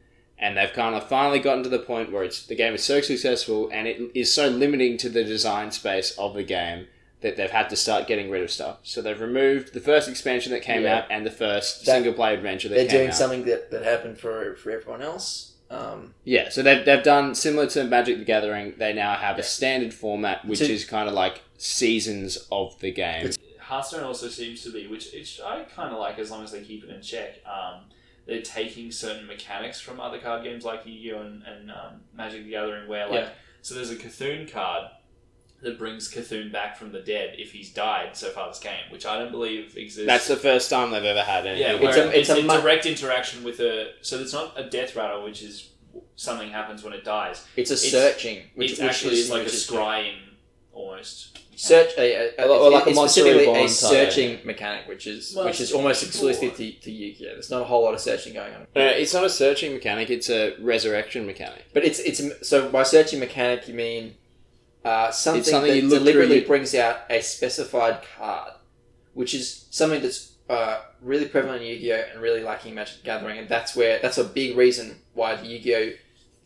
And they've kind of finally gotten to the point where it's the game is so successful and it is so limiting to the design space of the game that they've had to start getting rid of stuff. So they've removed the first expansion that came
Yeah.
out and the first
That-
single player adventure that
They're
came
doing
out.
something that, that happened for for everyone else. Um,
Yeah, so they've, they've done similar to Magic the Gathering. They now have a
Yeah.
standard format, which
So-
is kind of like seasons of the game.
Hearthstone also seems to be, which, which I kind of like as long as they keep it in check. Um, they're taking certain mechanics from other card games like Yu Gi Oh! and, and um, Magic the Gathering, where, like,
Yeah.
so there's a Cthulhu card that brings Cthulhu back from the dead if he's died so far this game, which I don't believe exists.
That's the first time they've ever had any.
yeah,
it's
where
a- it's
it's,
a
in
mu-
direct interaction with a. So it's not a death rattle, which is something happens when it dies.
it's a
It's-
searching, which,
Which, it's
which
actually
is
like a
which is-
scrying almost.
search a, a,
Or- or
it's-
like a
it's
Monster
specifically
Reborn
a
type.
searching mechanic, which is
Well,
which is almost
it's
exclusive to, to Yu-Gi-Oh. There's not a whole lot of searching going on,
Uh,
No, it's not a searching mechanic, it's a resurrection mechanic.
but it's it's so by searching mechanic you mean uh, something,
something
that
you look through,
deliberately
you-
brings out a specified card, which is something that's uh, really prevalent in Yu-Gi-Oh and really lacking in Magic the Gathering, and that's where that's a big reason why the Yu-Gi-Oh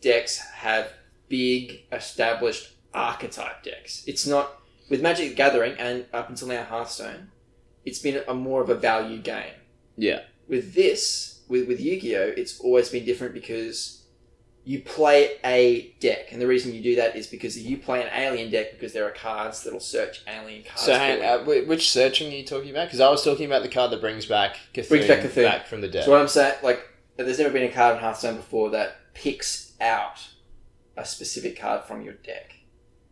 decks have big established archetype decks. It's not with Magic the Gathering and up until now Hearthstone. It's been a more of a value game.
Yeah.
With this, with with Yu Gi Oh, it's always been different because you play a deck, and the reason you do that is because you play an alien deck because there are cards that'll search alien cards.
So,
for
hang,
you.
uh, wh- which searching are you talking about? Because I was talking about the card that brings back Cthulhu
Brings back Cthulhu.
back from the dead.
So what I'm saying, like, there's never been a card in Hearthstone before that picks out a specific card from your deck,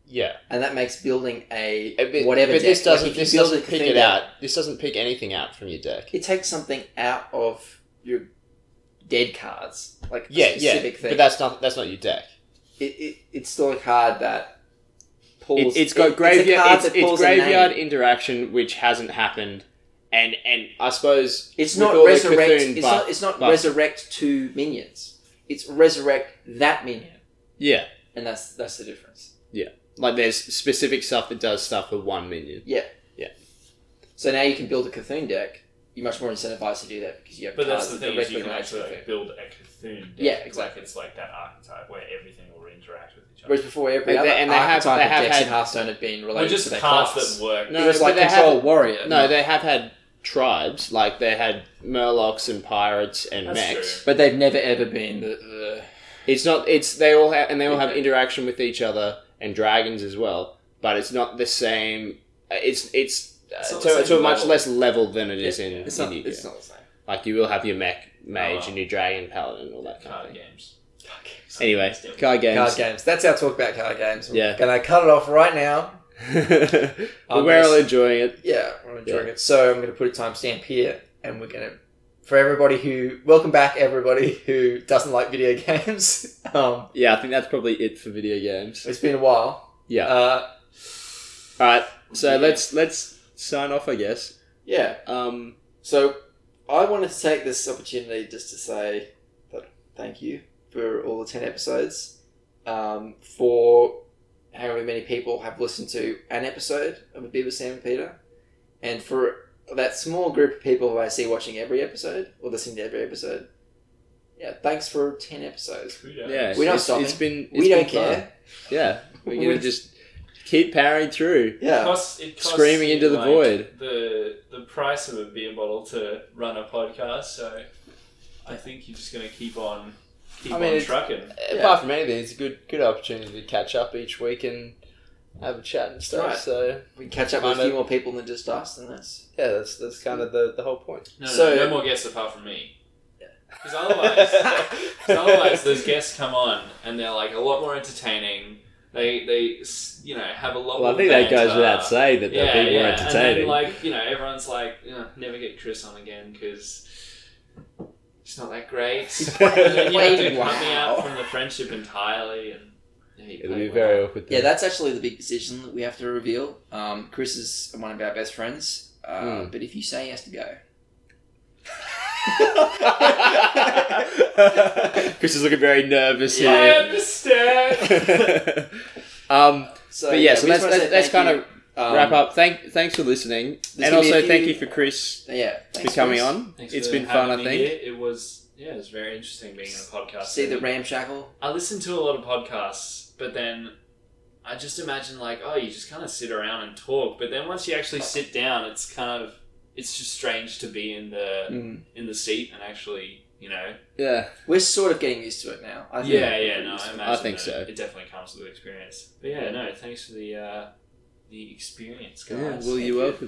yeah,
and that makes building a
A bit-
uh, whatever.
But
deck.
this
like,
doesn't.
if you
this
build a
doesn't pick
Cthulhu
it
deck,
out. This doesn't pick anything out from your deck.
It takes something out of your dead cards, like
Yeah,
a
yeah.
specific thing.
But that's not. That's not your deck.
it, it, it's still a card that pulls.
It, it's got
it- It's, a
graveyard.
card
It's,
that
it's
pulls a name.
graveyard interaction, which hasn't happened, and and I suppose
It's
with
not
all the
resurrect.
Cthulhu
It's
buff-
not. It's not
buff.
resurrect two minions. It's resurrect that minion,
yeah,
and that's that's the difference.
like there's specific stuff that does stuff for one minion.
So now you can build a Cthulhu deck. You're much more incentivized to do that because you have
But
cards
that's the
that
thing is
directly
you can
relate to
actually like,
Cthulhu.
build a Cthulhu deck.
Yeah, exactly.
Like, it's like that archetype where everything will interact with each other.
Whereas before, every
And
other
they- and they have-
archetype
they
of
have
decks in
had-
Hearthstone have been
Well,
related
just
to their
cards
class.
that work.
No,
it was
but
like
they
Control
have-
Warrior.
No, they have had tribes, like they had Murlocs and pirates and
That's
mechs.
true.
but they've never ever been the. the
It's not. It's they all have, and they all have
Yeah.
interaction with each other and dragons as well. But it's not the same. uh, It's it's,
It's
uh,
not
to,
the same
to a much
level.
less level than it is in.
it's
in
not.
Yu-Gi-Oh.
It's not the same.
Like you will have your mech mage
Oh, well.
and your dragon paladin and all that kind of
card
thing.
games.
Anyway, card games.
Card
[LAUGHS]
games. That's our talk about card games.
Yeah.
Can I cut it off right now?
but
I'm
we're all
gonna-
enjoying it.
Yeah, I'm enjoying it. So I'm going to put a timestamp here, and we're going to for everybody who welcome back everybody [LAUGHS] who doesn't like video [LAUGHS] games. Um,
Yeah, I think that's probably it for video games.
it's been a while.
Yeah.
Uh,
all right. So
yeah.
let's let's sign off. I guess.
yeah.
Um.
So I wanted to take this opportunity just to say that thank you for all the 10 episodes, um, for however many people have listened to an episode of A Bit with Sam and Peter, and for that small group of people who I see watching every episode or listening to every episode. Yeah, thanks for 10 episodes.
Yeah.
We're not
it's, It's
stopping.
been.
we don't
it's been fun.
care.
Yeah. We're gonna
We-
just keep powering through.
It
Yeah.
costs, it costs
Screaming
you,
into the
like,
void.
The the price of a beer bottle to run a podcast. So I think you're just going to keep on keep
I mean,
on
it's-
trucking.
Yeah.
Apart from anything, it's a good good opportunity to catch up each week and have a chat and stuff.
Right.
So
We catch up with a
Climate.
few more people than just us, and that's.
yeah, that's that's kind of the, the whole point.
No,
So-
no, no more guests apart from me. Because otherwise, 'cause otherwise, those guests come on and they're like a lot more entertaining. They they s- you know have a lot.
Well, I
more
think that goes
banter.
without saying that
Yeah,
they're being more
yeah. And
entertaining.
then, like you know, everyone's like, you know, never get Chris on again because it's not that
[LAUGHS]
great. and then you have to cut me out
Wow.
from the friendship entirely, and yeah, you
It'll
play
be
well.
very awkward.
Yeah, that's actually the big decision that we have to reveal. Um, Chris is one of our best friends, uh,
Hmm.
but if you say he has to go,
[LAUGHS] Chris is looking very nervous
Yeah.
I
here.
understand.
[LAUGHS] um,
so
but yeah,
we just
so that's,
wanna
that's,
say
that's
thank
kind
you.
of
Um,
wrap up. Thank, thanks for listening,
there's
and
gonna be a
also
few-
thank you for Chris
yeah thanks,
for coming
Chris.
on.
Thanks
it's
for
been fun, I
having me
think.
here. It was yeah, it was very interesting being on a podcast.
See the
And
ramshackle.
I listen to a lot of podcasts, but then I just imagine like, oh, you just kind of sit around and talk. But then once you actually sit down, it's kind of it's just strange to be in the in the seat and actually, you know.
Yeah,
We're sort of getting used to it now. I think
yeah, yeah, no, I imagine.
I think
that
so.
It definitely comes with experience. But yeah, no, thanks for the uh, the experience, guys.
yeah. Well, you're welcome.